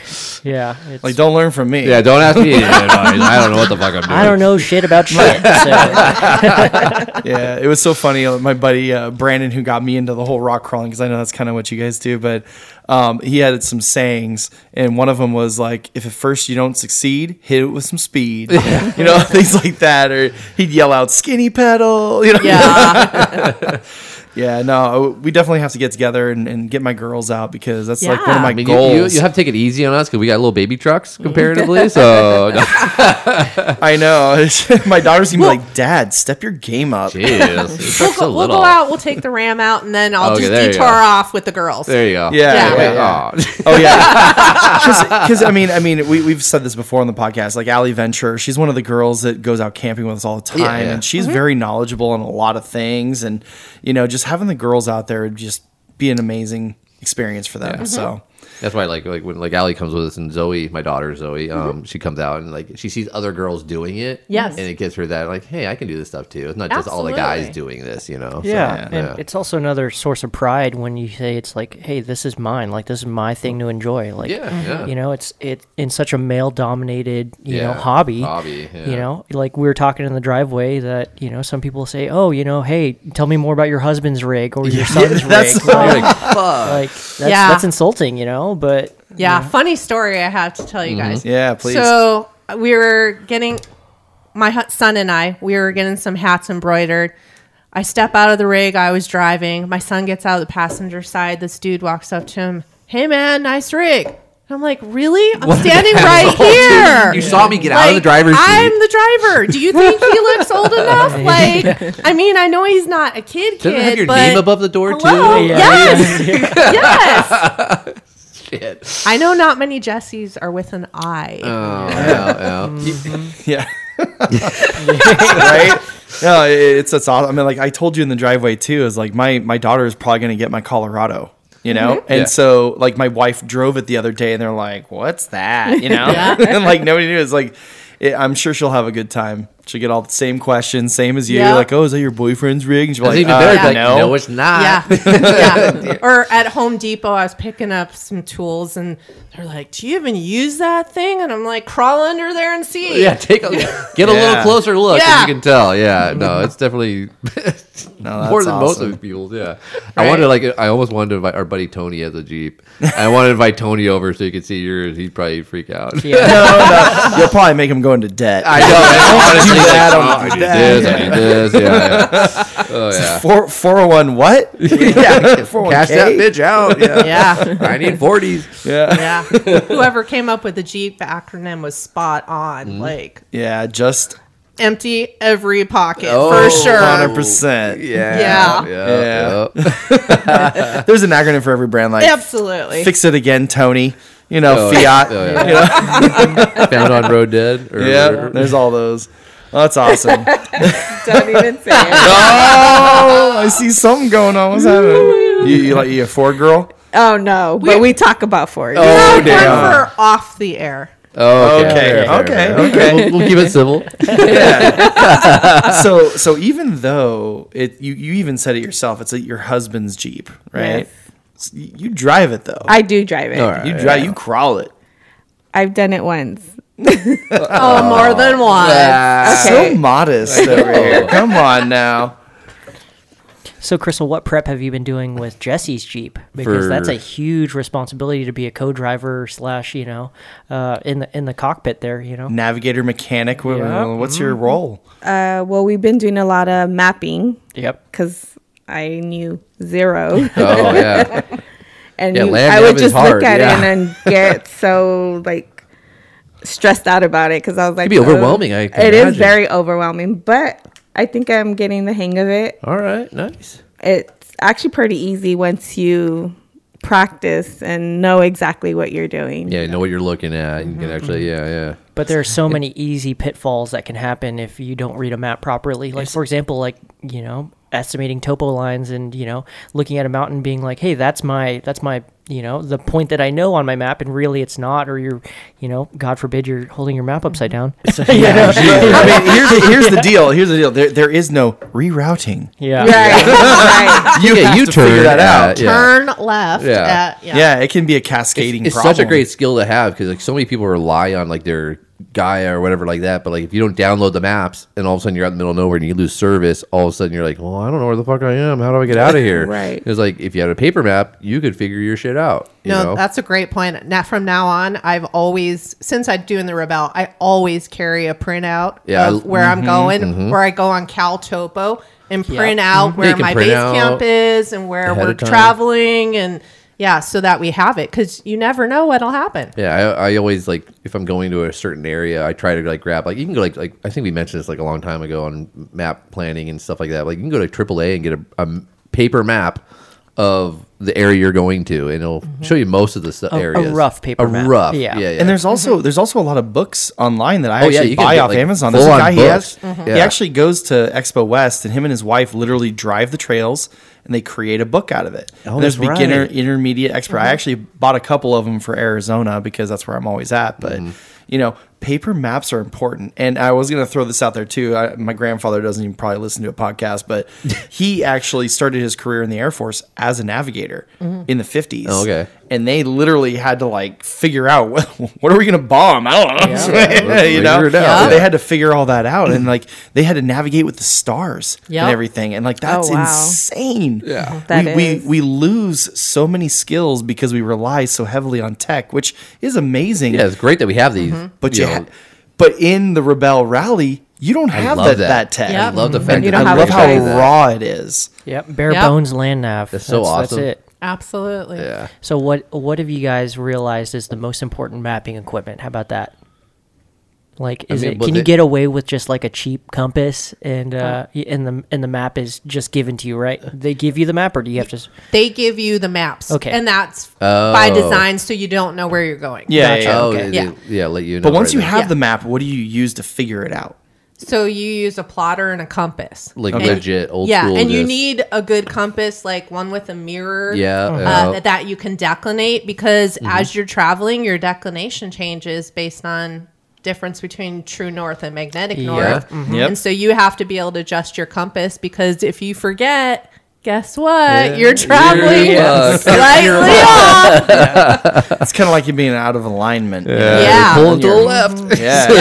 Speaker 1: Yeah, it's,
Speaker 3: Like, don't learn from me.
Speaker 2: Yeah, don't ask me any advice. I don't know what the fuck I'm doing.
Speaker 1: I don't know shit about shit. So
Speaker 3: yeah, it was so funny. Uh, My buddy uh, Brandon, who got me into the whole rock crawling, because I know that's kind of what you guys do, but um, he had some sayings, and one of them was like, "If at first you don't succeed, hit it with some speed," you know, things like that. Or he'd yell out, "Skinny pedal," you know.
Speaker 4: Yeah.
Speaker 3: Yeah, no, uh, we definitely have to get together and, and get my girls out because that's like one of
Speaker 4: Yeah.
Speaker 3: my
Speaker 2: I mean, you,
Speaker 3: goals.
Speaker 2: you, you have to take it easy on us because we got little baby trucks comparatively. so, no,
Speaker 3: I know. my daughter's gonna be like, "Dad, step your game up."
Speaker 2: jeez, the
Speaker 4: We'll
Speaker 2: truck's so
Speaker 4: go, we'll
Speaker 2: little.
Speaker 4: go out. We'll take the ram out, and then I'll
Speaker 2: Okay, there you
Speaker 4: just detour
Speaker 2: go.
Speaker 4: off with the girls.
Speaker 2: There you go.
Speaker 3: Yeah,
Speaker 4: Yeah.
Speaker 3: yeah, yeah.
Speaker 2: Aw.
Speaker 3: Oh yeah, because I mean, I mean, we we've said this before on the podcast. Like Allie Venture, she's one of the girls that goes out camping with us all the time,
Speaker 2: Yeah, yeah.
Speaker 3: and she's very knowledgeable on a lot of things. And you know, just having the girls out there would just be an amazing experience for them. So
Speaker 2: That's why, like, like when like Allie comes with us and Zoe, my daughter Zoe, um, she comes out and like she sees other girls doing it.
Speaker 4: Mm-hmm. Yes.
Speaker 2: and it gives her that like, hey, I can do this stuff too. It's not just all the
Speaker 4: Absolutely.
Speaker 2: guys doing this, you know. So,
Speaker 1: yeah, and
Speaker 2: yeah.
Speaker 1: it's also another source of pride when you say it's like, hey, this is mine. Like this is my thing to enjoy. Like
Speaker 2: Yeah, yeah.
Speaker 1: you know, it's it in such a male dominated you know
Speaker 2: Yeah,
Speaker 1: hobby.
Speaker 2: hobby,
Speaker 1: You
Speaker 2: yeah.
Speaker 1: know, like we were talking in the driveway that you know some people say, oh, you know, hey, tell me more about your husband's rig or your son's
Speaker 3: that's-
Speaker 1: rig. Like, like, that's
Speaker 4: Yeah.
Speaker 1: that's insulting, you know. But
Speaker 2: Mm-hmm.
Speaker 4: Yeah, funny story I have to tell you guys.
Speaker 3: yeah, please.
Speaker 4: So we were getting my hu- son and I, we were getting some hats embroidered. I step out of the rig. I was driving. My son gets out of the passenger side. This dude walks up to him. Hey, man, nice rig. And I'm like, really? I'm standing right here.
Speaker 2: Oh, You saw me get out of the
Speaker 4: Like,
Speaker 2: driver's seat.
Speaker 4: I'm the driver. Do you think he looks old enough? Like, I mean, I know he's not a kid.
Speaker 2: Doesn't it
Speaker 4: kid,
Speaker 2: have your
Speaker 4: but
Speaker 2: name above the door
Speaker 4: Hello?
Speaker 2: too? Oh,
Speaker 1: Yeah.
Speaker 4: Yes, yes.
Speaker 2: Shit.
Speaker 4: I know not many Jessies are with an I.
Speaker 2: Oh, yeah, yeah.
Speaker 3: Yeah. right? No, it- it's that's awesome. I mean, like I told you in the driveway too, is like my my daughter is probably gonna get my Colorado. You know, and
Speaker 2: Mm-hmm. Yeah.
Speaker 3: so like my wife drove it the other day, and they're like, "What's that?" You know, and like nobody knew. It's like, it, I'm sure she'll have a good time. She'll get all the same questions, same as you.
Speaker 4: Yeah.
Speaker 3: Like, "Oh, is that your boyfriend's rig?" And she'll be
Speaker 2: That's even
Speaker 3: like, uh,
Speaker 2: better. Like,
Speaker 3: no.
Speaker 2: no. it's not.
Speaker 4: Yeah. yeah. Or at Home Depot, I was picking up some tools and they're like, Do you even use that thing? And I'm like, Crawl under there and see.
Speaker 2: Yeah, take a, get a little
Speaker 3: Yeah.
Speaker 2: closer look,
Speaker 4: Yeah.
Speaker 2: and you can tell. Yeah, no, it's definitely more than most
Speaker 3: awesome.
Speaker 2: of the people's. Yeah, I wanted like I almost wanted to invite our buddy Tony as a Jeep. I wanted to invite Tony over so you could see yours. He'd probably freak out.
Speaker 1: Yeah.
Speaker 3: no, no, you'll probably make him go into debt.
Speaker 2: I know. I honestly, like,
Speaker 3: that,
Speaker 2: oh,
Speaker 3: I
Speaker 2: I
Speaker 3: don't
Speaker 2: need
Speaker 3: do
Speaker 2: this. I need this. Yeah. yeah. Oh yeah.
Speaker 3: Four, 401 what? oh yeah,
Speaker 2: Cash that
Speaker 3: 401k?
Speaker 2: bitch out. Yeah.
Speaker 4: Yeah.
Speaker 2: I need forties.
Speaker 3: Yeah.
Speaker 4: Yeah. Whoever came up with the Jeep acronym was spot on.
Speaker 2: Mm-hmm.
Speaker 4: Like,
Speaker 3: Yeah, just
Speaker 4: empty every pocket
Speaker 2: Oh,
Speaker 4: for sure.
Speaker 3: 100%.
Speaker 2: Yeah.
Speaker 4: Yeah.
Speaker 2: Yeah.
Speaker 3: There's an acronym for every brand like
Speaker 4: Absolutely.
Speaker 3: Fix It Again, Tony. You know,
Speaker 2: Oh,
Speaker 3: Fiat.
Speaker 2: oh, yeah. Found on road dead. Or
Speaker 3: Yeah,
Speaker 2: whatever.
Speaker 3: there's all those. Oh, that's awesome. oh,
Speaker 5: Don't even say it.
Speaker 3: I see something going on. What's happening? You, you like you a Ford girl?
Speaker 5: Oh no, but we talk about Ford.
Speaker 4: That
Speaker 2: Oh
Speaker 4: one
Speaker 2: damn.
Speaker 4: for off the air.
Speaker 2: Oh,
Speaker 3: Okay, okay, okay.
Speaker 2: We'll, we'll keep it civil.
Speaker 3: So, so even though it, you you even said it yourself. It's like your husband's Jeep, right?
Speaker 5: Yes.
Speaker 3: S- You you drive it though.
Speaker 5: I do drive it.
Speaker 2: All right.
Speaker 3: you drive. You crawl it.
Speaker 5: I've done it once.
Speaker 4: Oh, more than one.
Speaker 5: Okay.
Speaker 3: So modest over here. Come on now.
Speaker 1: So, Crystal, what prep have you been doing with Jesse's Jeep? Because
Speaker 2: For-
Speaker 1: that's a huge responsibility to be a co-driver slash, you know, uh, in the in the cockpit there. You know,
Speaker 3: Navigator mechanic. wh-
Speaker 1: Yeah.
Speaker 3: What's
Speaker 5: Mm.
Speaker 3: your role?
Speaker 5: Uh, well, we've been doing a lot of mapping
Speaker 1: yep.
Speaker 5: because I knew zero,
Speaker 2: Oh yeah.
Speaker 5: and
Speaker 2: Yeah,
Speaker 5: you-
Speaker 2: land
Speaker 5: I would
Speaker 2: nav is
Speaker 5: just
Speaker 2: hard,
Speaker 5: look at
Speaker 2: yeah.
Speaker 5: it and get so like stressed out about it because I was like,
Speaker 2: be
Speaker 5: "Oh."
Speaker 2: overwhelming, I
Speaker 5: It is
Speaker 2: can imagine.
Speaker 5: very overwhelming, but I think I'm getting the hang of it.
Speaker 2: All right. Nice.
Speaker 5: It's actually pretty easy once you practice and know exactly what you're doing.
Speaker 2: Yeah, you know what you're looking at. You can actually,
Speaker 3: Mm-hmm.
Speaker 2: yeah, yeah.
Speaker 1: But there are so many easy pitfalls that can happen if you don't read a map properly. Like, for example, like you know, estimating topo lines and you know, looking at a mountain, being like, "Hey, that's my that's my you know the point that I know on my map," and really it's not. Or you're, you know, God forbid, you're holding your map upside down. So, you know?
Speaker 3: I mean, here's the, here's the deal. Here's the deal. There, there is no rerouting.
Speaker 1: yeah.
Speaker 5: Right, right.
Speaker 2: You
Speaker 3: have to figure that out.
Speaker 2: Yeah.
Speaker 4: Turn left.
Speaker 2: Yeah.
Speaker 4: At,
Speaker 3: Yeah, it can be a cascading.
Speaker 2: It's
Speaker 3: problem.
Speaker 2: such a great skill to have because like so many people rely on like their Gaia or whatever like that. But like if you don't download the maps and all of a sudden you're out in the middle of nowhere and you lose service, all of a sudden you're like, well, I don't know where the fuck I am. How do I get out of here?
Speaker 5: Right.
Speaker 2: It's like if you had a paper map, you could figure your shit out. You
Speaker 4: no,
Speaker 2: know?
Speaker 4: that's a great point. Now, from now on, I've always, since I'm doing the Rebel, I always carry a printout
Speaker 2: Yeah, I- mm-hmm,
Speaker 4: of where I'm going, where I go on CalTopo and print out
Speaker 2: Mm-hmm. You
Speaker 4: where
Speaker 2: can
Speaker 4: my
Speaker 2: print
Speaker 4: base
Speaker 2: out
Speaker 4: camp is and where
Speaker 2: ahead
Speaker 4: we're
Speaker 2: of time.
Speaker 4: traveling. And yeah, so that we have it because you never know what'll happen.
Speaker 2: Yeah, I, I always like if I'm going to a certain area, I try to like grab like you can go like like I think we mentioned this like a long time ago on map planning and stuff like that. Like you can go to AAA and get a, a m- paper map of the area you're going to, and it'll show you most of the stu- areas.
Speaker 1: rough paper
Speaker 2: a
Speaker 1: map.
Speaker 2: rough,
Speaker 1: Yeah.
Speaker 2: yeah, yeah.
Speaker 3: And there's also there's also a lot of books online that I
Speaker 2: Oh, yeah,
Speaker 3: actually
Speaker 2: you can
Speaker 3: buy
Speaker 2: get,
Speaker 3: off
Speaker 2: like,
Speaker 3: Amazon. There's a
Speaker 2: full-on
Speaker 3: guy he
Speaker 2: books.
Speaker 3: has,
Speaker 2: Mhm.
Speaker 3: he
Speaker 2: Yeah.
Speaker 3: actually goes to Expo West, and him and his wife literally drive the trails and they create a book out of it.
Speaker 2: Oh,
Speaker 3: And there's
Speaker 2: that's right.
Speaker 3: beginner, intermediate, expert.
Speaker 2: Mm-hmm.
Speaker 3: I actually bought a couple of them for Arizona because that's where I'm always at. But
Speaker 2: Mm-hmm.
Speaker 3: you know, paper maps are important. And I was gonna throw this out there too. I, my grandfather doesn't even probably listen to a podcast, but he actually started his career in the Air Force as a navigator in the 50s.
Speaker 2: Oh, okay.
Speaker 3: And they literally had to like figure out what, what are we going to bomb? I don't know. you know,
Speaker 2: Figure it out. Yeah.
Speaker 3: they had to figure all that out, and like they had to navigate with the stars
Speaker 4: Yep.
Speaker 3: and everything, and like that's
Speaker 5: wow.
Speaker 3: insane.
Speaker 2: Oh, Yeah.
Speaker 5: That
Speaker 3: we, we
Speaker 5: is.
Speaker 3: we lose so many skills because we rely so heavily on tech, which is amazing.
Speaker 2: yeah, it's great that we have these.
Speaker 3: But
Speaker 2: you
Speaker 3: you,
Speaker 2: know,
Speaker 3: ha- But in the Rebel Rally, you don't have
Speaker 2: love
Speaker 3: that,
Speaker 2: that.
Speaker 3: that tech.
Speaker 2: I
Speaker 4: Yep.
Speaker 2: love the fact
Speaker 5: you
Speaker 2: that
Speaker 5: don't
Speaker 3: I
Speaker 2: they
Speaker 5: have
Speaker 3: love
Speaker 5: to
Speaker 3: how
Speaker 2: bring
Speaker 5: change
Speaker 2: back-
Speaker 3: raw it is.
Speaker 1: Yep, bare
Speaker 4: Yep.
Speaker 1: bones land nav.
Speaker 2: That's so awesome.
Speaker 1: That's it.
Speaker 4: Absolutely.
Speaker 2: Yeah.
Speaker 1: So what what have you guys realized is the most important mapping equipment? How about that? Like, is
Speaker 2: mean,
Speaker 1: it?
Speaker 2: but
Speaker 1: Can
Speaker 2: the-
Speaker 1: you get away with just like a cheap compass and uh, y- and the and the map is just given to you, right?
Speaker 2: Uh,
Speaker 1: They give you the map, or do you have to? s-
Speaker 4: They give you the maps.
Speaker 1: Okay.
Speaker 4: And that's
Speaker 2: Oh.
Speaker 4: by design so you don't know where you're going.
Speaker 3: Yeah,
Speaker 1: Gotcha.
Speaker 3: yeah, yeah.
Speaker 2: Oh,
Speaker 1: Okay.
Speaker 2: they-
Speaker 4: Yeah.
Speaker 2: yeah. Let you know.
Speaker 3: But once
Speaker 2: right
Speaker 3: you
Speaker 2: now.
Speaker 3: have
Speaker 4: Yeah.
Speaker 3: the map, what do you use to figure it out?
Speaker 4: So you use a plotter and a compass.
Speaker 2: like
Speaker 4: And-
Speaker 2: legit old
Speaker 4: yeah,
Speaker 2: school.
Speaker 4: and you
Speaker 2: just-
Speaker 4: need a good compass, like one with a mirror.
Speaker 2: Yeah,
Speaker 3: Oh,
Speaker 4: uh,
Speaker 2: yeah. Mm-hmm.
Speaker 4: that- that you can declinate because as you're traveling, your declination changes based on difference between true north and magnetic north.
Speaker 2: Mm-hmm.
Speaker 3: Mhm. Yep.
Speaker 4: And so you have to be able to adjust your compass because if you forget, guess what? You're traveling
Speaker 2: Yeah.
Speaker 4: slightly off.
Speaker 3: It's kind of like you being out of alignment. Yeah.
Speaker 4: Yeah.
Speaker 2: Pull to the left.
Speaker 3: Yeah.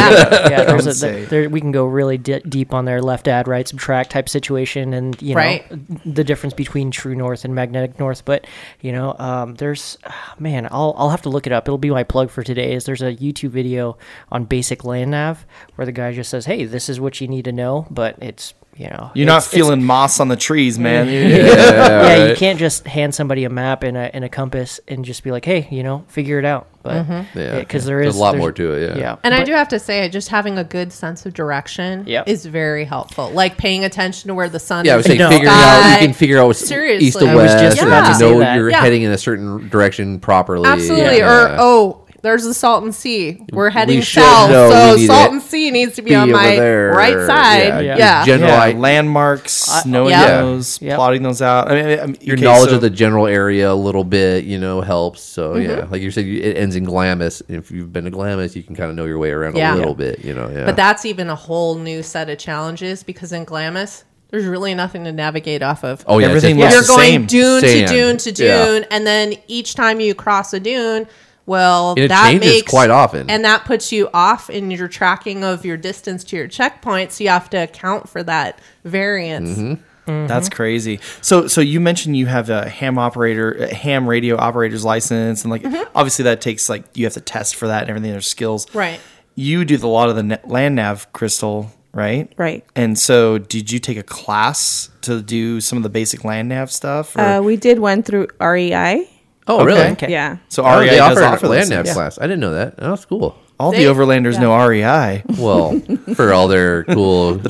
Speaker 1: Yeah, there's
Speaker 3: would
Speaker 1: a,
Speaker 3: say.
Speaker 1: there, we can go really di- deep on their left add right subtract type situation, and you know
Speaker 4: Right.
Speaker 1: the difference between true north and magnetic north. But you know, um, there's man, I'll I'll have to look it up. It'll be my plug for today. Is there's a YouTube video on basic land nav where the guy just says, "Hey, this is what you need to know," but it's you know
Speaker 3: You're
Speaker 1: it's-
Speaker 3: not
Speaker 1: it's-
Speaker 3: feeling moss on the trees, man.
Speaker 1: yeah, you can't just hand somebody a map and a, and a compass and just be like, hey, you know, figure it out. But
Speaker 2: Yeah,
Speaker 1: yeah, because
Speaker 2: yeah.
Speaker 1: there
Speaker 2: There's
Speaker 1: is
Speaker 2: a lot
Speaker 1: there's-
Speaker 2: more to it, yeah.
Speaker 1: yeah.
Speaker 4: Mm-hmm. And I
Speaker 1: But-
Speaker 4: do have to say, just having a good sense of direction
Speaker 1: Yep.
Speaker 4: is very helpful. Like paying attention to where the sun
Speaker 2: Yeah, I
Speaker 4: is.
Speaker 2: was saying
Speaker 1: No.
Speaker 2: figuring out.
Speaker 4: Sky.
Speaker 2: You can figure out what's
Speaker 4: Seriously.
Speaker 2: east to
Speaker 4: I
Speaker 1: was
Speaker 2: west.
Speaker 1: just
Speaker 2: and
Speaker 4: about to
Speaker 2: you
Speaker 1: say
Speaker 2: know
Speaker 1: that.
Speaker 2: you're
Speaker 4: Yeah.
Speaker 2: heading in a certain direction properly.
Speaker 4: Absolutely. Or
Speaker 2: Yeah.
Speaker 4: oh, there's the Salton Sea. We're heading
Speaker 2: should
Speaker 4: south,
Speaker 2: know
Speaker 4: so
Speaker 2: we need
Speaker 4: Salton
Speaker 2: to
Speaker 4: Sea needs to be,
Speaker 2: be
Speaker 4: on
Speaker 2: over
Speaker 4: my
Speaker 2: there.
Speaker 4: right side.
Speaker 2: Yeah,
Speaker 4: Yeah.
Speaker 2: just general
Speaker 3: Yeah,
Speaker 2: I-
Speaker 3: landmarks, knowing
Speaker 4: yeah.
Speaker 3: those,
Speaker 1: Yeah.
Speaker 3: plotting those out. I mean, I mean,
Speaker 2: your
Speaker 3: okay,
Speaker 2: knowledge
Speaker 3: so-
Speaker 2: of the general area a little bit, you know, helps. So yeah,
Speaker 4: Mm-hmm.
Speaker 2: like you said, you- it ends in Glamis. If you've been to Glamis, you can kind of know your way around
Speaker 4: Yeah.
Speaker 2: a little bit, you know. Yeah,
Speaker 4: But that's even a whole new set of challenges because in Glamis, there's really nothing to navigate off of.
Speaker 2: oh yeah, it's
Speaker 3: everything
Speaker 2: just-
Speaker 3: was-
Speaker 4: You're going
Speaker 3: same.
Speaker 4: dune
Speaker 2: Sand.
Speaker 4: to dune to
Speaker 2: Yeah.
Speaker 4: dune, and then each time you cross a dune, well,
Speaker 2: And it
Speaker 4: that
Speaker 2: changes
Speaker 4: makes
Speaker 2: quite often.
Speaker 4: and that puts you off in your tracking of your distance to your checkpoint. So you have to account for that variance.
Speaker 2: Mm-hmm.
Speaker 4: Mm-hmm.
Speaker 3: That's crazy. So, so you mentioned you have a ham operator, a ham radio operator's license, and like
Speaker 4: Mm-hmm.
Speaker 3: obviously that takes like you have to test for that and everything. There's skills,
Speaker 4: Right.
Speaker 3: You do the lot of the na- land nav crystal, right?
Speaker 5: Right.
Speaker 3: And so, did you take a class to do some of the basic land nav stuff? or-
Speaker 5: Uh, we did one through REI.
Speaker 2: oh really?
Speaker 3: Okay.
Speaker 1: Okay.
Speaker 5: Yeah.
Speaker 3: so
Speaker 2: Oh,
Speaker 3: REI
Speaker 2: they
Speaker 3: does
Speaker 2: offer
Speaker 3: offer
Speaker 2: a land
Speaker 3: those
Speaker 2: nav
Speaker 3: things.
Speaker 2: class. I didn't know that. Oh, That's cool.
Speaker 3: All
Speaker 4: They-
Speaker 3: the overlanders know E REI.
Speaker 2: Well, for all their cool the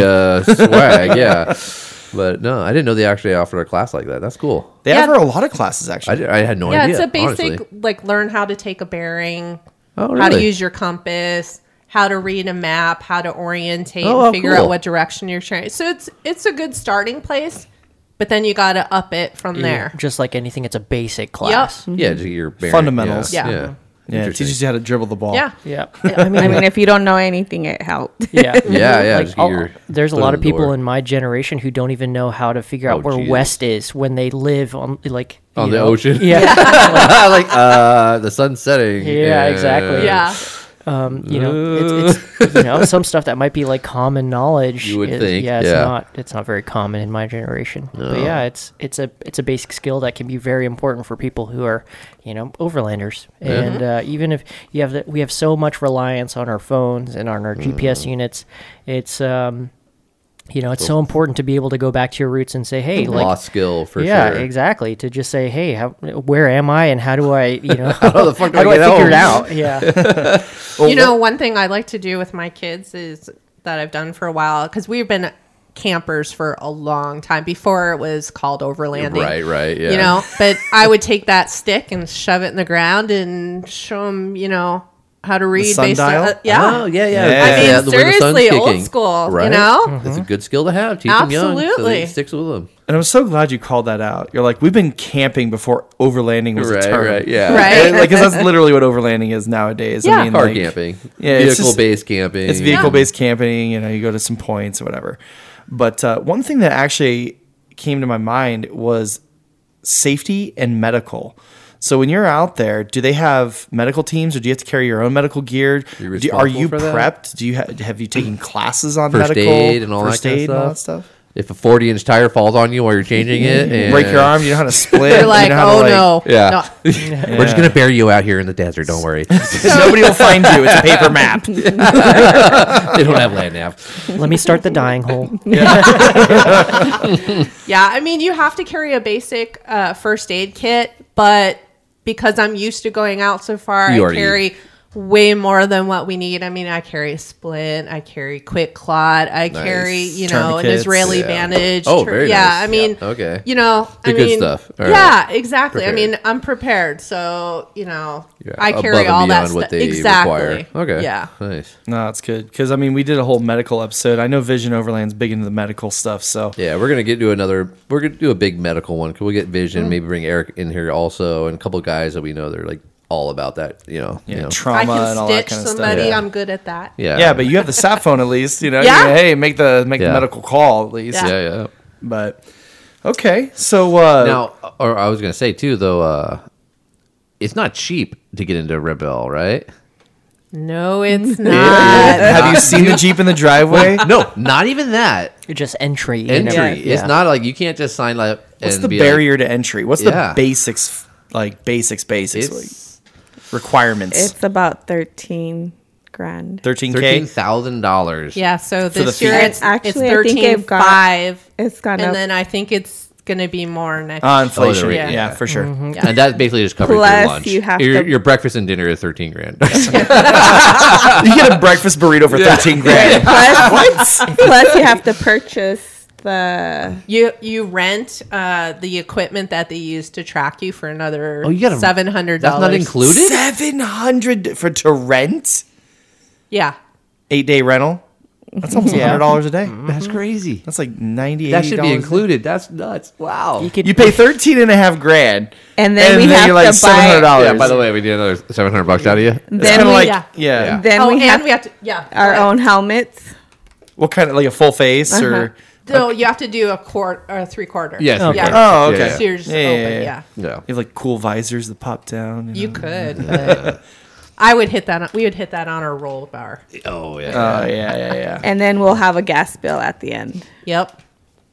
Speaker 2: Patagonia swag, yeah. But no, I didn't know they actually offered a class like that. That's cool.
Speaker 3: They
Speaker 4: Yeah.
Speaker 3: offer a lot of classes
Speaker 2: I,
Speaker 3: actually.
Speaker 2: di- I had no
Speaker 4: Yeah,
Speaker 2: idea.
Speaker 4: it's a basic
Speaker 2: honestly.
Speaker 4: like learn how to take a bearing,
Speaker 2: Oh,
Speaker 4: how to
Speaker 2: really?
Speaker 4: use your compass, how to read a map, how to orientate,
Speaker 2: Oh,
Speaker 4: and
Speaker 2: oh,
Speaker 4: figure
Speaker 2: cool.
Speaker 4: out what direction you're trying. So it's it's a good starting place, but then you got to up it from there.
Speaker 1: Just like anything, it's a basic class.
Speaker 2: Yeah, to your bearing,
Speaker 3: Fundamentals.
Speaker 2: Yeah,
Speaker 4: Yeah.
Speaker 2: yeah.
Speaker 3: yeah, it
Speaker 2: Interesting.
Speaker 3: teaches you how to dribble the ball.
Speaker 4: Yeah.
Speaker 1: Yeah. I mean,
Speaker 5: I mean, if you don't know anything, it helped.
Speaker 1: yeah.
Speaker 2: Yeah, yeah.
Speaker 1: Like,
Speaker 2: just get
Speaker 1: I'll-
Speaker 2: your
Speaker 1: there's a
Speaker 2: foot
Speaker 1: lot
Speaker 2: in
Speaker 1: of
Speaker 2: the
Speaker 1: people
Speaker 2: door.
Speaker 1: in my generation who don't even know how to figure
Speaker 2: Oh,
Speaker 1: out where
Speaker 2: Jesus.
Speaker 1: west is when they live on like
Speaker 2: on
Speaker 1: you
Speaker 2: the
Speaker 1: know.
Speaker 2: ocean.
Speaker 1: Yeah,
Speaker 2: like uh, the sun's setting.
Speaker 1: Yeah, exactly.
Speaker 4: Yeah.
Speaker 1: um, you know, it's, it's you know some stuff that might be like common knowledge.
Speaker 2: You would
Speaker 1: is-
Speaker 2: think,
Speaker 1: yeah, it's
Speaker 2: yeah.
Speaker 1: not. It's not very common in my generation. But yeah, it's it's a it's a basic skill that can be very important for people who are you know overlanders. And uh, even if you have the, we have so much reliance on our phones and
Speaker 2: Mm.
Speaker 1: on our GPS units, it's um, you know, it's so important to be able to go back to your roots and say, hey, like.
Speaker 2: Lost skill for
Speaker 1: yeah,
Speaker 2: sure.
Speaker 1: exactly. To just say, "Hey, how, where am I, and how do I, you know,
Speaker 2: How the fuck do
Speaker 1: how do I
Speaker 2: I get
Speaker 1: figure it
Speaker 2: home?
Speaker 1: out?" Yeah,
Speaker 4: you know, one thing I like to do with my kids is that I've done for a while because we've been campers for a long time before it was called overlanding.
Speaker 2: Right, right, yeah.
Speaker 4: You know, but I would take that stick and shove it in the ground and show them, you know, how to read
Speaker 3: sundial?
Speaker 4: uh, yeah.
Speaker 2: Oh yeah, yeah.
Speaker 3: Yeah. I mean,
Speaker 2: yeah, the way the sun's
Speaker 4: seriously, old
Speaker 2: kicking.
Speaker 4: school, you know?
Speaker 2: It's a good skill to have. Teach 'em young, so that
Speaker 4: Absolutely.
Speaker 2: it sticks with them.
Speaker 3: And I'm so glad you called that out. You're like, we've been camping before overlanding was
Speaker 2: Right,
Speaker 3: a term.
Speaker 2: right, yeah.
Speaker 4: Right.
Speaker 3: And, like, 'cause that's literally what overlanding is nowadays.
Speaker 4: Yeah.
Speaker 3: I mean,
Speaker 2: Car
Speaker 3: like,
Speaker 2: camping.
Speaker 3: Yeah, it's just-
Speaker 2: vehicle based camping.
Speaker 3: It's vehicle based camping. You know, you go to some points or whatever. But uh, one thing that actually came to my mind was safety and medical. So when you're out there, do they have medical teams, or do you have to carry your own medical gear?
Speaker 2: You're
Speaker 3: Do- are
Speaker 2: responsible
Speaker 3: you
Speaker 2: for that?
Speaker 3: prepped? Do you ha- have you taken classes on
Speaker 2: First
Speaker 3: medical
Speaker 2: aid and all that
Speaker 3: first
Speaker 2: kind of
Speaker 3: aid and all that
Speaker 2: stuff?
Speaker 3: stuff?
Speaker 2: if a 40 inch tire falls on you while you're changing it, and
Speaker 3: Break your arm. You know how to split.
Speaker 4: You're
Speaker 3: you
Speaker 4: like,
Speaker 3: know how to,
Speaker 4: oh no.
Speaker 2: Yeah.
Speaker 4: No.
Speaker 2: We're just gonna bury you out here in the desert. Don't worry, they
Speaker 3: Nobody will find you. It's a paper map.
Speaker 2: don't have land nav.
Speaker 1: Let me start the dying hole.
Speaker 4: Yeah, I mean, you have to carry a basic uh, first aid kit, but because I'm used to going out so far,
Speaker 2: You
Speaker 4: I
Speaker 2: already-
Speaker 4: carry way more than what we need. I mean, I carry a splint, I carry quick clot, I carry, you know, an
Speaker 3: Tourniquets.
Speaker 4: Israeli
Speaker 2: Yeah.
Speaker 4: bandage.
Speaker 2: Oh,
Speaker 4: tur-
Speaker 2: very
Speaker 4: yeah,
Speaker 2: nice.
Speaker 4: I mean,
Speaker 2: Yeah. Okay.
Speaker 4: you know,
Speaker 2: The
Speaker 4: I
Speaker 2: good
Speaker 4: mean,
Speaker 2: stuff. All
Speaker 4: yeah, exactly. I
Speaker 2: Prepared.
Speaker 4: mean, I'm prepared, so you know,
Speaker 2: Yeah,
Speaker 4: I
Speaker 2: above
Speaker 4: carry
Speaker 2: and
Speaker 4: all that
Speaker 2: beyond what
Speaker 4: stuff.
Speaker 2: they
Speaker 4: Exactly.
Speaker 2: require. Okay.
Speaker 4: Yeah.
Speaker 2: Nice.
Speaker 3: No, it's good because I mean we did a whole medical episode. I know Vision Overland's big into the medical stuff, so
Speaker 2: Yeah, we're gonna get to another. We're gonna do a big medical one. Could we get Vision?
Speaker 4: Mm-hmm.
Speaker 2: Maybe bring Eric in here also, and a couple guys that we know they're like all about that. You know.
Speaker 3: yeah,
Speaker 2: You know.
Speaker 4: I
Speaker 3: trauma and
Speaker 4: can
Speaker 3: all that
Speaker 4: stitch
Speaker 3: kind of
Speaker 4: somebody.
Speaker 3: stuff.
Speaker 2: Yeah.
Speaker 4: I'm good at that.
Speaker 2: yeah.
Speaker 3: Yeah, but you have the sat phone at least. You know,
Speaker 4: Yeah.
Speaker 3: You know, hey, make the make
Speaker 2: Yeah.
Speaker 3: the medical call at least.
Speaker 4: Yeah.
Speaker 2: yeah, yeah.
Speaker 3: But okay, so uh,
Speaker 2: Now, or I was gonna say too though. uh It's not cheap to get into Rebel, right?
Speaker 4: No, it's
Speaker 2: Yeah.
Speaker 4: not.
Speaker 3: have you seen the jeep in the driveway?
Speaker 2: No, not even that
Speaker 1: Just entry. you
Speaker 2: entry.
Speaker 1: know?
Speaker 2: It's not like you can't just sign like.
Speaker 3: What's
Speaker 2: and
Speaker 3: the
Speaker 2: be like-
Speaker 3: barrier to entry? What's
Speaker 2: Yeah.
Speaker 3: the basics like basics basics like,
Speaker 2: it's
Speaker 3: requirements?
Speaker 5: It's about 13 grand.
Speaker 3: Thirteen
Speaker 2: thirteen
Speaker 3: k.
Speaker 2: thousand dollars.
Speaker 4: Yeah, so
Speaker 3: the
Speaker 4: this year
Speaker 3: feet.
Speaker 4: it's
Speaker 5: And
Speaker 4: it's
Speaker 5: actually, I think
Speaker 4: thirteen
Speaker 5: it got-
Speaker 4: five,
Speaker 5: It's gone
Speaker 4: and
Speaker 5: up.
Speaker 4: then I think it's gonna be more next.
Speaker 3: Uh, inflation.
Speaker 2: rate,
Speaker 3: yeah.
Speaker 2: yeah.
Speaker 3: for sure.
Speaker 4: Mm-hmm.
Speaker 2: And that basically just covers your
Speaker 5: Plus,
Speaker 2: lunch.
Speaker 5: you have
Speaker 2: your,
Speaker 5: to-
Speaker 2: your breakfast and dinner is thirteen grand.
Speaker 3: You get a breakfast burrito for thirteen grand.
Speaker 5: plus, plus you have to purchase the
Speaker 4: you you rent uh, the equipment that they use to track you for another
Speaker 2: Oh, you gotta-
Speaker 4: seven hundred
Speaker 2: That's
Speaker 4: dollars.
Speaker 2: not included.
Speaker 3: Seven hundred for to rent.
Speaker 4: Yeah,
Speaker 3: Eight day rental. That's almost hundred dollars a day.
Speaker 2: Mm-hmm. That's crazy.
Speaker 3: That's like ninety.
Speaker 2: That should be
Speaker 3: $80
Speaker 2: included. That's nuts. Wow.
Speaker 1: You could
Speaker 3: You pay thirteen and a half grand,
Speaker 5: And then we
Speaker 3: you're
Speaker 5: have to
Speaker 3: like
Speaker 5: buy-
Speaker 3: seven hundred dollars.
Speaker 2: Yeah, by the way, we did another 700 bucks out of you.
Speaker 5: then
Speaker 3: Kinda
Speaker 5: we,
Speaker 3: like
Speaker 4: yeah.
Speaker 3: yeah.
Speaker 5: then
Speaker 4: oh,
Speaker 5: we
Speaker 4: and
Speaker 5: have
Speaker 4: we have to yeah
Speaker 5: our
Speaker 4: go
Speaker 5: own helmets.
Speaker 3: What kind of like a full face or?
Speaker 4: ahead. No, you have to do a quart or a three quarter.
Speaker 2: Yes.
Speaker 1: Okay.
Speaker 2: we did.
Speaker 3: Oh, okay.
Speaker 4: so you're just
Speaker 3: Yeah, yeah,
Speaker 4: open. Yeah,
Speaker 3: yeah, yeah.
Speaker 2: Yeah.
Speaker 3: You have like cool visors that pop down.
Speaker 4: you could. but I would hit that. On, we would hit that on our roll bar.
Speaker 2: yeah. Oh, yeah.
Speaker 3: Oh yeah, yeah, yeah.
Speaker 5: And then we'll have a gas bill at the end.
Speaker 4: Yep.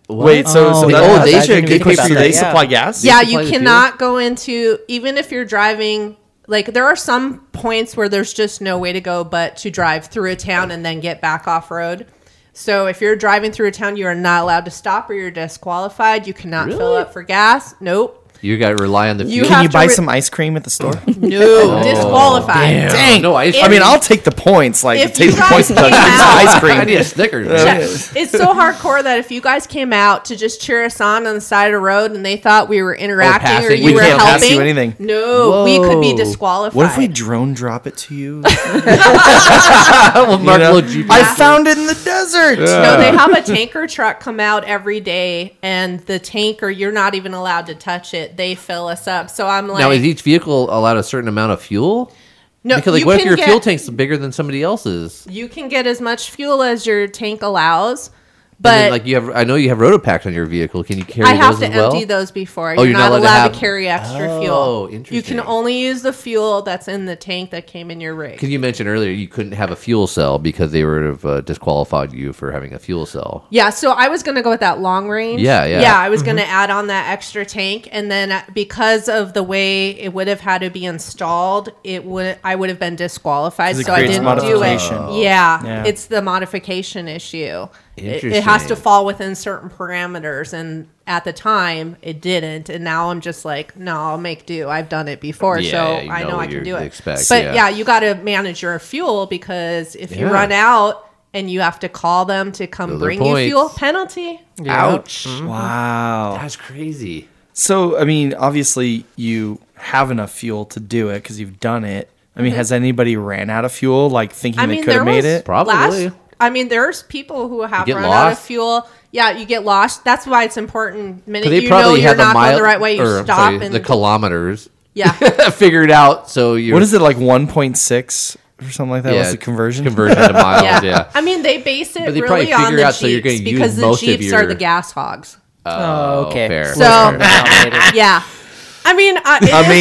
Speaker 3: Wait, so,
Speaker 1: Oh,
Speaker 3: so
Speaker 1: yeah.
Speaker 2: Oh, they
Speaker 3: they
Speaker 2: should
Speaker 3: should
Speaker 2: get
Speaker 3: they,
Speaker 2: paid for
Speaker 3: they
Speaker 1: that, yeah.
Speaker 3: supply gas.
Speaker 4: yeah,
Speaker 2: supply
Speaker 4: you
Speaker 2: the fuel?
Speaker 4: cannot go into even if you're driving. Like there are some points where there's just no way to go but to drive through a town and then get back off road. So if you're driving through a town, you are not allowed to stop or you're disqualified. You cannot fill
Speaker 2: Really?
Speaker 4: up for gas. Nope.
Speaker 2: You got to rely on the Oh.
Speaker 4: You
Speaker 2: fuel.
Speaker 4: have
Speaker 3: Can you
Speaker 4: to
Speaker 3: buy
Speaker 4: re-
Speaker 3: some ice cream at the store?
Speaker 4: No,
Speaker 3: Oh,
Speaker 4: disqualified.
Speaker 2: Damn. No ice
Speaker 3: I mean,
Speaker 2: cream.
Speaker 3: I'll take the points. Like,
Speaker 4: If
Speaker 3: take
Speaker 4: you
Speaker 3: the
Speaker 2: Oh,
Speaker 3: points.
Speaker 4: guys
Speaker 3: but
Speaker 4: came
Speaker 3: it's
Speaker 4: out-
Speaker 3: ice
Speaker 2: I need
Speaker 3: cream.
Speaker 2: a Snickers.
Speaker 4: It's so hardcore that if you guys came out to just cheer us on on the side of the road and they thought we were interacting or,
Speaker 2: passing.
Speaker 4: you
Speaker 2: We
Speaker 4: were
Speaker 3: Oh, can't
Speaker 4: helping,
Speaker 3: pass you anything.
Speaker 4: no, we could be
Speaker 2: Whoa.
Speaker 4: disqualified.
Speaker 3: What if we drone drop it to you?
Speaker 2: Mark
Speaker 3: You know?
Speaker 2: little Jeep.
Speaker 3: I found it in the desert.
Speaker 4: No, they have a tanker truck come out every day, and the tanker you're not even allowed to touch it. They fill us up. So I'm like,
Speaker 2: Now, is each vehicle allowed a certain amount of fuel?
Speaker 4: no,
Speaker 2: because, like,
Speaker 4: you
Speaker 2: what if
Speaker 4: can
Speaker 2: your
Speaker 4: get,
Speaker 2: fuel tank's bigger than somebody else's?
Speaker 4: You can get as much fuel as your tank allows,
Speaker 2: And then,
Speaker 4: but
Speaker 2: like, you have, I know you have Rotopacks on your vehicle. Can you carry
Speaker 4: I
Speaker 2: those
Speaker 4: have to
Speaker 2: as well? Oh,
Speaker 4: empty those before.
Speaker 2: you're not allowed to
Speaker 4: to
Speaker 2: have-
Speaker 4: carry extra
Speaker 2: Oh,
Speaker 4: fuel. You
Speaker 2: interesting.
Speaker 4: can only use the fuel that's in the tank that came in your rig.
Speaker 2: Because you mentioned earlier you couldn't have a fuel cell because they would have uh, disqualified you for having a fuel cell.
Speaker 4: Yeah, so I was gonna go with that long range.
Speaker 2: Yeah, yeah. Mm-hmm.
Speaker 4: Yeah, I was gonna add on that extra tank, and then uh, because of the way it would have had to be installed, it would I would have been disqualified,
Speaker 3: 'Cause it
Speaker 4: so I
Speaker 3: creates
Speaker 4: didn't do it.
Speaker 3: modification. Oh.
Speaker 4: Yeah,
Speaker 3: Yeah.
Speaker 4: it's the modification issue. It, it has to
Speaker 2: Interesting.
Speaker 4: fall within certain parameters, and at the time it didn't, and now I'm just like, no, I'll make do. I've done it before,
Speaker 2: Yeah,
Speaker 4: so
Speaker 2: you
Speaker 4: I
Speaker 2: know
Speaker 4: know, I
Speaker 2: what
Speaker 4: can
Speaker 2: you
Speaker 4: do it.
Speaker 2: expect,
Speaker 4: but
Speaker 2: yeah.
Speaker 4: yeah, you got to manage your fuel because if you
Speaker 2: Yeah.
Speaker 4: run out. And you have to call them to come
Speaker 2: Those are
Speaker 4: bring you
Speaker 2: points.
Speaker 4: fuel penalty.
Speaker 2: Ouch.
Speaker 3: Mm-hmm. Wow.
Speaker 2: That's crazy.
Speaker 3: So, I mean, obviously, you have enough fuel to do it because you've done it. I mean, has anybody ran out of fuel, like thinking
Speaker 4: Mm-hmm. I
Speaker 3: they
Speaker 4: mean,
Speaker 3: could
Speaker 4: there
Speaker 3: have made
Speaker 4: was
Speaker 3: it?
Speaker 2: Probably.
Speaker 4: Last, I mean, there's people who have
Speaker 2: get
Speaker 4: run out of
Speaker 2: lost?
Speaker 4: fuel. Yeah, you get lost. That's why it's important. Minute
Speaker 2: 'Cause they
Speaker 4: you know
Speaker 2: probably
Speaker 4: you're
Speaker 2: have a
Speaker 4: not
Speaker 2: mile
Speaker 4: going the right way, you
Speaker 2: or, I'm
Speaker 4: stop
Speaker 2: sorry,
Speaker 4: and
Speaker 2: the kilometers
Speaker 4: yeah.
Speaker 2: figured out. So you
Speaker 3: What is it, like 1.6 or something like that? What's the conversion?
Speaker 2: Conversion to miles.
Speaker 4: yeah,
Speaker 2: yeah.
Speaker 4: I mean, they base it
Speaker 2: But they probably
Speaker 4: really on
Speaker 2: figure
Speaker 4: the
Speaker 2: out,
Speaker 4: jeeps
Speaker 2: so you're gonna use
Speaker 4: because the
Speaker 2: most of
Speaker 4: jeeps are
Speaker 2: your-
Speaker 4: the gas hogs.
Speaker 1: Oh, okay.
Speaker 2: fair.
Speaker 4: So-
Speaker 1: We'll talk about that later.
Speaker 4: Yeah, I mean, uh, it
Speaker 3: I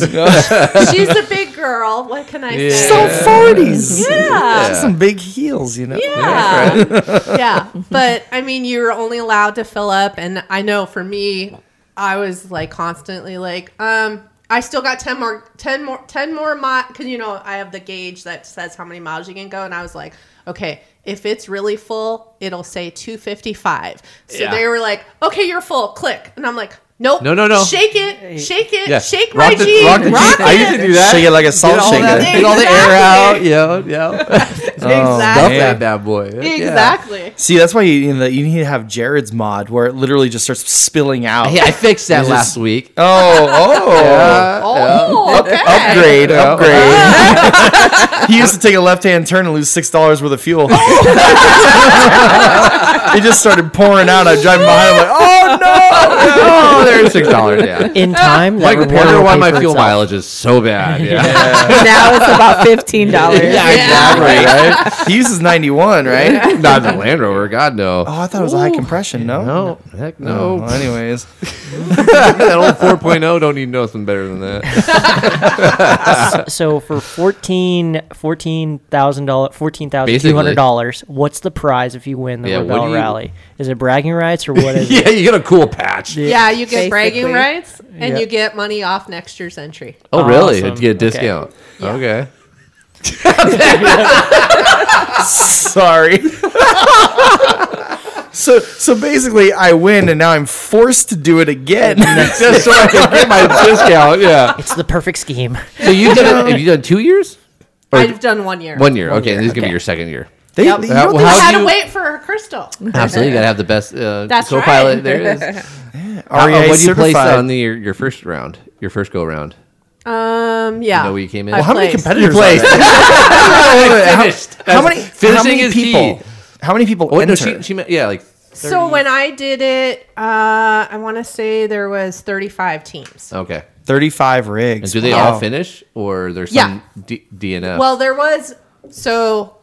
Speaker 4: what it is. She's a big girl. What can I say?
Speaker 3: So forties.
Speaker 4: yeah.
Speaker 3: Some big heels, you know.
Speaker 4: Yeah. yeah. But I mean, you're only allowed to fill up. And I know for me, I was like constantly like, um, I still got 10 more, 10 more, 10 more miles. Cause you know, I have the gauge that says how many miles you can go. And I was like, okay, if it's really full, it'll say 255. So
Speaker 2: Yeah.
Speaker 4: they were like, okay, you're full. Click. And I'm like, nope.
Speaker 2: No, no, no.
Speaker 4: Shake it. Shake it.
Speaker 2: Yeah.
Speaker 4: Shake
Speaker 2: Rock
Speaker 4: my
Speaker 2: the-
Speaker 4: jeans.
Speaker 2: rock the jeans. I used to do that.
Speaker 3: Shake it like a salt
Speaker 2: Get all,
Speaker 3: shaker.
Speaker 2: that, get all the air out.
Speaker 4: Exactly.
Speaker 2: Yeah, yeah. Dump
Speaker 4: Exactly.
Speaker 2: that bad boy. Yeah.
Speaker 4: Exactly.
Speaker 3: See, that's why you, you, know, you need to have Jared's mod where it literally just starts spilling out.
Speaker 2: Hey, I fixed that
Speaker 3: This is-
Speaker 2: last week.
Speaker 3: Oh, oh.
Speaker 4: Oh, okay.
Speaker 3: Upgrade, upgrade. he used to take a left hand turn and lose six dollars worth of fuel. it just started pouring out. I'm driving behind. I'm like, oh no!
Speaker 2: oh, there's six dollars. Yeah.
Speaker 1: In time, that
Speaker 2: Like,
Speaker 1: repair
Speaker 2: wonder
Speaker 1: will
Speaker 2: why
Speaker 1: pay
Speaker 2: my
Speaker 1: for
Speaker 2: fuel
Speaker 1: itself.
Speaker 2: mileage is so bad. Yeah.
Speaker 5: now it's about fifteen dollars.
Speaker 3: Exactly. Right. He uses 91, right?
Speaker 2: Not the Land Rover. God no.
Speaker 3: Oh, I thought it was a high compression. No.
Speaker 2: no, heck
Speaker 3: Oh,
Speaker 2: no.
Speaker 3: well, anyways,
Speaker 2: that old 4.0 don't need nothing better than that.
Speaker 1: So for fourteen, fourteen thousand dollars, fourteen thousand two hundred dollars, what's the prize if you win the
Speaker 2: Yeah, what
Speaker 1: Rebel
Speaker 2: do you-
Speaker 1: Rally? Is it bragging rights or what is it?
Speaker 2: yeah, you get a cool patch.
Speaker 4: Yeah, you get bragging
Speaker 5: Basically.
Speaker 4: rights and
Speaker 1: Yeah.
Speaker 4: you get money off next year's entry.
Speaker 2: Oh, really?
Speaker 1: Awesome.
Speaker 2: You get a
Speaker 1: Okay.
Speaker 2: discount. Okay.
Speaker 3: sorry. so so basically, I win, and now I'm forced to do it again.
Speaker 2: Just so I can get my discount. Yeah.
Speaker 1: It's the perfect scheme.
Speaker 2: So you did it? Have you done two years? Or
Speaker 4: I've done one year.
Speaker 2: one year? okay, and this is gonna be your second year.
Speaker 3: They,
Speaker 4: Yep.
Speaker 3: you know,
Speaker 2: Uh,
Speaker 3: they-
Speaker 2: well,
Speaker 4: I
Speaker 2: How
Speaker 4: had
Speaker 2: do
Speaker 4: to
Speaker 2: you-
Speaker 4: wait for Crystal. Um,
Speaker 2: Absolutely, you gotta have the best uh,
Speaker 4: That's
Speaker 2: co-pilot
Speaker 4: right.
Speaker 2: there is.
Speaker 3: REA
Speaker 2: what do you place
Speaker 3: E certified.
Speaker 2: on the, your, your first round? Your first go round?
Speaker 4: Um, yeah.
Speaker 2: know where you came in?
Speaker 4: I
Speaker 2: Well,
Speaker 3: How many
Speaker 4: placed.
Speaker 3: competitors? Placed. Oh, how,
Speaker 2: Finished.
Speaker 3: how many? how
Speaker 2: Finishing
Speaker 3: many
Speaker 2: is
Speaker 3: people?
Speaker 2: key.
Speaker 3: How many people
Speaker 2: Oh, wait, no,
Speaker 3: enter?
Speaker 2: she, she meant yeah, like
Speaker 4: So when I did it, uh, I want to say there was 35 teams.
Speaker 2: okay.
Speaker 3: Thirty-five
Speaker 2: And
Speaker 3: rigs.
Speaker 2: do they
Speaker 3: Wow.
Speaker 2: all finish or there's
Speaker 4: Yeah.
Speaker 2: some D- DNF?
Speaker 4: Well, there was so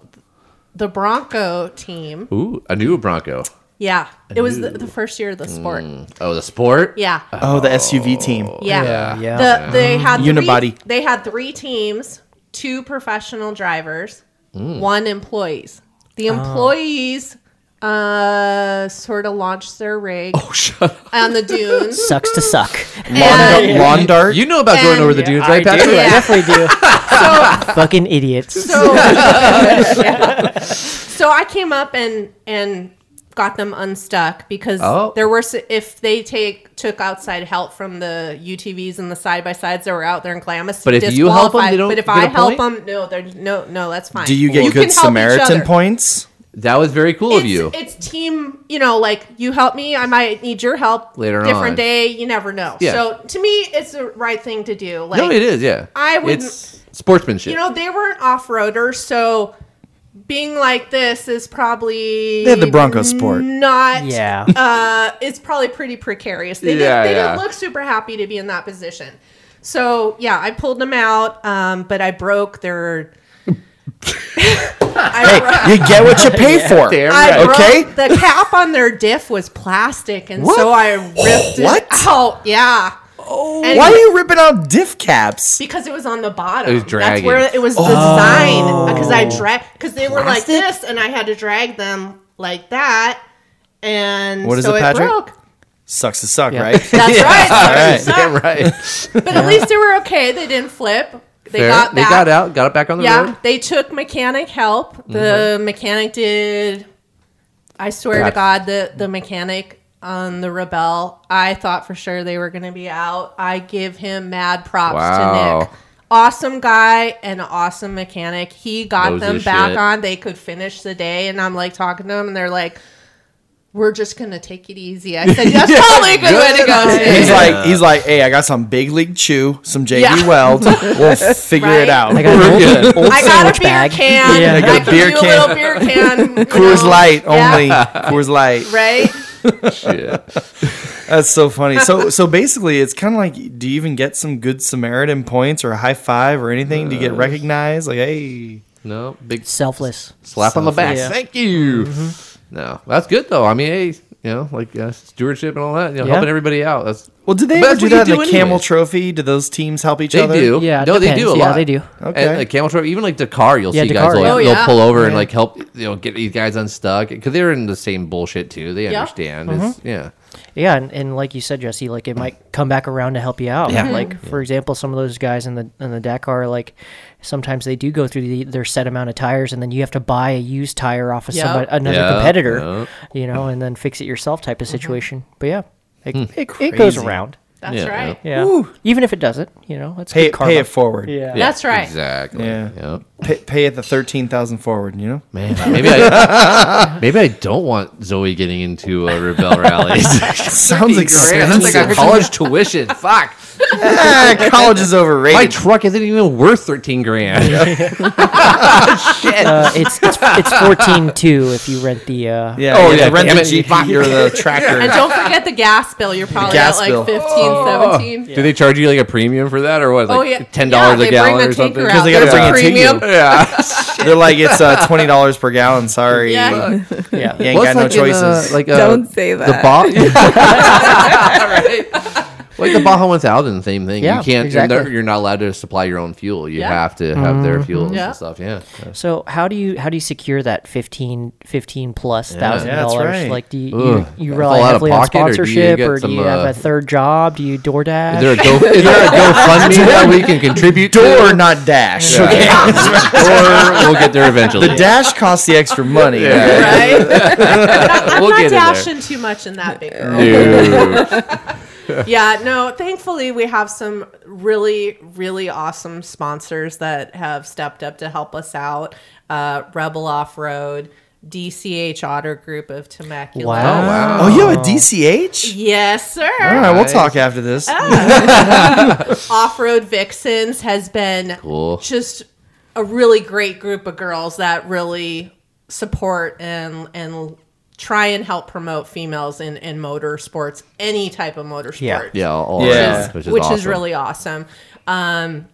Speaker 4: the Bronco team.
Speaker 2: Ooh, a new Bronco.
Speaker 4: Yeah, it was the, the first year of the sport.
Speaker 2: Oh, the sport.
Speaker 4: Yeah.
Speaker 3: Oh, the SUV team.
Speaker 4: Yeah.
Speaker 2: Yeah.
Speaker 1: Yeah.
Speaker 4: The, they had Three,
Speaker 3: Unibody.
Speaker 4: they had three teams, two professional drivers,
Speaker 2: Mm.
Speaker 4: one employees. The employees uh, sort of launched their rig
Speaker 2: Oh, shut up.
Speaker 4: on the dunes.
Speaker 1: Sucks to suck.
Speaker 4: and
Speaker 3: Lawn dart.
Speaker 2: You know about going
Speaker 4: And-
Speaker 2: over the dunes, right,
Speaker 1: I do. I
Speaker 2: Patrick?
Speaker 4: Yeah.
Speaker 1: definitely do. Fucking idiots.
Speaker 4: so, so I came up and and got them unstuck because
Speaker 2: Oh.
Speaker 4: there were s- if they take took outside help from the UTVs and the side by sides that were out there in Glamis.
Speaker 2: But if you help 'em, they don't
Speaker 4: But if
Speaker 2: get
Speaker 4: I
Speaker 2: a
Speaker 4: help
Speaker 2: point?
Speaker 4: them, no, there's no no that's fine.
Speaker 3: do you get
Speaker 4: can help
Speaker 3: good
Speaker 4: each
Speaker 3: Samaritan
Speaker 4: other.
Speaker 3: points?
Speaker 2: That was very cool of
Speaker 4: It's,
Speaker 2: you.
Speaker 4: it's team, you know, like you help me, I might need your help
Speaker 2: Later
Speaker 4: different
Speaker 2: on.
Speaker 4: day. You never know.
Speaker 2: Yeah.
Speaker 4: So to me, it's the right thing to do. Like
Speaker 2: no, it is. Yeah,
Speaker 4: I wouldn't-
Speaker 2: It's sportsmanship.
Speaker 4: you know they weren't off-roaders so being like this is probably
Speaker 3: They had the Bronco sport.
Speaker 4: not
Speaker 1: Yeah.
Speaker 4: uh it's probably pretty precarious they,
Speaker 2: Yeah,
Speaker 4: didn't, they
Speaker 2: yeah.
Speaker 4: didn't look super happy to be in that position so yeah i pulled them out um but i broke their I, bro-
Speaker 3: You get what you pay for.
Speaker 2: Damn
Speaker 4: I
Speaker 2: right.
Speaker 4: broke-
Speaker 3: Okay.
Speaker 4: the cap on their diff was plastic and
Speaker 3: What?
Speaker 4: so i ripped
Speaker 3: What?
Speaker 4: it out yeah oh
Speaker 3: Why are you ripping out diff caps?
Speaker 4: because it was on the bottom.
Speaker 2: It was
Speaker 4: That's
Speaker 2: dragging.
Speaker 4: where it was
Speaker 3: Oh.
Speaker 4: designed because I drag because they were like this, and I had to drag them like that, and
Speaker 3: What is
Speaker 4: so
Speaker 3: it,
Speaker 4: it,
Speaker 3: Patrick?
Speaker 4: broke.
Speaker 3: Sucks to suck, right?
Speaker 4: That's right.
Speaker 3: right.
Speaker 4: Sucks.
Speaker 2: Damn right.
Speaker 4: But at least they were okay. They didn't flip. They
Speaker 2: Fair.
Speaker 4: got
Speaker 2: they
Speaker 4: back.
Speaker 2: got out, got it back on the
Speaker 4: Yeah,
Speaker 2: road.
Speaker 4: they took mechanic help. The mechanic did. I swear to
Speaker 2: God.
Speaker 4: God, the the mechanic on the Rebel, I thought for sure they were going to be out. I give him mad props
Speaker 2: Wow.
Speaker 4: to Nick. Awesome guy and awesome mechanic. He got
Speaker 2: Knows
Speaker 4: them
Speaker 2: his
Speaker 4: back
Speaker 2: shit.
Speaker 4: on. They could finish the day, and I'm like talking to them, and they're like. We're just gonna take it easy. I said that's probably a good, way to go. today."
Speaker 3: He's like, he's like, hey, I got some big league chew, some JD
Speaker 4: Yeah.
Speaker 3: Weld. We'll figure it
Speaker 4: Right.
Speaker 3: out.
Speaker 1: I got an old, old
Speaker 4: I got
Speaker 1: sandwich
Speaker 4: a beer
Speaker 1: bag.
Speaker 4: can.
Speaker 1: Yeah.
Speaker 4: I
Speaker 3: Like a
Speaker 4: can
Speaker 3: beer
Speaker 4: do
Speaker 3: can.
Speaker 4: a little beer can. you
Speaker 3: Coors
Speaker 4: know.
Speaker 3: Light
Speaker 4: Yeah.
Speaker 3: only. Coors Light.
Speaker 4: right?
Speaker 2: Shit.
Speaker 3: That's so funny. So so basically, it's kind of like, do you even get some good Samaritan points or a high five or anything? Do you get recognized? Like, hey,
Speaker 2: No, big
Speaker 1: Selfless.
Speaker 2: slap on the back.
Speaker 1: Yeah. Mm-hmm.
Speaker 2: Thank you. No, that's good though. I mean, hey, You know, like uh, stewardship and all that. You know,
Speaker 1: Yeah.
Speaker 2: helping everybody out. That's
Speaker 3: Well, did they
Speaker 2: But
Speaker 3: ever
Speaker 2: that's
Speaker 3: do
Speaker 2: what you
Speaker 3: that?
Speaker 2: do
Speaker 3: in the Camel
Speaker 2: anyways.
Speaker 3: Trophy? Do those teams help each
Speaker 2: They
Speaker 3: other?
Speaker 2: do.
Speaker 1: Yeah, it
Speaker 2: no, they do a
Speaker 1: depends.
Speaker 2: lot.
Speaker 1: Yeah, they do.
Speaker 2: Okay.
Speaker 3: Okay.
Speaker 2: And like camel trip, even like Dakar, you'll
Speaker 1: Yeah,
Speaker 2: see
Speaker 1: Dakar,
Speaker 2: guys
Speaker 1: yeah.
Speaker 2: like
Speaker 4: Oh,
Speaker 2: they'll
Speaker 4: yeah.
Speaker 2: pull over and
Speaker 3: Yeah.
Speaker 2: like help you know get these guys unstuck because they're in the same bullshit too. They
Speaker 4: Yeah.
Speaker 2: understand.
Speaker 3: Mm-hmm.
Speaker 2: It's, yeah.
Speaker 1: Yeah, and, and like you said, Jesse, like it might come back around to help you out.
Speaker 2: Yeah.
Speaker 1: Like for example, some of those guys in the in the Dakar, like sometimes they do go through the, their set amount of tires, and then you have to buy a used tire off of
Speaker 4: Yeah.
Speaker 1: somebody, another
Speaker 2: Yeah,
Speaker 1: competitor,
Speaker 2: yeah.
Speaker 1: you know, and then fix it yourself type of situation. But yeah, it, it, it goes
Speaker 3: Crazy.
Speaker 1: around.
Speaker 4: That's
Speaker 2: Yeah,
Speaker 4: right.
Speaker 1: Yeah, even if it doesn't, you know, it's
Speaker 3: Pay
Speaker 1: good
Speaker 3: it,
Speaker 1: karma.
Speaker 3: pay it forward.
Speaker 1: Yeah.
Speaker 4: That's right.
Speaker 2: Exactly.
Speaker 3: Yeah.
Speaker 2: Yep.
Speaker 3: Pay, pay it the thirteen thousand forward. You know.
Speaker 2: Man, maybe I maybe I don't want Zoe getting into a rebel rally.
Speaker 3: Sounds
Speaker 2: That's like a
Speaker 3: expensive.
Speaker 2: college tuition. Fuck.
Speaker 3: Ah, college is
Speaker 2: My
Speaker 3: overrated.
Speaker 2: truck isn't even worth thirteen grand.
Speaker 1: Uh, it's it's it's fourteen two if you rent the uh,
Speaker 3: yeah.
Speaker 2: Oh,
Speaker 3: you
Speaker 2: yeah,
Speaker 3: have to Rent
Speaker 2: damn
Speaker 3: the
Speaker 2: it.
Speaker 3: GP or the tractor.
Speaker 4: And don't forget the gas bill. You're probably at
Speaker 3: gas
Speaker 4: like
Speaker 3: bill.
Speaker 4: 15,
Speaker 2: Oh.
Speaker 4: 17.
Speaker 2: Do they charge you like a premium for that or what? Like
Speaker 4: Oh, yeah.
Speaker 2: ten dollars a
Speaker 4: Yeah, they bring
Speaker 2: gallon
Speaker 4: the
Speaker 2: or something?
Speaker 4: tanker
Speaker 3: 'Cause they
Speaker 4: out.
Speaker 3: gotta
Speaker 4: There's
Speaker 3: bring it to
Speaker 4: premium.
Speaker 3: you.
Speaker 2: Yeah.
Speaker 3: They're like it's uh, twenty dollars per gallon. Sorry.
Speaker 4: Yeah.
Speaker 1: yeah.
Speaker 3: You ain't
Speaker 2: Well, it's
Speaker 3: got no
Speaker 2: like in,
Speaker 3: choices.
Speaker 2: uh, like uh,
Speaker 5: Don't say
Speaker 2: The
Speaker 5: that.
Speaker 2: Baja, like the Baja 1000, same thing.
Speaker 1: Yeah,
Speaker 2: you can't.
Speaker 1: exactly.
Speaker 2: You're, you're not allowed to supply your own fuel. You
Speaker 4: Yeah. Mm-hmm.
Speaker 2: have to have their fuels
Speaker 4: Yeah.
Speaker 2: and stuff. Yeah.
Speaker 1: So how do you how do you secure that 15, 15 plus thousand
Speaker 3: Yeah, that's
Speaker 1: dollars?
Speaker 3: right.
Speaker 1: Like do you
Speaker 2: Ugh.
Speaker 1: you, you
Speaker 2: That's
Speaker 1: rely
Speaker 2: all out of
Speaker 1: heavily on
Speaker 2: pocket, or do you
Speaker 1: sponsorship,
Speaker 2: get
Speaker 1: or do you,
Speaker 2: some,
Speaker 1: have
Speaker 2: uh,
Speaker 1: a third job? Do you DoorDash?
Speaker 2: Is there a Go? is there a GoFundMe that we can contribute
Speaker 3: Door,
Speaker 2: to?
Speaker 3: not dash.
Speaker 2: Yeah.
Speaker 3: Okay.
Speaker 2: Or we'll get there eventually.
Speaker 3: The dash costs the extra money.
Speaker 2: Yeah.
Speaker 4: Right? I'm
Speaker 2: We'll
Speaker 4: not
Speaker 2: get in there.
Speaker 4: dashing too much in that big girl.
Speaker 2: Dude.
Speaker 4: yeah, no, thankfully we have some really, really awesome sponsors that have stepped up to help us out. Uh, Rebel Off Road, DCH Otter Group of Temecula.
Speaker 1: Wow.
Speaker 3: Oh, you have a DCH?
Speaker 4: Yes, sir.
Speaker 3: All right, we'll talk after this.
Speaker 4: Oh. Off Road Vixens has been
Speaker 2: Cool.
Speaker 4: just a really great group of girls that really support and and try and help promote females in in motorsports, any type of motorsport.
Speaker 1: Yeah.
Speaker 2: Yeah. All
Speaker 3: Yeah.
Speaker 2: around, which is
Speaker 4: which is
Speaker 2: awesome.
Speaker 4: really awesome. Um,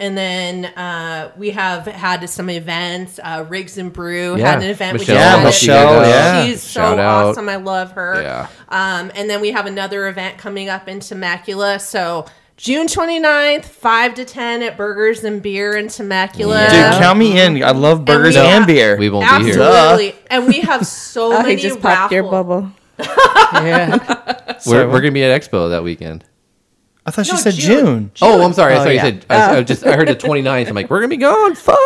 Speaker 4: and then uh, we have had some events. Uh, Riggs and Brew
Speaker 2: Yeah.
Speaker 4: had an event.
Speaker 2: Michelle
Speaker 4: we just had
Speaker 3: helped
Speaker 4: it.
Speaker 3: you guys Yeah, out.
Speaker 4: she's so
Speaker 2: Shout out.
Speaker 4: awesome. I love her.
Speaker 2: Yeah.
Speaker 4: Um, and then we have another event coming up in Temecula. So June 29th, 5 to 10 at Burgers and Beer in Temecula.
Speaker 3: Dude, count me in. I love burgers
Speaker 4: we-
Speaker 3: and, beer.
Speaker 2: We won't be here.
Speaker 4: Absolutely. And we have so
Speaker 5: Oh, he
Speaker 4: many
Speaker 5: just popped your
Speaker 4: raffle-
Speaker 5: bubble.
Speaker 1: yeah.
Speaker 2: We're, we're gonna be at Expo that weekend.
Speaker 3: I thought she
Speaker 4: No,
Speaker 3: said June.
Speaker 4: June.
Speaker 2: Oh, I'm sorry. I
Speaker 1: Oh,
Speaker 2: thought
Speaker 1: yeah.
Speaker 2: you said. I, I just. I heard the 29th. I'm like, we're gonna be gone. Fuck.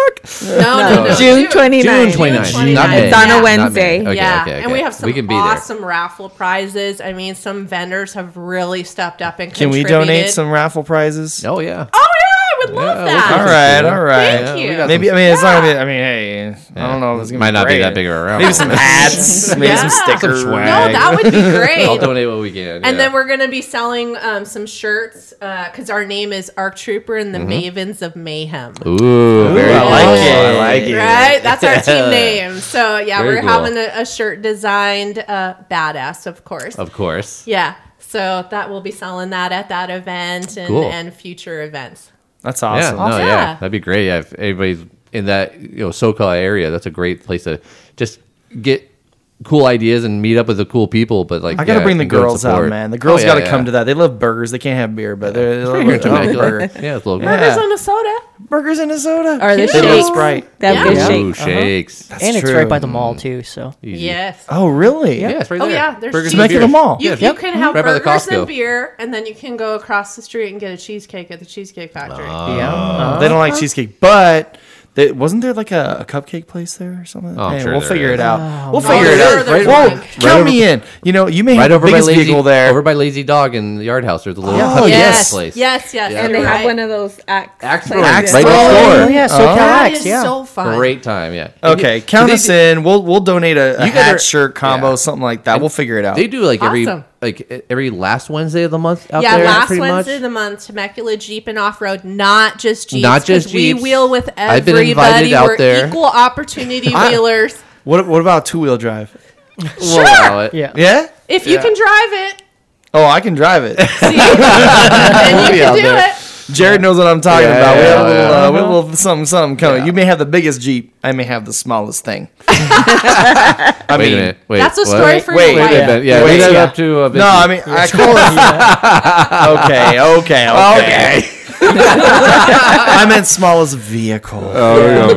Speaker 4: No, no,
Speaker 3: Oh,
Speaker 4: no.
Speaker 5: June 29th.
Speaker 2: June
Speaker 4: 29th.
Speaker 2: 29th. Not
Speaker 4: It's
Speaker 2: May.
Speaker 4: on a
Speaker 2: Not May.
Speaker 5: Wednesday.
Speaker 2: Okay,
Speaker 4: yeah,
Speaker 2: okay,
Speaker 4: and we
Speaker 2: okay.
Speaker 4: have some
Speaker 2: We can be there.
Speaker 4: awesome raffle prizes. I mean, some vendors have really stepped up and
Speaker 3: Can we
Speaker 4: contributed.
Speaker 3: donate some raffle prizes?
Speaker 2: Oh yeah.
Speaker 4: Oh yeah, I would love
Speaker 2: Yeah,
Speaker 4: that.
Speaker 3: All right, all right.
Speaker 4: Thank you.
Speaker 3: Maybe I mean it's not gonna be. I mean, hey, I don't know. If it's gonna
Speaker 2: Might not
Speaker 3: great.
Speaker 2: be that big of a round.
Speaker 3: Maybe some hats. Maybe some
Speaker 4: Some
Speaker 3: stickers.
Speaker 2: swag.
Speaker 4: No, that would be
Speaker 2: I'll
Speaker 4: great.
Speaker 2: donate what we can.
Speaker 4: And
Speaker 2: yeah.
Speaker 4: then we're gonna be selling um, some shirts because our name is Arc Trooper and the Mavens of Mayhem.
Speaker 2: Mm-hmm. Ooh, very
Speaker 3: I
Speaker 2: cool.
Speaker 3: like it. I like it.
Speaker 4: Right, that's our team name. So yeah,
Speaker 2: Very
Speaker 4: we're
Speaker 2: cool.
Speaker 4: having a, a shirt designed uh, badass, of course.
Speaker 2: Of course.
Speaker 4: Yeah, so that we'll be selling that at that event and,
Speaker 2: Cool.
Speaker 4: and future events.
Speaker 3: That's
Speaker 2: Yeah.
Speaker 3: awesome.
Speaker 2: No, yeah.
Speaker 4: Yeah.
Speaker 2: That'd be great. Yeah, if everybody's in that you know SoCal area, that's a great place to just get cool ideas and meet up with the cool people. But like,
Speaker 3: I gotta
Speaker 2: yeah,
Speaker 3: bring the
Speaker 2: and go and
Speaker 3: girls out,
Speaker 2: support.
Speaker 3: man. The girls
Speaker 2: Oh, yeah,
Speaker 3: gotta
Speaker 2: yeah.
Speaker 3: come to that. They love burgers. They can't have beer, but they're, they love,
Speaker 2: Here in
Speaker 3: they love
Speaker 2: Temecula.
Speaker 3: burger.
Speaker 2: Yeah, it's local.
Speaker 4: Burgers on a soda.
Speaker 3: burgers and a soda.
Speaker 5: Or the
Speaker 3: They love
Speaker 5: shakes.
Speaker 3: Sprite.
Speaker 5: That
Speaker 4: Yeah.
Speaker 5: good
Speaker 1: Yeah.
Speaker 5: shake.
Speaker 2: Ooh, shakes.
Speaker 1: and it's
Speaker 3: true.
Speaker 1: right by the mall too. So
Speaker 2: Easy.
Speaker 4: Yes.
Speaker 3: Oh, really?
Speaker 2: Yeah, it's right
Speaker 4: Oh,
Speaker 2: there.
Speaker 4: yeah, there's
Speaker 2: Burgers
Speaker 4: cheese.
Speaker 2: and
Speaker 3: Temecula
Speaker 2: beers.
Speaker 3: Mall.
Speaker 4: You,
Speaker 2: Yeah,
Speaker 4: you can have
Speaker 2: right by the
Speaker 4: burgers
Speaker 2: Costco.
Speaker 4: and beer, and then you can go across the street and get a cheesecake at the Cheesecake Factory.
Speaker 2: Ah.
Speaker 1: yeah, uh,
Speaker 3: They don't
Speaker 4: Uh-huh.
Speaker 3: like cheesecake, but they, wasn't there like a, a cupcake place there or something?
Speaker 2: Oh, I'm
Speaker 3: Hey,
Speaker 2: sure
Speaker 3: we'll
Speaker 2: there
Speaker 3: figure
Speaker 2: is.
Speaker 3: it out. we'll
Speaker 4: Oh, no.
Speaker 3: figure it
Speaker 4: Sure
Speaker 3: out.
Speaker 4: there's
Speaker 3: Whoa,
Speaker 4: one.
Speaker 3: count me in. You know, you may have
Speaker 2: Right
Speaker 3: the
Speaker 2: over by
Speaker 3: biggest
Speaker 2: lazy
Speaker 3: vehicle there.
Speaker 2: Over by Lazy Dog in the yard house. There's a little cupcake
Speaker 4: Oh, yes.
Speaker 2: place.
Speaker 4: yes, yes,
Speaker 2: Yeah.
Speaker 5: And they
Speaker 4: you're
Speaker 5: have
Speaker 4: right.
Speaker 5: one of those axe.
Speaker 2: Axe
Speaker 5: places.
Speaker 2: throwing.
Speaker 3: Axe
Speaker 2: Right
Speaker 1: oh
Speaker 3: throwing.
Speaker 2: next door.
Speaker 1: yeah, SoCal
Speaker 4: That
Speaker 1: Axe,
Speaker 4: is
Speaker 1: yeah.
Speaker 4: so fun.
Speaker 2: Great time. Yeah.
Speaker 3: Okay, count us in. We'll we'll donate a, a
Speaker 2: You guys
Speaker 3: hat
Speaker 2: are-
Speaker 3: shirt combo,
Speaker 2: yeah.
Speaker 3: something like that. We'll figure it out.
Speaker 2: They do like every
Speaker 4: Awesome.
Speaker 2: like e, every last Wednesday of the month out
Speaker 4: yeah,
Speaker 2: there.
Speaker 4: last
Speaker 2: pretty
Speaker 4: Wednesday of
Speaker 2: much.
Speaker 4: the month, Temecula Jeep and Off Road, not just Jeeps.
Speaker 2: Not just
Speaker 4: 'cause
Speaker 2: Jeeps.
Speaker 4: We wheel with everybody.
Speaker 2: I've been invited out
Speaker 4: We're
Speaker 2: there.
Speaker 4: equal opportunity wheelers.
Speaker 3: What what about two wheel drive?
Speaker 2: We'll allow it.
Speaker 1: yeah.
Speaker 3: Yeah.
Speaker 4: If you can drive it,
Speaker 3: Oh, I can drive it.
Speaker 4: see, then you can do
Speaker 3: there.
Speaker 4: it.
Speaker 3: Jared knows what I'm talking
Speaker 2: Yeah,
Speaker 3: about. we,
Speaker 2: yeah,
Speaker 3: have a little,
Speaker 2: yeah.
Speaker 3: uh, we have a
Speaker 4: Uh-huh.
Speaker 3: little something, something coming.
Speaker 2: Yeah.
Speaker 3: You may have the biggest Jeep. I may have the smallest thing. I
Speaker 2: Wait a
Speaker 3: mean,
Speaker 2: minute. Wait.
Speaker 4: That's a
Speaker 2: what?
Speaker 4: story for
Speaker 3: Wait,
Speaker 4: your
Speaker 3: wait
Speaker 2: Wait a
Speaker 4: wife.
Speaker 2: minute. Yeah.
Speaker 3: Wait,
Speaker 2: Lead that
Speaker 3: yeah.
Speaker 2: up to a
Speaker 3: No, I mean, I call okay, okay, okay,
Speaker 2: Okay.
Speaker 3: I meant smallest vehicle.
Speaker 2: Oh.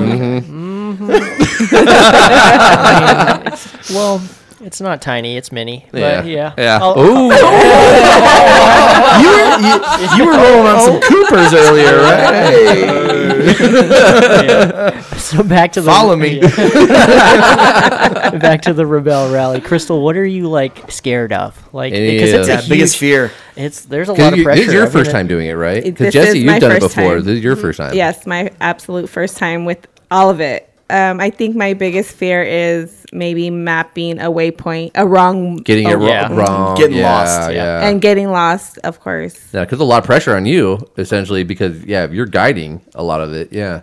Speaker 1: Well, it's not tiny, it's mini.
Speaker 2: Yeah.
Speaker 1: But yeah.
Speaker 2: Yeah.
Speaker 1: I'll-
Speaker 2: Ooh.
Speaker 3: you, were, you, you were rolling on
Speaker 1: Oh,
Speaker 3: some Coopers earlier, right?
Speaker 1: So back to the
Speaker 3: Follow me.
Speaker 1: Yeah. back to the Rebel Rally, Crystal. What are you like scared of? Like because it's
Speaker 2: Yeah.
Speaker 1: a
Speaker 3: Yeah,
Speaker 1: huge,
Speaker 3: biggest fear.
Speaker 1: It's there's a lot of
Speaker 2: Because
Speaker 1: pressure.
Speaker 2: this is your
Speaker 1: I mean,
Speaker 2: first
Speaker 1: it-
Speaker 2: time doing it, right?
Speaker 5: It-
Speaker 2: Because
Speaker 5: this is
Speaker 2: Jesse,
Speaker 5: my
Speaker 2: you've done it
Speaker 5: first
Speaker 2: before.
Speaker 5: time.
Speaker 2: This is your first time.
Speaker 5: Yes, my absolute first time with all of it. Um, I think my biggest fear is maybe mapping a waypoint, a wrong,
Speaker 2: Getting
Speaker 5: a
Speaker 2: it ro-
Speaker 1: yeah.
Speaker 2: wrong.
Speaker 3: Getting
Speaker 2: yeah,
Speaker 3: lost,
Speaker 2: Yeah.
Speaker 3: yeah.
Speaker 5: and getting lost, of course.
Speaker 2: Yeah, because a lot of pressure on you essentially because yeah, you're guiding a lot of it. Yeah,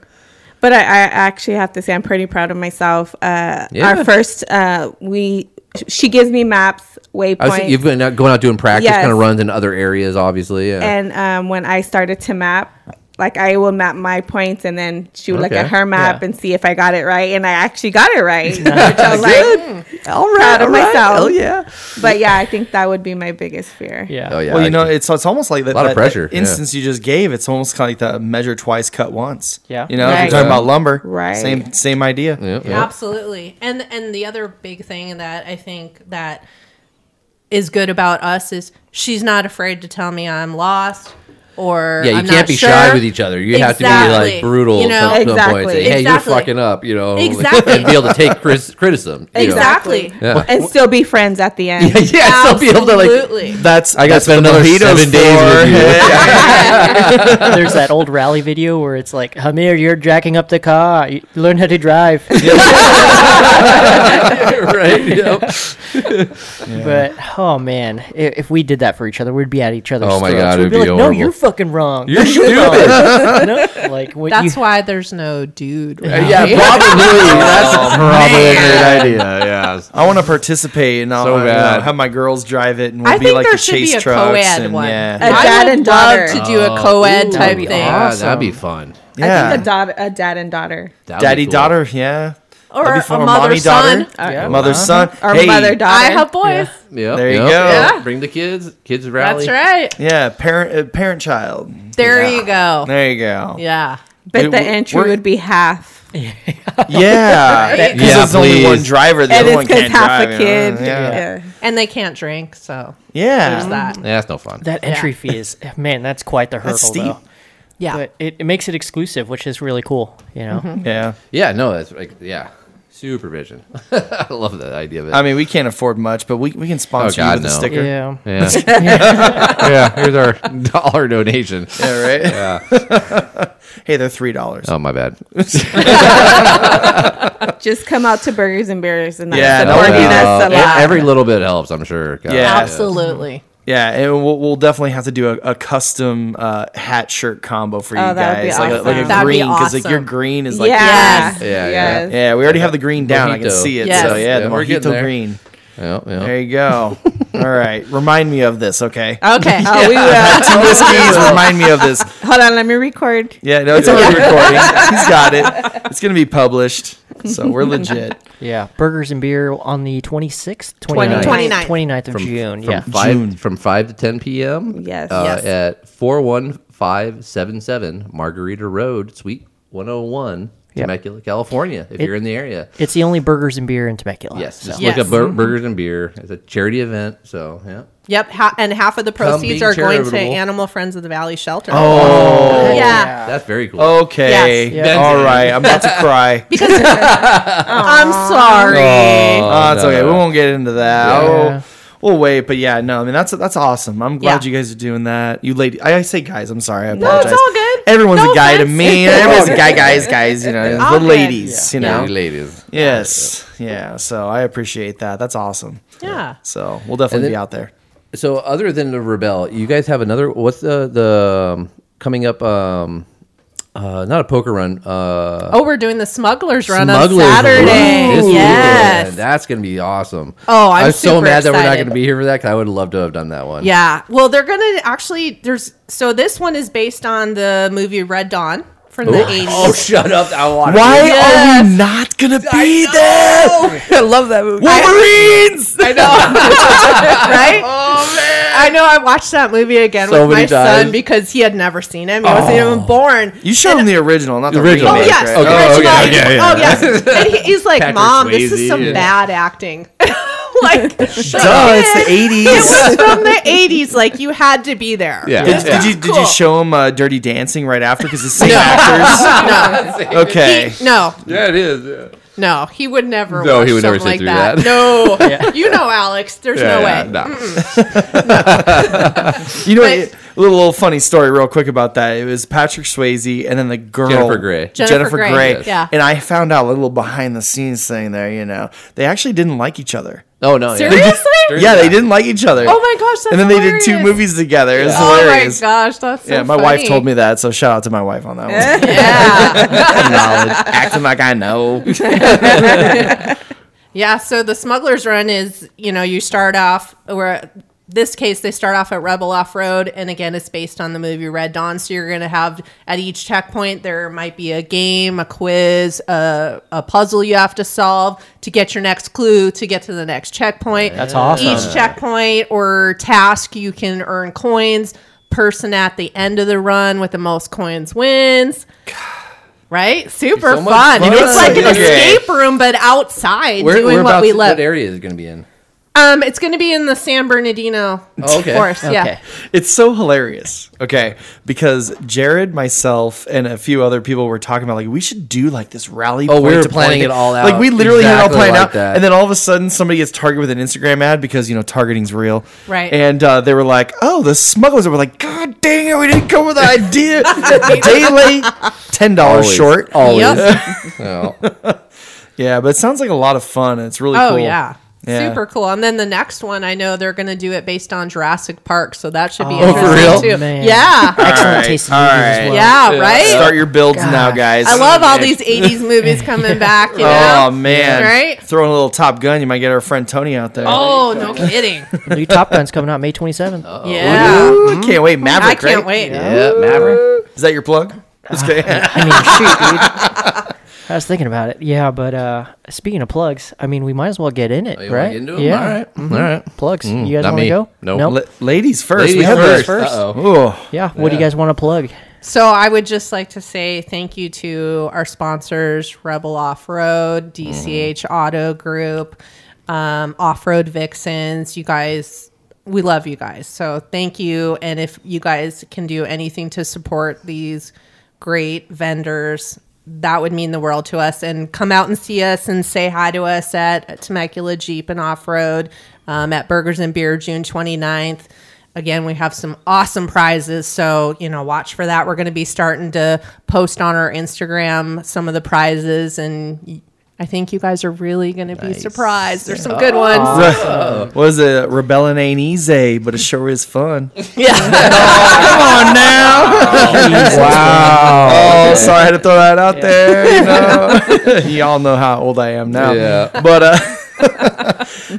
Speaker 5: But I, I actually have to say I'm pretty proud of myself. Uh,
Speaker 2: Yeah.
Speaker 5: Our first, uh, we she gives me maps,
Speaker 2: I was thinking
Speaker 5: waypoints,
Speaker 2: you've been out, going out doing practice,
Speaker 5: Yes.
Speaker 2: kind of runs in other areas, obviously. Yeah,
Speaker 5: and um, when I started to map. Like I will map my points, and then she would look
Speaker 2: Okay.
Speaker 5: at her map
Speaker 1: Yeah.
Speaker 5: and see if I got it right, and I actually got it right. Which I was like, mm, proud of myself.
Speaker 2: Oh yeah,
Speaker 5: but yeah, I think that would be my biggest fear.
Speaker 1: Yeah.
Speaker 2: oh yeah.
Speaker 3: well,
Speaker 2: I
Speaker 3: you know,
Speaker 2: can-
Speaker 3: it's it's almost like that,
Speaker 2: Lot of
Speaker 3: that-
Speaker 2: pressure,
Speaker 3: that
Speaker 2: yeah.
Speaker 3: instance you just gave. It's almost kind of like the measure twice, cut once.
Speaker 1: Yeah.
Speaker 3: you know, if
Speaker 5: Right.
Speaker 3: you're talking about lumber,
Speaker 5: Right.
Speaker 3: Same same idea.
Speaker 2: yeah, yeah.
Speaker 4: Absolutely. And and the other big thing that I think that is good about us is she's not afraid to tell me I'm lost or
Speaker 2: Yeah, you
Speaker 4: I'm
Speaker 2: can't
Speaker 4: not
Speaker 2: be
Speaker 4: sure.
Speaker 2: shy with each other. You have to be
Speaker 4: Exactly.
Speaker 2: like brutal
Speaker 4: You know?
Speaker 2: at some point. and
Speaker 5: Exactly.
Speaker 2: Say, hey,
Speaker 4: Exactly.
Speaker 2: you're fucking up. You know,
Speaker 4: Exactly.
Speaker 2: and be able to take cris- criticism. you know?
Speaker 4: Exactly.
Speaker 2: Yeah.
Speaker 5: And still be friends at the end.
Speaker 2: yeah, so be able to like.
Speaker 4: Absolutely.
Speaker 3: That's I got
Speaker 2: That's another seven days with you.
Speaker 1: There's that old rally video where it's like, Hamir, you're jacking up the car. You learn how to drive.
Speaker 2: right. Yep.
Speaker 1: But oh man, i- if we did that for each other, we'd be at each other's.
Speaker 2: Oh, my
Speaker 1: throats.
Speaker 2: God,
Speaker 1: we'd
Speaker 2: it'd
Speaker 1: be,
Speaker 2: be
Speaker 1: like, no,
Speaker 2: horrible.
Speaker 1: you're fucking wrong.
Speaker 2: You're stupid.
Speaker 1: no, like what
Speaker 4: That's
Speaker 1: you,
Speaker 4: why there's no dude. Right?
Speaker 2: Yeah, probably.
Speaker 4: Oh,
Speaker 2: That's
Speaker 6: Probably a great idea. Yeah.
Speaker 3: I want to participate and I'll
Speaker 2: So
Speaker 3: you know,
Speaker 2: bad.
Speaker 3: have my girls drive it and we'll
Speaker 4: I
Speaker 3: be
Speaker 4: think
Speaker 3: like
Speaker 4: there
Speaker 3: the
Speaker 4: should be
Speaker 3: chase
Speaker 4: a
Speaker 3: trucks
Speaker 4: co-ed
Speaker 3: and
Speaker 4: one.
Speaker 3: yeah.
Speaker 5: A
Speaker 4: I
Speaker 5: dad
Speaker 4: would
Speaker 5: and
Speaker 4: love to
Speaker 5: daughter.
Speaker 4: do
Speaker 2: Oh,
Speaker 4: a co-ed type
Speaker 2: be
Speaker 4: thing.
Speaker 2: awesome. That'd be fun.
Speaker 5: I think a
Speaker 3: yeah.
Speaker 5: daughter, a dad and daughter.
Speaker 2: That'd be
Speaker 3: Daddy
Speaker 2: cool.
Speaker 3: daughter, yeah.
Speaker 4: Or
Speaker 3: That'd be
Speaker 4: a
Speaker 3: fun.
Speaker 4: mother son.
Speaker 3: daughter, mother
Speaker 4: Uh-huh.
Speaker 3: son,
Speaker 5: Or
Speaker 3: Hey,
Speaker 5: mother daughter.
Speaker 4: I have boys.
Speaker 2: Yeah.
Speaker 3: There you
Speaker 2: yeah,
Speaker 3: go.
Speaker 2: yeah. Bring the kids. Kids rally.
Speaker 4: That's right.
Speaker 3: Yeah, parent uh, parent child.
Speaker 4: There
Speaker 3: Yeah.
Speaker 4: you go.
Speaker 3: There you go.
Speaker 4: Yeah.
Speaker 5: But
Speaker 3: It
Speaker 5: the
Speaker 3: w-
Speaker 5: entry
Speaker 3: we're-
Speaker 5: would be half.
Speaker 3: Yeah, because
Speaker 2: Yeah,
Speaker 3: there's only one
Speaker 2: please.
Speaker 3: driver. The
Speaker 5: And
Speaker 3: other
Speaker 5: it's
Speaker 3: one
Speaker 5: because
Speaker 3: can't
Speaker 5: half
Speaker 3: drive.
Speaker 5: a
Speaker 3: you know?
Speaker 5: kid.
Speaker 3: Yeah,
Speaker 5: Yeah.
Speaker 4: And they can't drink, so there's
Speaker 3: yeah.
Speaker 4: that.
Speaker 2: Yeah, that's no fun.
Speaker 1: that entry fee is man, that's quite the hurdle
Speaker 3: That's steep.
Speaker 1: though.
Speaker 4: Yeah.
Speaker 1: But it, it makes it exclusive, which is really cool. You know,
Speaker 3: yeah.
Speaker 2: yeah, no, that's like yeah, supervision. I love that idea of it.
Speaker 3: I mean, we can't afford much, but we, we can sponsor
Speaker 2: Oh, God,
Speaker 3: you with
Speaker 2: no.
Speaker 3: a sticker.
Speaker 1: yeah.
Speaker 2: yeah. yeah, here's our dollar donation.
Speaker 3: Yeah, right. hey, they're three dollars.
Speaker 2: Oh my bad.
Speaker 5: Just come out to burgers and beers and
Speaker 3: Yeah,
Speaker 5: that's
Speaker 3: no
Speaker 5: supporting
Speaker 3: doubt.
Speaker 5: us a lot.
Speaker 2: Every little bit helps, I'm sure. God,
Speaker 3: Yeah.
Speaker 4: Absolutely.
Speaker 3: Yeah, and we'll, we'll definitely have to do a, a custom uh, hat shirt combo for you
Speaker 5: Oh, that would be
Speaker 3: guys, like a, like a
Speaker 5: awesome. That'd
Speaker 4: be
Speaker 3: green, because like your
Speaker 4: awesome.
Speaker 3: green is
Speaker 5: yeah.
Speaker 3: like
Speaker 5: Yes.
Speaker 2: Yeah, yeah.
Speaker 5: Yes.
Speaker 3: yeah. We already have the green down. I can
Speaker 2: Mojito.
Speaker 3: see it.
Speaker 4: Yes.
Speaker 3: So yeah,
Speaker 2: Yeah,
Speaker 3: the
Speaker 2: we're getting
Speaker 3: mojito
Speaker 2: there. Oh.
Speaker 3: green.
Speaker 2: Yeah, yeah.
Speaker 3: There you go. All right, remind me of this, okay?
Speaker 4: Okay.
Speaker 5: Oh, we will.
Speaker 3: Two whiskeys. Remind me of this.
Speaker 5: Hold on, let me record.
Speaker 3: Yeah, no, it's already recording. He's got it. It's gonna be published, so we're legit.
Speaker 1: Yeah, burgers and beer on the 26th, 29th,
Speaker 4: 29th.
Speaker 1: 29th of
Speaker 2: From,
Speaker 1: June.
Speaker 2: from
Speaker 1: yeah.
Speaker 2: five
Speaker 3: June.
Speaker 2: from five to ten p.m.
Speaker 5: Yes.
Speaker 2: uh,
Speaker 4: Yes.
Speaker 2: at four one five seven seven Margarita Road, Suite one hundred one,
Speaker 1: Yep.
Speaker 2: Temecula, California. If
Speaker 1: It-
Speaker 2: you're in the area,
Speaker 1: It's the only burgers and beer in Temecula.
Speaker 2: yes, just
Speaker 4: Yes.
Speaker 2: look up bur- burgers and beer. It's a charity event, so yeah.
Speaker 4: Yep, ha- and half of the proceeds
Speaker 2: being
Speaker 4: are going to
Speaker 2: charitable.
Speaker 4: Animal Friends of the Valley Shelter. Oh, yeah.
Speaker 2: That's very cool.
Speaker 3: Oh, Okay.
Speaker 1: Yes. Yes.
Speaker 3: All right. I'm about to cry.
Speaker 4: I'm sorry.
Speaker 3: Oh, it's
Speaker 2: no,
Speaker 3: okay.
Speaker 2: no,
Speaker 3: We
Speaker 2: no.
Speaker 3: won't get into that.
Speaker 1: Yeah.
Speaker 3: Oh, we'll wait. But yeah, no. I mean, that's that's awesome. I'm glad
Speaker 4: Yeah.
Speaker 3: you guys are doing that. You lady, I, I say guys. I'm sorry. I
Speaker 4: it's
Speaker 3: apologize.
Speaker 4: all good.
Speaker 3: Everyone's
Speaker 4: No
Speaker 3: a guy
Speaker 4: offense.
Speaker 3: to me. Everyone's a guy, guys, guys. You know,
Speaker 5: All
Speaker 3: little
Speaker 5: good.
Speaker 3: ladies. You
Speaker 2: Yeah,
Speaker 3: know.
Speaker 2: you ladies.
Speaker 3: Yes. Yeah. So I appreciate that. That's awesome.
Speaker 4: yeah.
Speaker 3: So we'll definitely
Speaker 2: And
Speaker 3: be
Speaker 2: then-
Speaker 3: out there.
Speaker 2: So other than the Rebel, you guys have another. What's the the um, coming up? Um, Uh, not a poker run. Uh,
Speaker 4: Oh, we're doing the smugglers run
Speaker 2: Smugglers Run
Speaker 4: on Saturday.
Speaker 2: this
Speaker 4: yes.
Speaker 2: weekend. that's gonna be awesome.
Speaker 4: Oh, I'm
Speaker 2: so
Speaker 4: super
Speaker 2: mad that we're not
Speaker 4: excited.
Speaker 2: gonna be here for that. 'cause I would love to have done that one.
Speaker 4: Yeah. Well, they're going to actually, there's, so this one is based on the movie Red Dawn from the 80s.
Speaker 2: Oh, shut up! I want
Speaker 3: Why
Speaker 4: Yes.
Speaker 3: are we not gonna be there?
Speaker 2: I love that movie.
Speaker 3: Wolverines!
Speaker 2: I know.
Speaker 4: right? I know I watched that movie again
Speaker 2: Oh, So
Speaker 4: with my
Speaker 2: many
Speaker 4: son
Speaker 2: times. Oh.
Speaker 4: because he had never seen him. He wasn't even born.
Speaker 3: You showed him the original, not the
Speaker 2: Original.
Speaker 4: Oh
Speaker 3: remake,
Speaker 4: yes,
Speaker 3: right?
Speaker 4: the
Speaker 2: Okay.
Speaker 4: original.
Speaker 2: Oh,
Speaker 4: Oh,
Speaker 2: okay.
Speaker 4: yes. And he, he's like,
Speaker 2: Patrick
Speaker 4: "Mom, this is
Speaker 6: Swayze,
Speaker 4: some
Speaker 6: yeah.
Speaker 4: bad acting." like,
Speaker 3: Duh,
Speaker 4: duh,
Speaker 3: it's the 80s.
Speaker 4: It was from the '80s. Like, you had to be there.
Speaker 6: Yeah.
Speaker 3: Did, did you did you show him uh, Dirty Dancing right after? Because the same actors. Okay.
Speaker 4: He- no,
Speaker 2: yeah, it is. yeah.
Speaker 4: no, he would never.
Speaker 2: No,
Speaker 4: watch
Speaker 2: he would never
Speaker 4: something
Speaker 2: sit
Speaker 4: like
Speaker 2: through
Speaker 4: No, you know, Alex. There's
Speaker 6: Yeah,
Speaker 4: no
Speaker 6: yeah,
Speaker 4: way.
Speaker 6: no.
Speaker 3: You know,
Speaker 4: But-
Speaker 3: it- a little, little funny story, real quick about that. It was Patrick Swayze and then the girl
Speaker 2: Jennifer Grey.
Speaker 4: Jennifer
Speaker 3: Jennifer,
Speaker 4: Grey,
Speaker 3: Grey.
Speaker 4: Yes. yeah.
Speaker 3: And I found out a little behind the scenes thing there. You know, they actually didn't like each other.
Speaker 2: Oh no. yeah.
Speaker 4: Seriously?
Speaker 3: yeah, they didn't like each other.
Speaker 4: Oh my gosh, that's
Speaker 3: and then they did two
Speaker 4: hilarious.
Speaker 3: movies together. It's
Speaker 4: Oh
Speaker 3: hilarious.
Speaker 4: my gosh, that's so
Speaker 3: yeah, my
Speaker 4: funny.
Speaker 3: wife told me that, so shout out to my wife on that one.
Speaker 4: Yeah,
Speaker 3: Knowledge, acting like I know.
Speaker 4: yeah. So the smugglers run is you know you start off or this case they start off at Rebel Off Road, and again it's based on the movie Red Dawn. So you're gonna have at each checkpoint there might be a game, a quiz, a, a puzzle you have to solve to get your next clue to get to the next checkpoint.
Speaker 1: That's awesome.
Speaker 4: Each checkpoint or task you can earn coins. Person at the end of the run with the most coins wins. Right? Super
Speaker 2: So much
Speaker 4: fun.
Speaker 2: fun.
Speaker 4: It's like an
Speaker 2: Okay.
Speaker 4: escape room, but outside
Speaker 2: Where,
Speaker 4: doing what
Speaker 2: whereabouts-
Speaker 4: we love.
Speaker 2: What area is it gonna be in?
Speaker 4: um, it's going to be in the San Bernardino
Speaker 2: Oh, okay.
Speaker 4: forest. Yeah.
Speaker 3: It's so hilarious. Okay. Because Jared, myself, and a few other people were talking about like we should do like this rally.
Speaker 2: Oh, we
Speaker 3: point
Speaker 2: were
Speaker 3: to
Speaker 2: planning
Speaker 3: point.
Speaker 2: it all out
Speaker 3: Like we literally had it all
Speaker 2: exactly
Speaker 3: planned
Speaker 2: like
Speaker 3: out.
Speaker 2: that.
Speaker 3: And then all of a sudden somebody gets targeted with an Instagram ad because you know targeting's real.
Speaker 4: Right.
Speaker 3: And uh, they were like, Oh, the smugglers were like, God dang it, we didn't come with the idea. Day late, ten dollars
Speaker 2: Always.
Speaker 3: short.
Speaker 2: Always.
Speaker 4: Yep.
Speaker 2: Oh.
Speaker 3: Yeah, but it sounds like a lot of fun. and It's really
Speaker 4: Oh,
Speaker 3: cool.
Speaker 4: yeah.
Speaker 3: Yeah.
Speaker 4: Super cool. And then the next one, I know they're going to do it based on Jurassic Park. So that should be
Speaker 1: Oh, for
Speaker 4: interesting,
Speaker 2: real?
Speaker 4: too.
Speaker 1: Man.
Speaker 4: Yeah.
Speaker 1: Excellent
Speaker 3: right,
Speaker 1: taste in
Speaker 3: all
Speaker 1: movies as
Speaker 3: right.
Speaker 1: well.
Speaker 4: yeah. Right?
Speaker 3: Start your builds now, guys.
Speaker 4: I love all these 80s movies coming back. You know?
Speaker 3: Oh man!
Speaker 4: Right?
Speaker 3: Throwing a little Top Gun, you might get our friend Tony out there.
Speaker 4: Oh, no kidding.
Speaker 1: The new Top Gun's coming out May 27th.
Speaker 2: Oh.
Speaker 4: Yeah.
Speaker 3: Ooh, can't wait,
Speaker 4: I
Speaker 3: Maverick!
Speaker 4: can't
Speaker 3: right?
Speaker 4: wait.
Speaker 2: Yeah, Maverick.
Speaker 3: Is that your plug? Just kidding.
Speaker 1: I mean, shoot, dude. I was thinking about it. Yeah, but uh, speaking of plugs, I mean, we might as well get in it,
Speaker 2: Oh, you wanna
Speaker 1: right?
Speaker 2: get into 'em?
Speaker 1: yeah.
Speaker 2: All right. Mm-hmm. All right.
Speaker 1: Plugs. you guys
Speaker 2: Mm, not
Speaker 1: want to
Speaker 2: me.
Speaker 1: go?
Speaker 2: Nope.
Speaker 1: Nope.
Speaker 3: La- ladies first.
Speaker 2: Ladies
Speaker 3: we have
Speaker 2: first.
Speaker 3: first.
Speaker 2: Uh-oh.
Speaker 3: Oh,
Speaker 1: Yeah. What do you guys want to plug?
Speaker 4: So I would just like to say thank you to our sponsors, Rebel Off Road, DCH Auto Group, um, Off Road Vixens. You guys, we love you guys. So thank you. And if you guys can do anything to support these great vendors, that would mean the world to us. And come out and see us and say hi to us at Temecula Jeep and Off Road um, at Burgers and Beer June 29th again we have some awesome prizes so you know watch for that we're going to be starting to post on our instagram some of the prizes and y- i think you guys are really going to be surprised there's some
Speaker 2: Oh.
Speaker 4: good ones
Speaker 3: was it rebelling ain't easy, but it sure is fun.
Speaker 4: yeah
Speaker 3: Come on now!
Speaker 4: Oh,
Speaker 3: wow! Oh, sorry I had to throw that out there. You know, y'all know how old I am now.
Speaker 2: Yeah.
Speaker 3: but uh,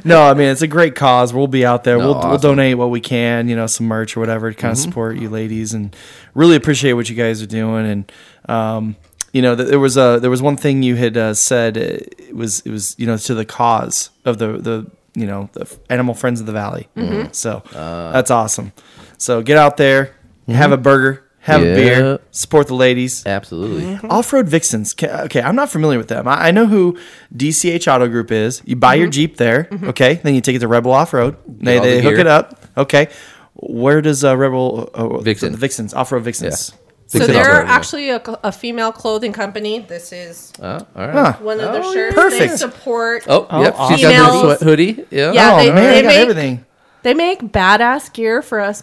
Speaker 3: no, I mean it's a great cause. We'll be out there. we'll, we'll
Speaker 2: awesome. Mm-hmm.
Speaker 3: donate what we can, you know, some merch or whatever to kind of support you ladies, and really appreciate what you guys are doing. And um, you know, th- there was a there was one thing you had uh, said. uh, It was it was you know to the cause of the the you know the f- animal friends of the valley.
Speaker 2: Mm-hmm.
Speaker 3: Mm-hmm. So
Speaker 2: Uh.
Speaker 3: that's awesome. So get out there, have a burger. Have a
Speaker 2: Mm-hmm. Yeah.
Speaker 3: beer, support the ladies.
Speaker 4: Mm-hmm.
Speaker 2: Absolutely.
Speaker 3: Off Road Vixens. Ca- Okay, I'm not familiar with them. I I know who DCH Auto Group is. You buy
Speaker 4: Mm-hmm.
Speaker 3: your Jeep there, okay? Then you take it to Rebel Off Road. They,
Speaker 2: all
Speaker 3: they
Speaker 2: the
Speaker 3: hook
Speaker 2: gear.
Speaker 3: it up, okay? Where does uh, Rebel uh,
Speaker 2: Vixen.
Speaker 3: The Vixens, Off Road Vixens.
Speaker 4: so
Speaker 2: Fix it up
Speaker 4: they're
Speaker 2: right now.
Speaker 4: actually a, a female clothing company this is
Speaker 2: Oh, all right.
Speaker 3: Huh.
Speaker 4: one of their shirts they
Speaker 3: Perfect.
Speaker 4: support
Speaker 2: Oh, yep. She's got
Speaker 4: Females.
Speaker 2: the sweat hoodie. Yeah.
Speaker 4: Yeah,
Speaker 3: Oh,
Speaker 4: they-
Speaker 3: man,
Speaker 4: they
Speaker 3: got
Speaker 4: make-
Speaker 3: everything.
Speaker 4: they make badass gear for us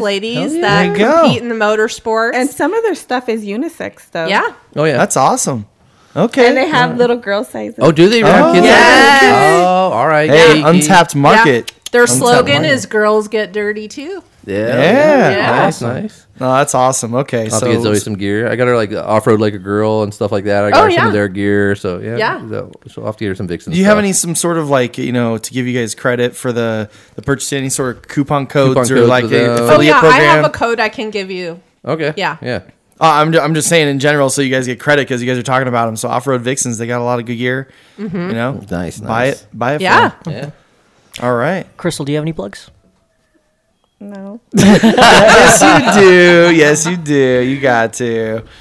Speaker 2: ladies?
Speaker 4: ladies,
Speaker 2: Hell yeah.
Speaker 4: that
Speaker 3: There you go.
Speaker 4: compete in the motorsports
Speaker 5: And some of their stuff is unisex stuff.
Speaker 4: yeah
Speaker 2: Oh yeah.
Speaker 3: That's awesome. Okay.
Speaker 5: And they have little girl sizes.
Speaker 2: Oh, do they have
Speaker 3: Oh,
Speaker 2: kids?
Speaker 4: yes.
Speaker 2: Oh, all right.
Speaker 3: hey,
Speaker 2: geeky.
Speaker 3: untapped market.
Speaker 4: Yeah. Their
Speaker 3: Untapped
Speaker 4: slogan
Speaker 3: market.
Speaker 4: is "Girls get dirty too."
Speaker 2: Yeah.
Speaker 4: Yeah.
Speaker 2: Nice, nice.
Speaker 3: No, Oh, that's awesome. Okay,
Speaker 2: I'll have to get
Speaker 3: so
Speaker 2: Zoe some gear. I got her like off road like a girl and stuff like that. I got
Speaker 4: Oh,
Speaker 2: her some
Speaker 4: yeah.
Speaker 2: of their gear. So yeah.
Speaker 4: Yeah.
Speaker 2: So, so I'll have to get her some Vixen.
Speaker 3: do you have
Speaker 2: stuff.
Speaker 3: any some sort of like you know to give you guys credit for the the purchase any sort of coupon codes or
Speaker 2: codes
Speaker 3: like
Speaker 2: with
Speaker 3: a
Speaker 2: those.
Speaker 3: affiliate
Speaker 4: Oh yeah,
Speaker 3: program?
Speaker 4: I have a code I can give you.
Speaker 2: Okay.
Speaker 4: Yeah.
Speaker 2: Yeah.
Speaker 3: Uh, I'm, ju- I'm just saying in general, so you guys get credit because you guys are talking about them. So off road vixens, they got a lot of good gear.
Speaker 1: Mm-hmm.
Speaker 3: You know,
Speaker 2: Nice,
Speaker 3: Buy
Speaker 2: nice.
Speaker 3: it, buy it. for
Speaker 4: Yeah.
Speaker 3: 'em.
Speaker 2: Yeah.
Speaker 3: All right.
Speaker 1: Crystal, do you have any plugs?
Speaker 5: No.
Speaker 3: yes, you do. Yes, you do. You got to.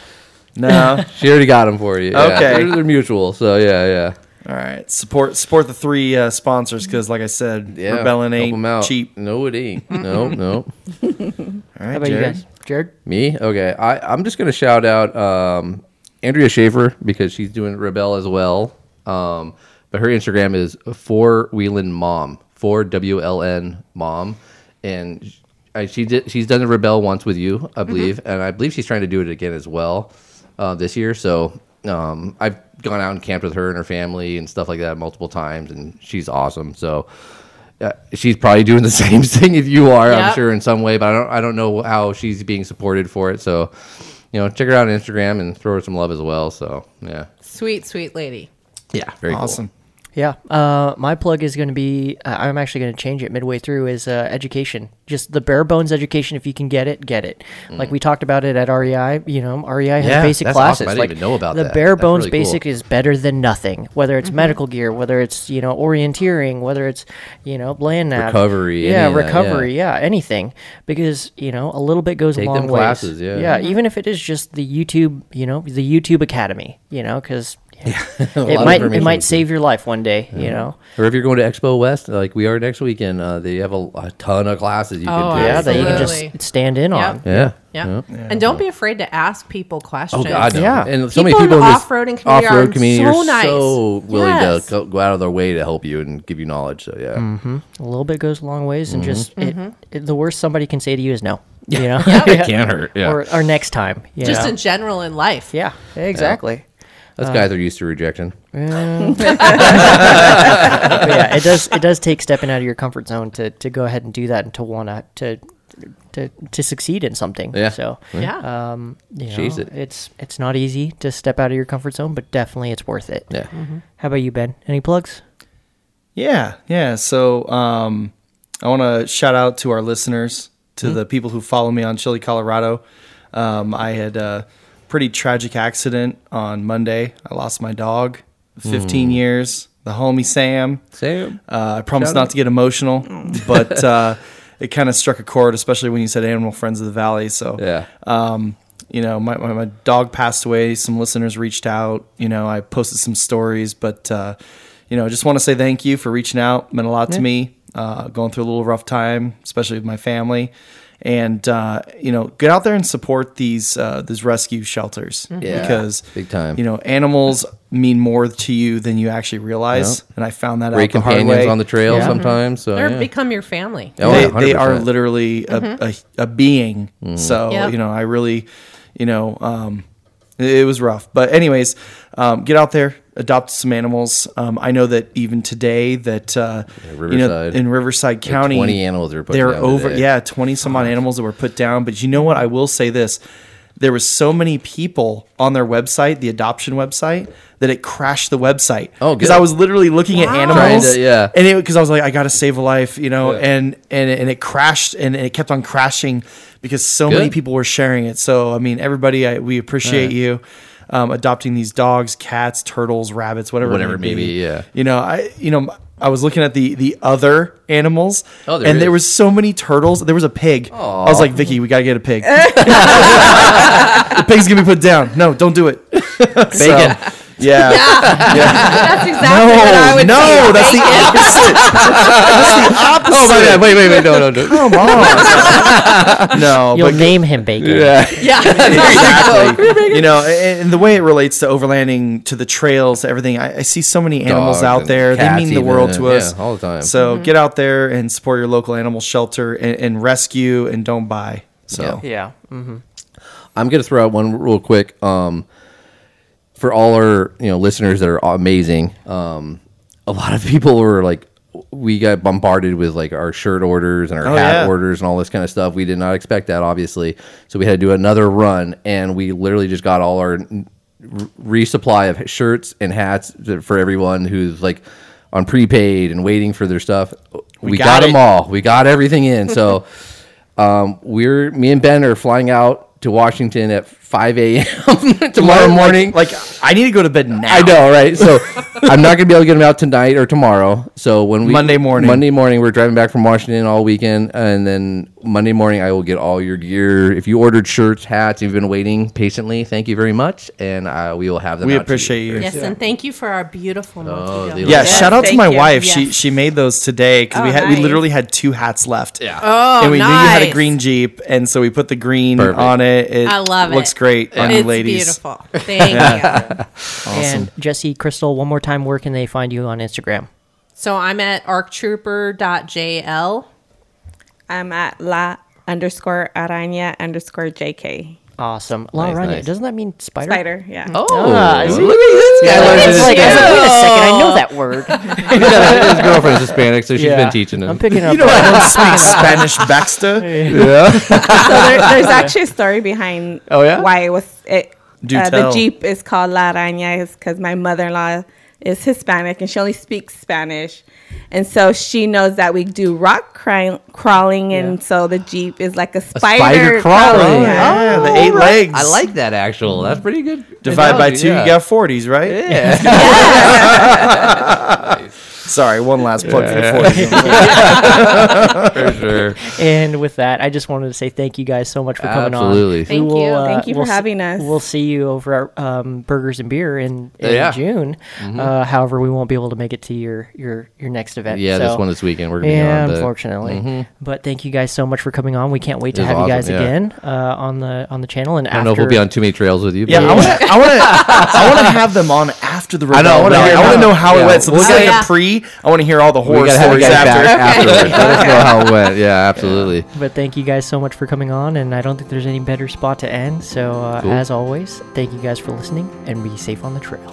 Speaker 3: No.
Speaker 2: She already got them for you. Yeah.
Speaker 3: Okay.
Speaker 2: They're, they're mutual. So yeah, yeah.
Speaker 3: All right. Support support the three uh, sponsors because, like I said,
Speaker 2: Yeah.
Speaker 3: rebelling
Speaker 2: Help 'em
Speaker 3: ain't
Speaker 2: out.
Speaker 3: cheap.
Speaker 2: No, it ain't. No, no.
Speaker 3: All right,
Speaker 1: How about you
Speaker 3: Jared?
Speaker 1: guys? Jared?
Speaker 2: Me? Okay. I, I'm just going to shout out um, Andrea Schaefer because she's doing Rebel as well. Um, but her Instagram is 4 Wheelin Mom, 4WLN Mom. And sh- I, she did, she's done the Rebel once with you, I believe. And I believe she's trying to do it again as well uh, this year. So um, I've gone out and camped with her and her family and stuff like that multiple times. And she's awesome. So. uh, She's probably doing the same thing if you are, I'm
Speaker 4: Yep.
Speaker 2: sure, in some way, but I don't I don't know how she's being supported for it. So, you know, check her out on Instagram and throw her some love as well. So, yeah,
Speaker 4: Sweet, sweet lady.
Speaker 2: yeah, very cool.
Speaker 3: Awesome.
Speaker 1: Yeah, uh, my plug is going to be. Uh, I'm actually going to change it midway through. Is uh, education, just the bare bones education. If you can get it, get it. Like we talked about it at REI. You know, REI has
Speaker 2: Mm. Yeah,
Speaker 1: basic
Speaker 2: that's
Speaker 1: classes.
Speaker 2: awesome. I didn't
Speaker 1: like
Speaker 2: even know about
Speaker 1: the
Speaker 2: that.
Speaker 1: bare
Speaker 2: That's
Speaker 1: bones
Speaker 2: really cool. Mm-hmm.
Speaker 1: basic is better than nothing. Whether it's medical gear, whether it's you know orienteering, whether it's you know land nav.
Speaker 2: Recovery,
Speaker 1: yeah,
Speaker 2: any of that, yeah.
Speaker 1: recovery, yeah. anything. Because you know a little bit goes
Speaker 2: Take
Speaker 1: a long
Speaker 2: them
Speaker 1: ways.
Speaker 2: classes, yeah.
Speaker 1: yeah, even if it is just the YouTube, you know, the YouTube Academy, you know, because.
Speaker 2: lot
Speaker 1: it
Speaker 2: of
Speaker 1: might it
Speaker 2: information
Speaker 1: might
Speaker 2: is-
Speaker 1: save your life one day, you know.
Speaker 2: Or if you're going to Expo West, like we are next weekend, uh, they have a, a ton of classes you
Speaker 4: Oh,
Speaker 2: can take.
Speaker 1: yeah, that you can
Speaker 4: Absolutely.
Speaker 1: just stand in on.
Speaker 2: yeah,
Speaker 4: Yeah. And don't be afraid to ask people questions.
Speaker 2: Oh God, no.
Speaker 1: Yeah.
Speaker 2: and so
Speaker 4: People
Speaker 2: many
Speaker 4: in the
Speaker 2: people in this
Speaker 4: off-roading community are
Speaker 2: off-road community
Speaker 4: so
Speaker 2: are
Speaker 4: nice.
Speaker 2: so willing
Speaker 4: Yes.
Speaker 2: to go, go out of their way to help you and give you knowledge. So yeah,
Speaker 1: A little bit goes a long ways,
Speaker 2: Mm-hmm.
Speaker 1: and just it,
Speaker 4: Mm-hmm.
Speaker 1: it- the worst somebody can say to you is no. You know,
Speaker 2: it can hurt. Yeah,
Speaker 1: or or next time. You
Speaker 4: Just
Speaker 1: know?
Speaker 4: in general in life.
Speaker 1: yeah, exactly.
Speaker 4: uh,
Speaker 2: those guys are used to rejection.
Speaker 1: But yeah, it does it does take stepping out of your comfort zone to to go ahead and do that and to want to to to succeed in something.
Speaker 2: Yeah.
Speaker 1: So
Speaker 4: Yeah.
Speaker 3: Oh,
Speaker 1: um, you know,
Speaker 2: Jeez, it-
Speaker 1: it's it's not easy to step out of your comfort zone, but definitely it's worth it.
Speaker 2: Yeah,
Speaker 4: Mm-hmm.
Speaker 1: How about you, Ben? Any plugs?
Speaker 3: Yeah, yeah. So um, I want to shout out to our listeners, to the people who follow me on Chili, Colorado. Um, I had a pretty tragic accident on Monday. I lost my dog, 15 years, the homie Sam.
Speaker 2: Sam.
Speaker 3: Uh, I promise not to get emotional, but uh, it kind of struck a chord, especially when you said Animal Friends of the Valley. So
Speaker 2: Yeah.
Speaker 3: um, you know, my, my, my dog passed away. Some listeners reached out. You know, I posted some stories, but, uh, you know, I just want to say thank you for reaching out. meant a lot to me. Uh, going through a little rough time, especially with my family. And, uh, you know, get out there and support these, uh, these rescue shelters
Speaker 2: Yeah.
Speaker 3: because,
Speaker 2: Big time.
Speaker 3: you know, animals mean more to you than you actually realize. And I found that
Speaker 2: Great
Speaker 3: out the hard
Speaker 2: companions
Speaker 3: way.
Speaker 2: on the trail sometimes. So
Speaker 4: They're
Speaker 2: yeah.
Speaker 4: become your family.
Speaker 2: Oh,
Speaker 3: they,
Speaker 2: yeah,
Speaker 3: they are
Speaker 2: 100%. Mm.
Speaker 3: literally a, a, a being. So,
Speaker 4: Mm-hmm. Yep.
Speaker 3: you know, I really, you know, um, it, it was rough. But, anyways, um, get out there, adopt some animals. Um, I know that even today that, uh, you know,
Speaker 2: Riverside.
Speaker 3: in Riverside County,
Speaker 2: 20 animals were put
Speaker 3: they're
Speaker 2: down
Speaker 3: over,
Speaker 2: today.
Speaker 3: yeah, 20 some odd animals that were put down. But you know what? I will say this. There was so many people on their website, the adoption website, that it crashed the website.
Speaker 2: Oh,
Speaker 3: because
Speaker 2: good.
Speaker 3: I was literally looking at
Speaker 4: Wow.
Speaker 3: animals,
Speaker 2: Trying to- yeah.
Speaker 3: and it because I was like, I gotta save a life, you know,
Speaker 2: Yeah.
Speaker 3: and and and it crashed and it kept on crashing because so many
Speaker 2: Good.
Speaker 3: people were sharing it. So I mean, everybody, I, we appreciate you um, adopting these dogs, cats, turtles, rabbits, whatever,
Speaker 2: Whatever
Speaker 3: it
Speaker 2: it may be, yeah.
Speaker 3: you know, I you know. I was looking at the the other animals,
Speaker 2: Oh, there
Speaker 3: and there
Speaker 2: is.
Speaker 3: was so many turtles. There was a pig. I was like, Vicky, we gotta get a pig. the pig's gonna be put down. No, don't do it. Bacon. yeah.
Speaker 5: That's
Speaker 3: No,
Speaker 5: exactly what I would say.
Speaker 3: no, that's the opposite. that's the opposite.
Speaker 2: Oh my God! Wait, wait, wait! No, no, no!
Speaker 3: Come on. no,
Speaker 2: Oh
Speaker 1: You'll
Speaker 3: but
Speaker 1: name him Bacon.
Speaker 3: exactly. you know, and, and the way it relates to overlanding, to the trails, to everything. I, I see so many animals
Speaker 2: Dogs
Speaker 3: out
Speaker 2: and
Speaker 3: there. They
Speaker 2: cats
Speaker 3: mean the
Speaker 2: even,
Speaker 3: world
Speaker 2: uh,
Speaker 3: to
Speaker 2: yeah,
Speaker 3: us
Speaker 2: all the time. Mm-hmm.
Speaker 3: So get out there and support your local animal shelter and, and rescue and don't buy. So
Speaker 1: Yeah.
Speaker 2: I'm gonna throw out one real quick. Um, for all our you know listeners that are amazing, um, a lot of people were like we got bombarded with like our shirt orders and our
Speaker 3: Oh,
Speaker 2: hat
Speaker 3: yeah.
Speaker 2: orders and all this kind of stuff. We did not expect that, obviously. So we had to do another run, and we literally just got all our n- re- resupply of shirts and hats th- for everyone who's like on prepaid and waiting for their stuff. We,
Speaker 3: got
Speaker 2: got,
Speaker 3: it.
Speaker 2: them all. We got everything in. So um, we're me and Ben are flying out to Washington at 5 a.m. tomorrow
Speaker 3: Like-
Speaker 2: morning.
Speaker 3: Like, I need to go to bed now.
Speaker 2: I know, right? So I'm not gonna be able to get them out tonight or tomorrow. So when we
Speaker 3: Monday morning.
Speaker 2: Monday morning, we're driving back from Washington all weekend, and then Monday morning, I will get all your gear. If you ordered shirts, hats, you've been waiting patiently. Thank you very much, and uh, we will have them.
Speaker 3: We
Speaker 2: out to
Speaker 3: appreciate you.
Speaker 4: Yes, and thank you for our beautiful
Speaker 2: Oh,
Speaker 4: multi
Speaker 2: they
Speaker 3: Yeah,
Speaker 2: Yeah,
Speaker 3: shout out to
Speaker 5: thank
Speaker 3: my
Speaker 5: you.
Speaker 3: wife. She
Speaker 4: Yes.
Speaker 3: she made those today because we
Speaker 5: Oh,
Speaker 3: had we
Speaker 5: nice.
Speaker 3: literally had two hats left.
Speaker 2: Yeah.
Speaker 4: Oh,
Speaker 3: and we knew you had a
Speaker 4: nice.
Speaker 3: green jeep, and so we put the green
Speaker 2: Perfect.
Speaker 3: on it. It
Speaker 4: I love it.
Speaker 3: Looks great on you
Speaker 4: It's
Speaker 3: ladies.
Speaker 4: beautiful. Thank you.
Speaker 1: And Jesse, Crystal, one more time, where can they find you on Instagram?
Speaker 4: So I'm at arctrooper.jl.
Speaker 5: I'm at la underscore araña underscore jk.
Speaker 1: Awesome. La
Speaker 2: Nice,
Speaker 1: Araña.
Speaker 2: nice.
Speaker 1: Doesn't that mean spider?
Speaker 5: Spider, yeah.
Speaker 2: Oh,
Speaker 1: Ah, I see.
Speaker 2: look at this guy!
Speaker 1: I
Speaker 2: learned
Speaker 1: was
Speaker 2: his-
Speaker 1: like, I was like, wait a second, I know that word.
Speaker 2: his girlfriend's Hispanic, so she's been teaching him.
Speaker 1: I'm picking up.
Speaker 3: You know, everyone speaks Spanish, Baxter.
Speaker 5: So there, there's actually a story behind
Speaker 3: Oh, yeah?
Speaker 5: why it was it.
Speaker 3: Do
Speaker 5: uh,
Speaker 3: tell.
Speaker 5: The Jeep is called La Araña is because my mother-in-law is Hispanic and she only speaks Spanish, and so she knows that we do rock cry- crawling, and so the Jeep is like a spider,
Speaker 2: spider crawling.
Speaker 5: crawling. yeah.
Speaker 3: Yeah, the eight legs.
Speaker 2: Oh, I like that actual. That's pretty good.
Speaker 3: Divide by
Speaker 2: analogy,
Speaker 3: two,
Speaker 2: yeah.
Speaker 3: you got forties, right?
Speaker 2: Yeah.
Speaker 3: Sorry, one last plug for the forties.
Speaker 2: for sure.
Speaker 1: And with that, I just wanted to say thank you guys so much for coming
Speaker 2: Absolutely.
Speaker 1: on.
Speaker 2: Thank
Speaker 1: We uh,
Speaker 4: you.
Speaker 5: Oh, Thank you for
Speaker 1: we'll s-
Speaker 5: having us.
Speaker 1: We'll see you over at um, Burgers and Beer in, in
Speaker 2: Yeah. Mm-hmm.
Speaker 1: June. Uh, however, we won't be able to make it to your your, your next event.
Speaker 2: Yeah,
Speaker 1: So-
Speaker 2: this one this weekend we're gonna
Speaker 1: Yeah,
Speaker 2: be on. but- mm-hmm.
Speaker 1: unfortunately. But thank you guys so much for coming on. We can't wait to
Speaker 2: It was
Speaker 1: have you
Speaker 2: awesome,
Speaker 1: guys
Speaker 2: yeah.
Speaker 1: again uh, on the on the channel. And
Speaker 2: I don't know if we'll be on too many trails with you.
Speaker 3: Yeah,
Speaker 2: but-
Speaker 3: I want to. I want to. I want to have them on after the. Rebel. I
Speaker 2: know,
Speaker 3: wanna
Speaker 2: no,
Speaker 3: hear- I
Speaker 2: no.
Speaker 3: want to know how
Speaker 2: Yeah.
Speaker 3: it went. So this is
Speaker 4: Oh,
Speaker 3: like
Speaker 4: yeah.
Speaker 3: a pre. I want to hear all the
Speaker 2: we
Speaker 3: horror
Speaker 2: gotta have you
Speaker 3: stories
Speaker 2: guys
Speaker 3: after.
Speaker 2: back afterwards. Let us know how it went. Yeah, absolutely.
Speaker 1: But thank you guys so much for coming on. And I don't think there's any better spot to end. So uh,
Speaker 2: Cool. Mm-hmm.
Speaker 1: as always, thank you guys for listening and be safe on the trail.